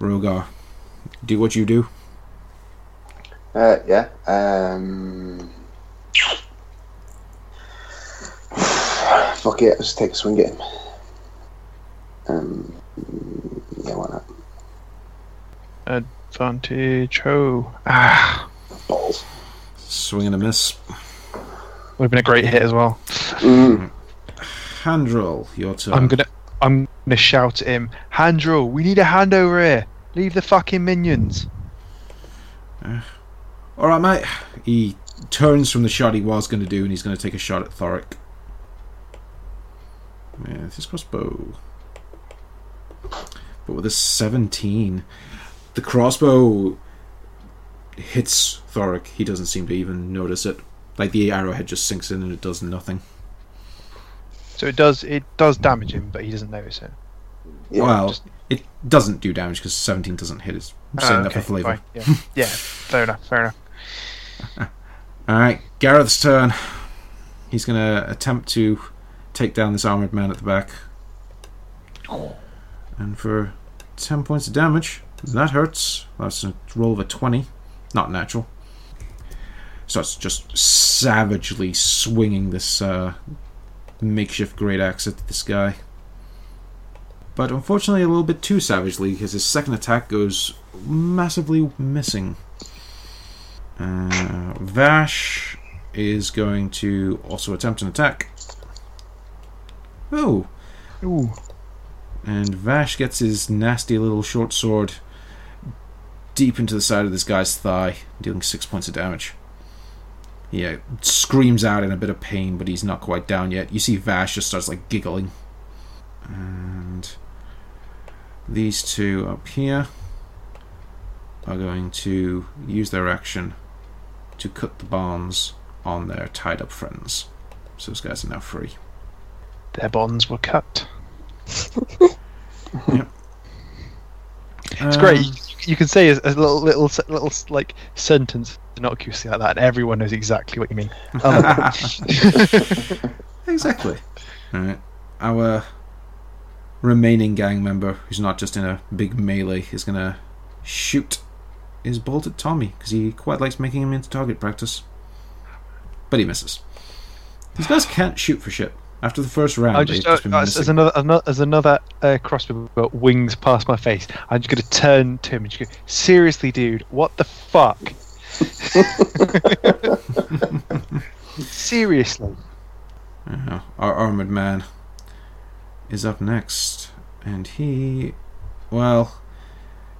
Rogar, do what you do. Uh, yeah. Um, fuck it. I'll just take a swing at him. Um, yeah, why not? Advantage. Oh, ah. Balls. Swing and a miss. Would have been a great hit as well. Mm. Handroll, your turn. I'm gonna, I'm gonna shout at him, Handrel, we need a hand over here. Leave the fucking minions. Alright, mate. He turns from the shot he was going to do, and he's going to take a shot at Thoric. Yeah, it's his crossbow. But with a 17, the crossbow hits Thoric. He doesn't seem to even notice it. Like the arrowhead just sinks in and it does nothing. So it does, it does damage him, but he doesn't notice it. Yeah, well, just- it doesn't do damage because 17 doesn't hit. It's I'm saying Ah, that for flavor. fine, Yeah. yeah, fair enough, fair enough. Alright, Gareth's turn. He's going to attempt to take down this armored man at the back. And for 10 points of damage, that hurts. That's a roll of a 20. Not natural. Starts just savagely swinging this uh, makeshift great axe at this guy. But unfortunately, a little bit too savagely because his second attack goes massively missing. Uh, Vash is going to also attempt an attack. Oh, Ooh, and Vash gets his nasty little short sword deep into the side of this guy's thigh, dealing six points of damage. Yeah, screams out in a bit of pain, but he's not quite down yet. You see Vash just starts like giggling. And These two up here are going to use their action to cut the bonds on their tied up friends. So those guys are now free. Their bonds were cut. Um, It's great. You, you can say a, a little, little, se- little s- like sentence innocuously like that, and everyone knows exactly what you mean. I love it. Exactly. Alright. Our remaining gang member, who's not just in a big melee, is gonna shoot his bolt at Tommy, because he quite likes making him into target practice. But he misses. These guys can't shoot for shit. After the first round, I they've just, uh, just been as, as missing. another, another as another uh, crossbow bolt wings past my face, I'm just gonna turn to him and just go, "Seriously, dude, what the fuck? Seriously." Uh, our armored man is up next, and he, well,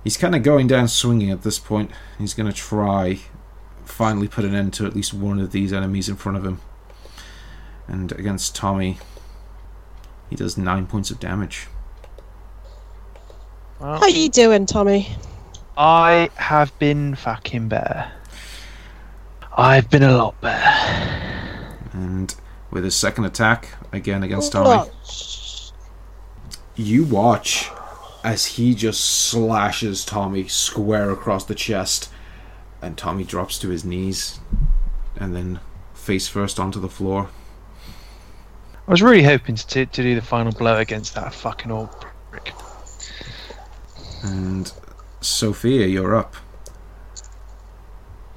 he's kind of going down swinging at this point. He's going to try, finally, put an end to at least one of these enemies in front of him. And against Tommy, he does nine points of damage. How you doing, Tommy? I have been fucking better. I've been a lot better. And with his second attack, again against Tommy, Look, you watch as he just slashes Tommy square across the chest, and Tommy drops to his knees and then face first onto the floor. I was really hoping to, to do the final blow against that fucking old prick. And Sophia, you're up.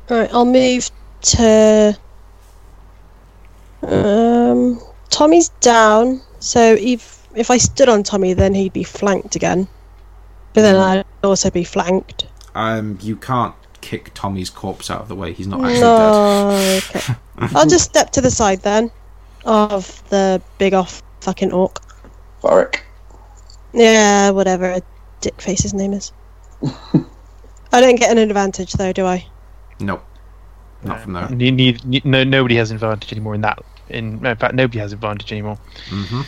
Right, I'll move to. Um, Tommy's down, so if if I stood on Tommy, then he'd be flanked again. But then I'd also be flanked. Um, you can't kick Tommy's corpse out of the way. He's not actually No, okay. I'll just step to the side then of the big off fucking orc. Boric. Yeah, whatever a dick face's name is. I don't get an advantage though, do I? dead. Nope. Not from there. Ne- ne- ne- no, nobody has advantage anymore in that. In, in fact, nobody has advantage anymore. hmm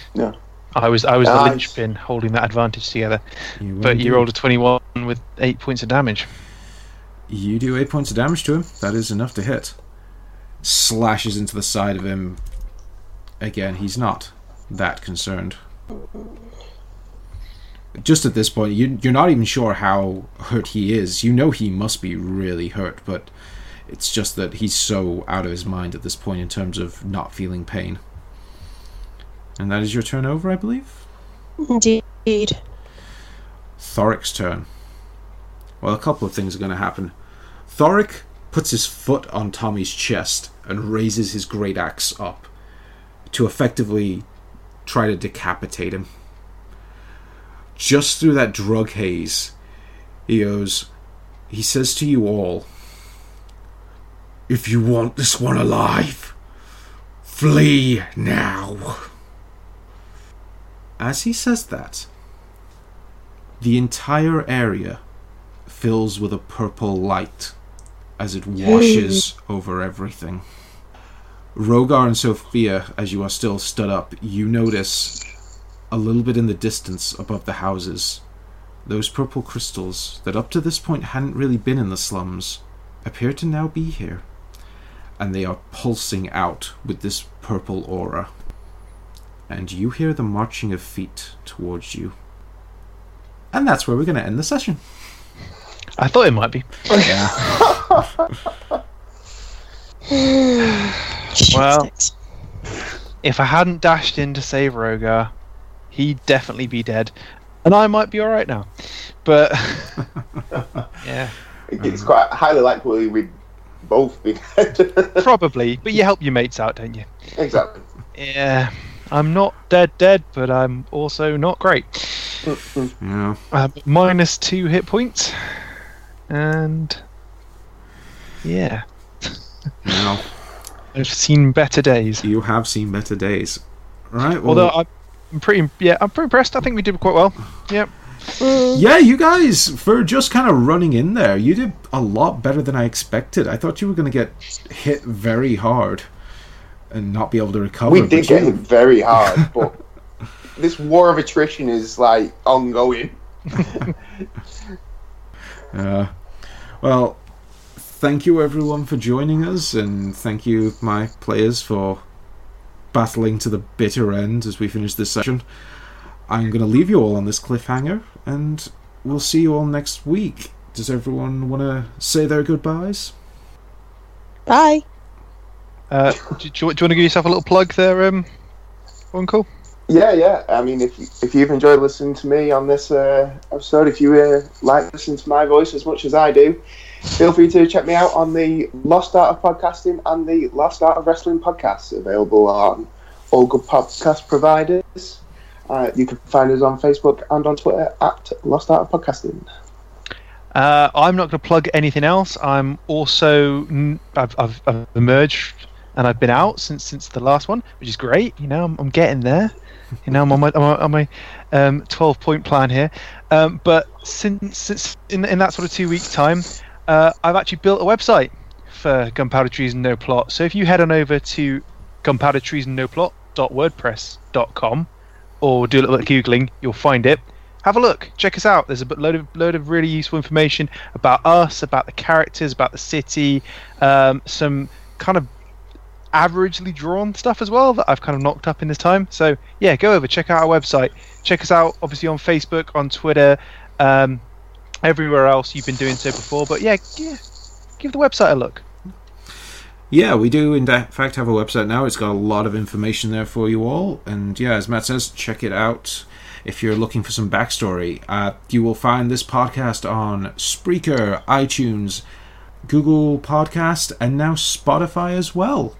I was I was the Nice. linchpin holding that advantage together, Mm-hmm. but you rolled a twenty-one with eight points of damage. You do eight points of damage to him. That is enough to hit. Slashes into the side of him. Again, he's not that concerned. Just at this point, you, you're not even sure how hurt he is. You know he must be really hurt, but it's just that he's so out of his mind at this point in terms of not feeling pain. And that is your turn over, I believe? Indeed. Thoric's turn. Well, a couple of things are going to happen. Thoric puts his foot on Tommy's chest and raises his great axe up to effectively try to decapitate him. Just through that drug haze, he goes, he says to you all, If you want this one alive, flee now. As he says that, the entire area fills with a purple light as it washes over everything. Rogar and Sophia, as you are still stood up, you notice a little bit in the distance above the houses those purple crystals that up to this point hadn't really been in the slums appear to now be here. And they are pulsing out with this purple aura. And you hear the marching of feet towards you. And that's where we're going to end the session. I thought it might be. Yeah. Well- Shitsticks. If I hadn't dashed in to save Rogar, he'd definitely be dead, and I might be all right now. But yeah, It's quite highly likely we'd both be dead. probably. But you help your mates out, don't you? exactly. Yeah. I'm not dead, dead, but I'm also not great. yeah. Um, minus two hit points, and yeah, Now, I've seen better days. you have seen better days. Right? Well, Although I'm pretty, yeah, I'm pretty impressed. I think we did quite well. Yep. yeah, you guys, for just kind of running in there, you did a lot better than I expected. I thought you were going to get hit very hard and not be able to recover. We but did get you- hit very hard, but this war of attrition is like ongoing. Uh, well, thank you everyone for joining us, and thank you, my players, for battling to the bitter end as we finish this session. I'm going to leave you all on this cliffhanger, and we'll see you all next week. Does everyone want to say their goodbyes? Bye. Uh, do, do, you, do you want to give yourself a little plug there, um, Uncle? Yeah, yeah. I mean, if you, if you've enjoyed listening to me on this uh, episode, if you uh, like listening to my voice as much as I do, feel free to check me out on the Lost Art of Podcasting and the Lost Art of Wrestling podcasts, available on all good podcast providers. Uh, you can find us on Facebook and on Twitter at Lost Art of Podcasting. Uh, I'm not going to plug anything else. I'm also n- I've, I've, I've emerged and I've been out since since the last one, which is great. You know, I'm, I'm getting there. You know, I'm on my I'm on my um, 12 point plan here. Um, but since since in in that sort of two weeks time, uh, I've actually built a website for Gunpowder Trees and No Plot. So if you head on over to gunpowder trees and no plot.wordpress.com or do a little bit of googling, you'll find it have a look check us out there's a bit- load of load of really useful information about us about the characters about the city um, some kind of averagely drawn stuff as well that i've kind of knocked up in this time so yeah go over check out our website check us out obviously on facebook on twitter um, everywhere else you've been doing so before but yeah, yeah give the website a look Yeah, we do in da- fact have a website now. It's got a lot of information there for you all. And yeah, as Matt says, check it out if you're looking for some backstory. Uh, you will find this podcast on Spreaker, iTunes, Google Podcast, and now Spotify as well.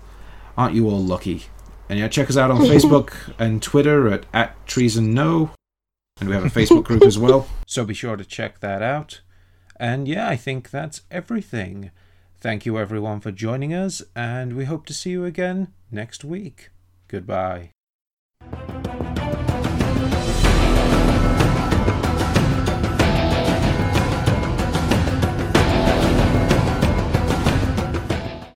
Aren't you all lucky? And yeah, check us out on Facebook and Twitter at, at Trees and No. And we have a Facebook group as well. So be sure to check that out. And yeah, I think that's everything. Thank you everyone for joining us, and we hope to see you again next week. Goodbye.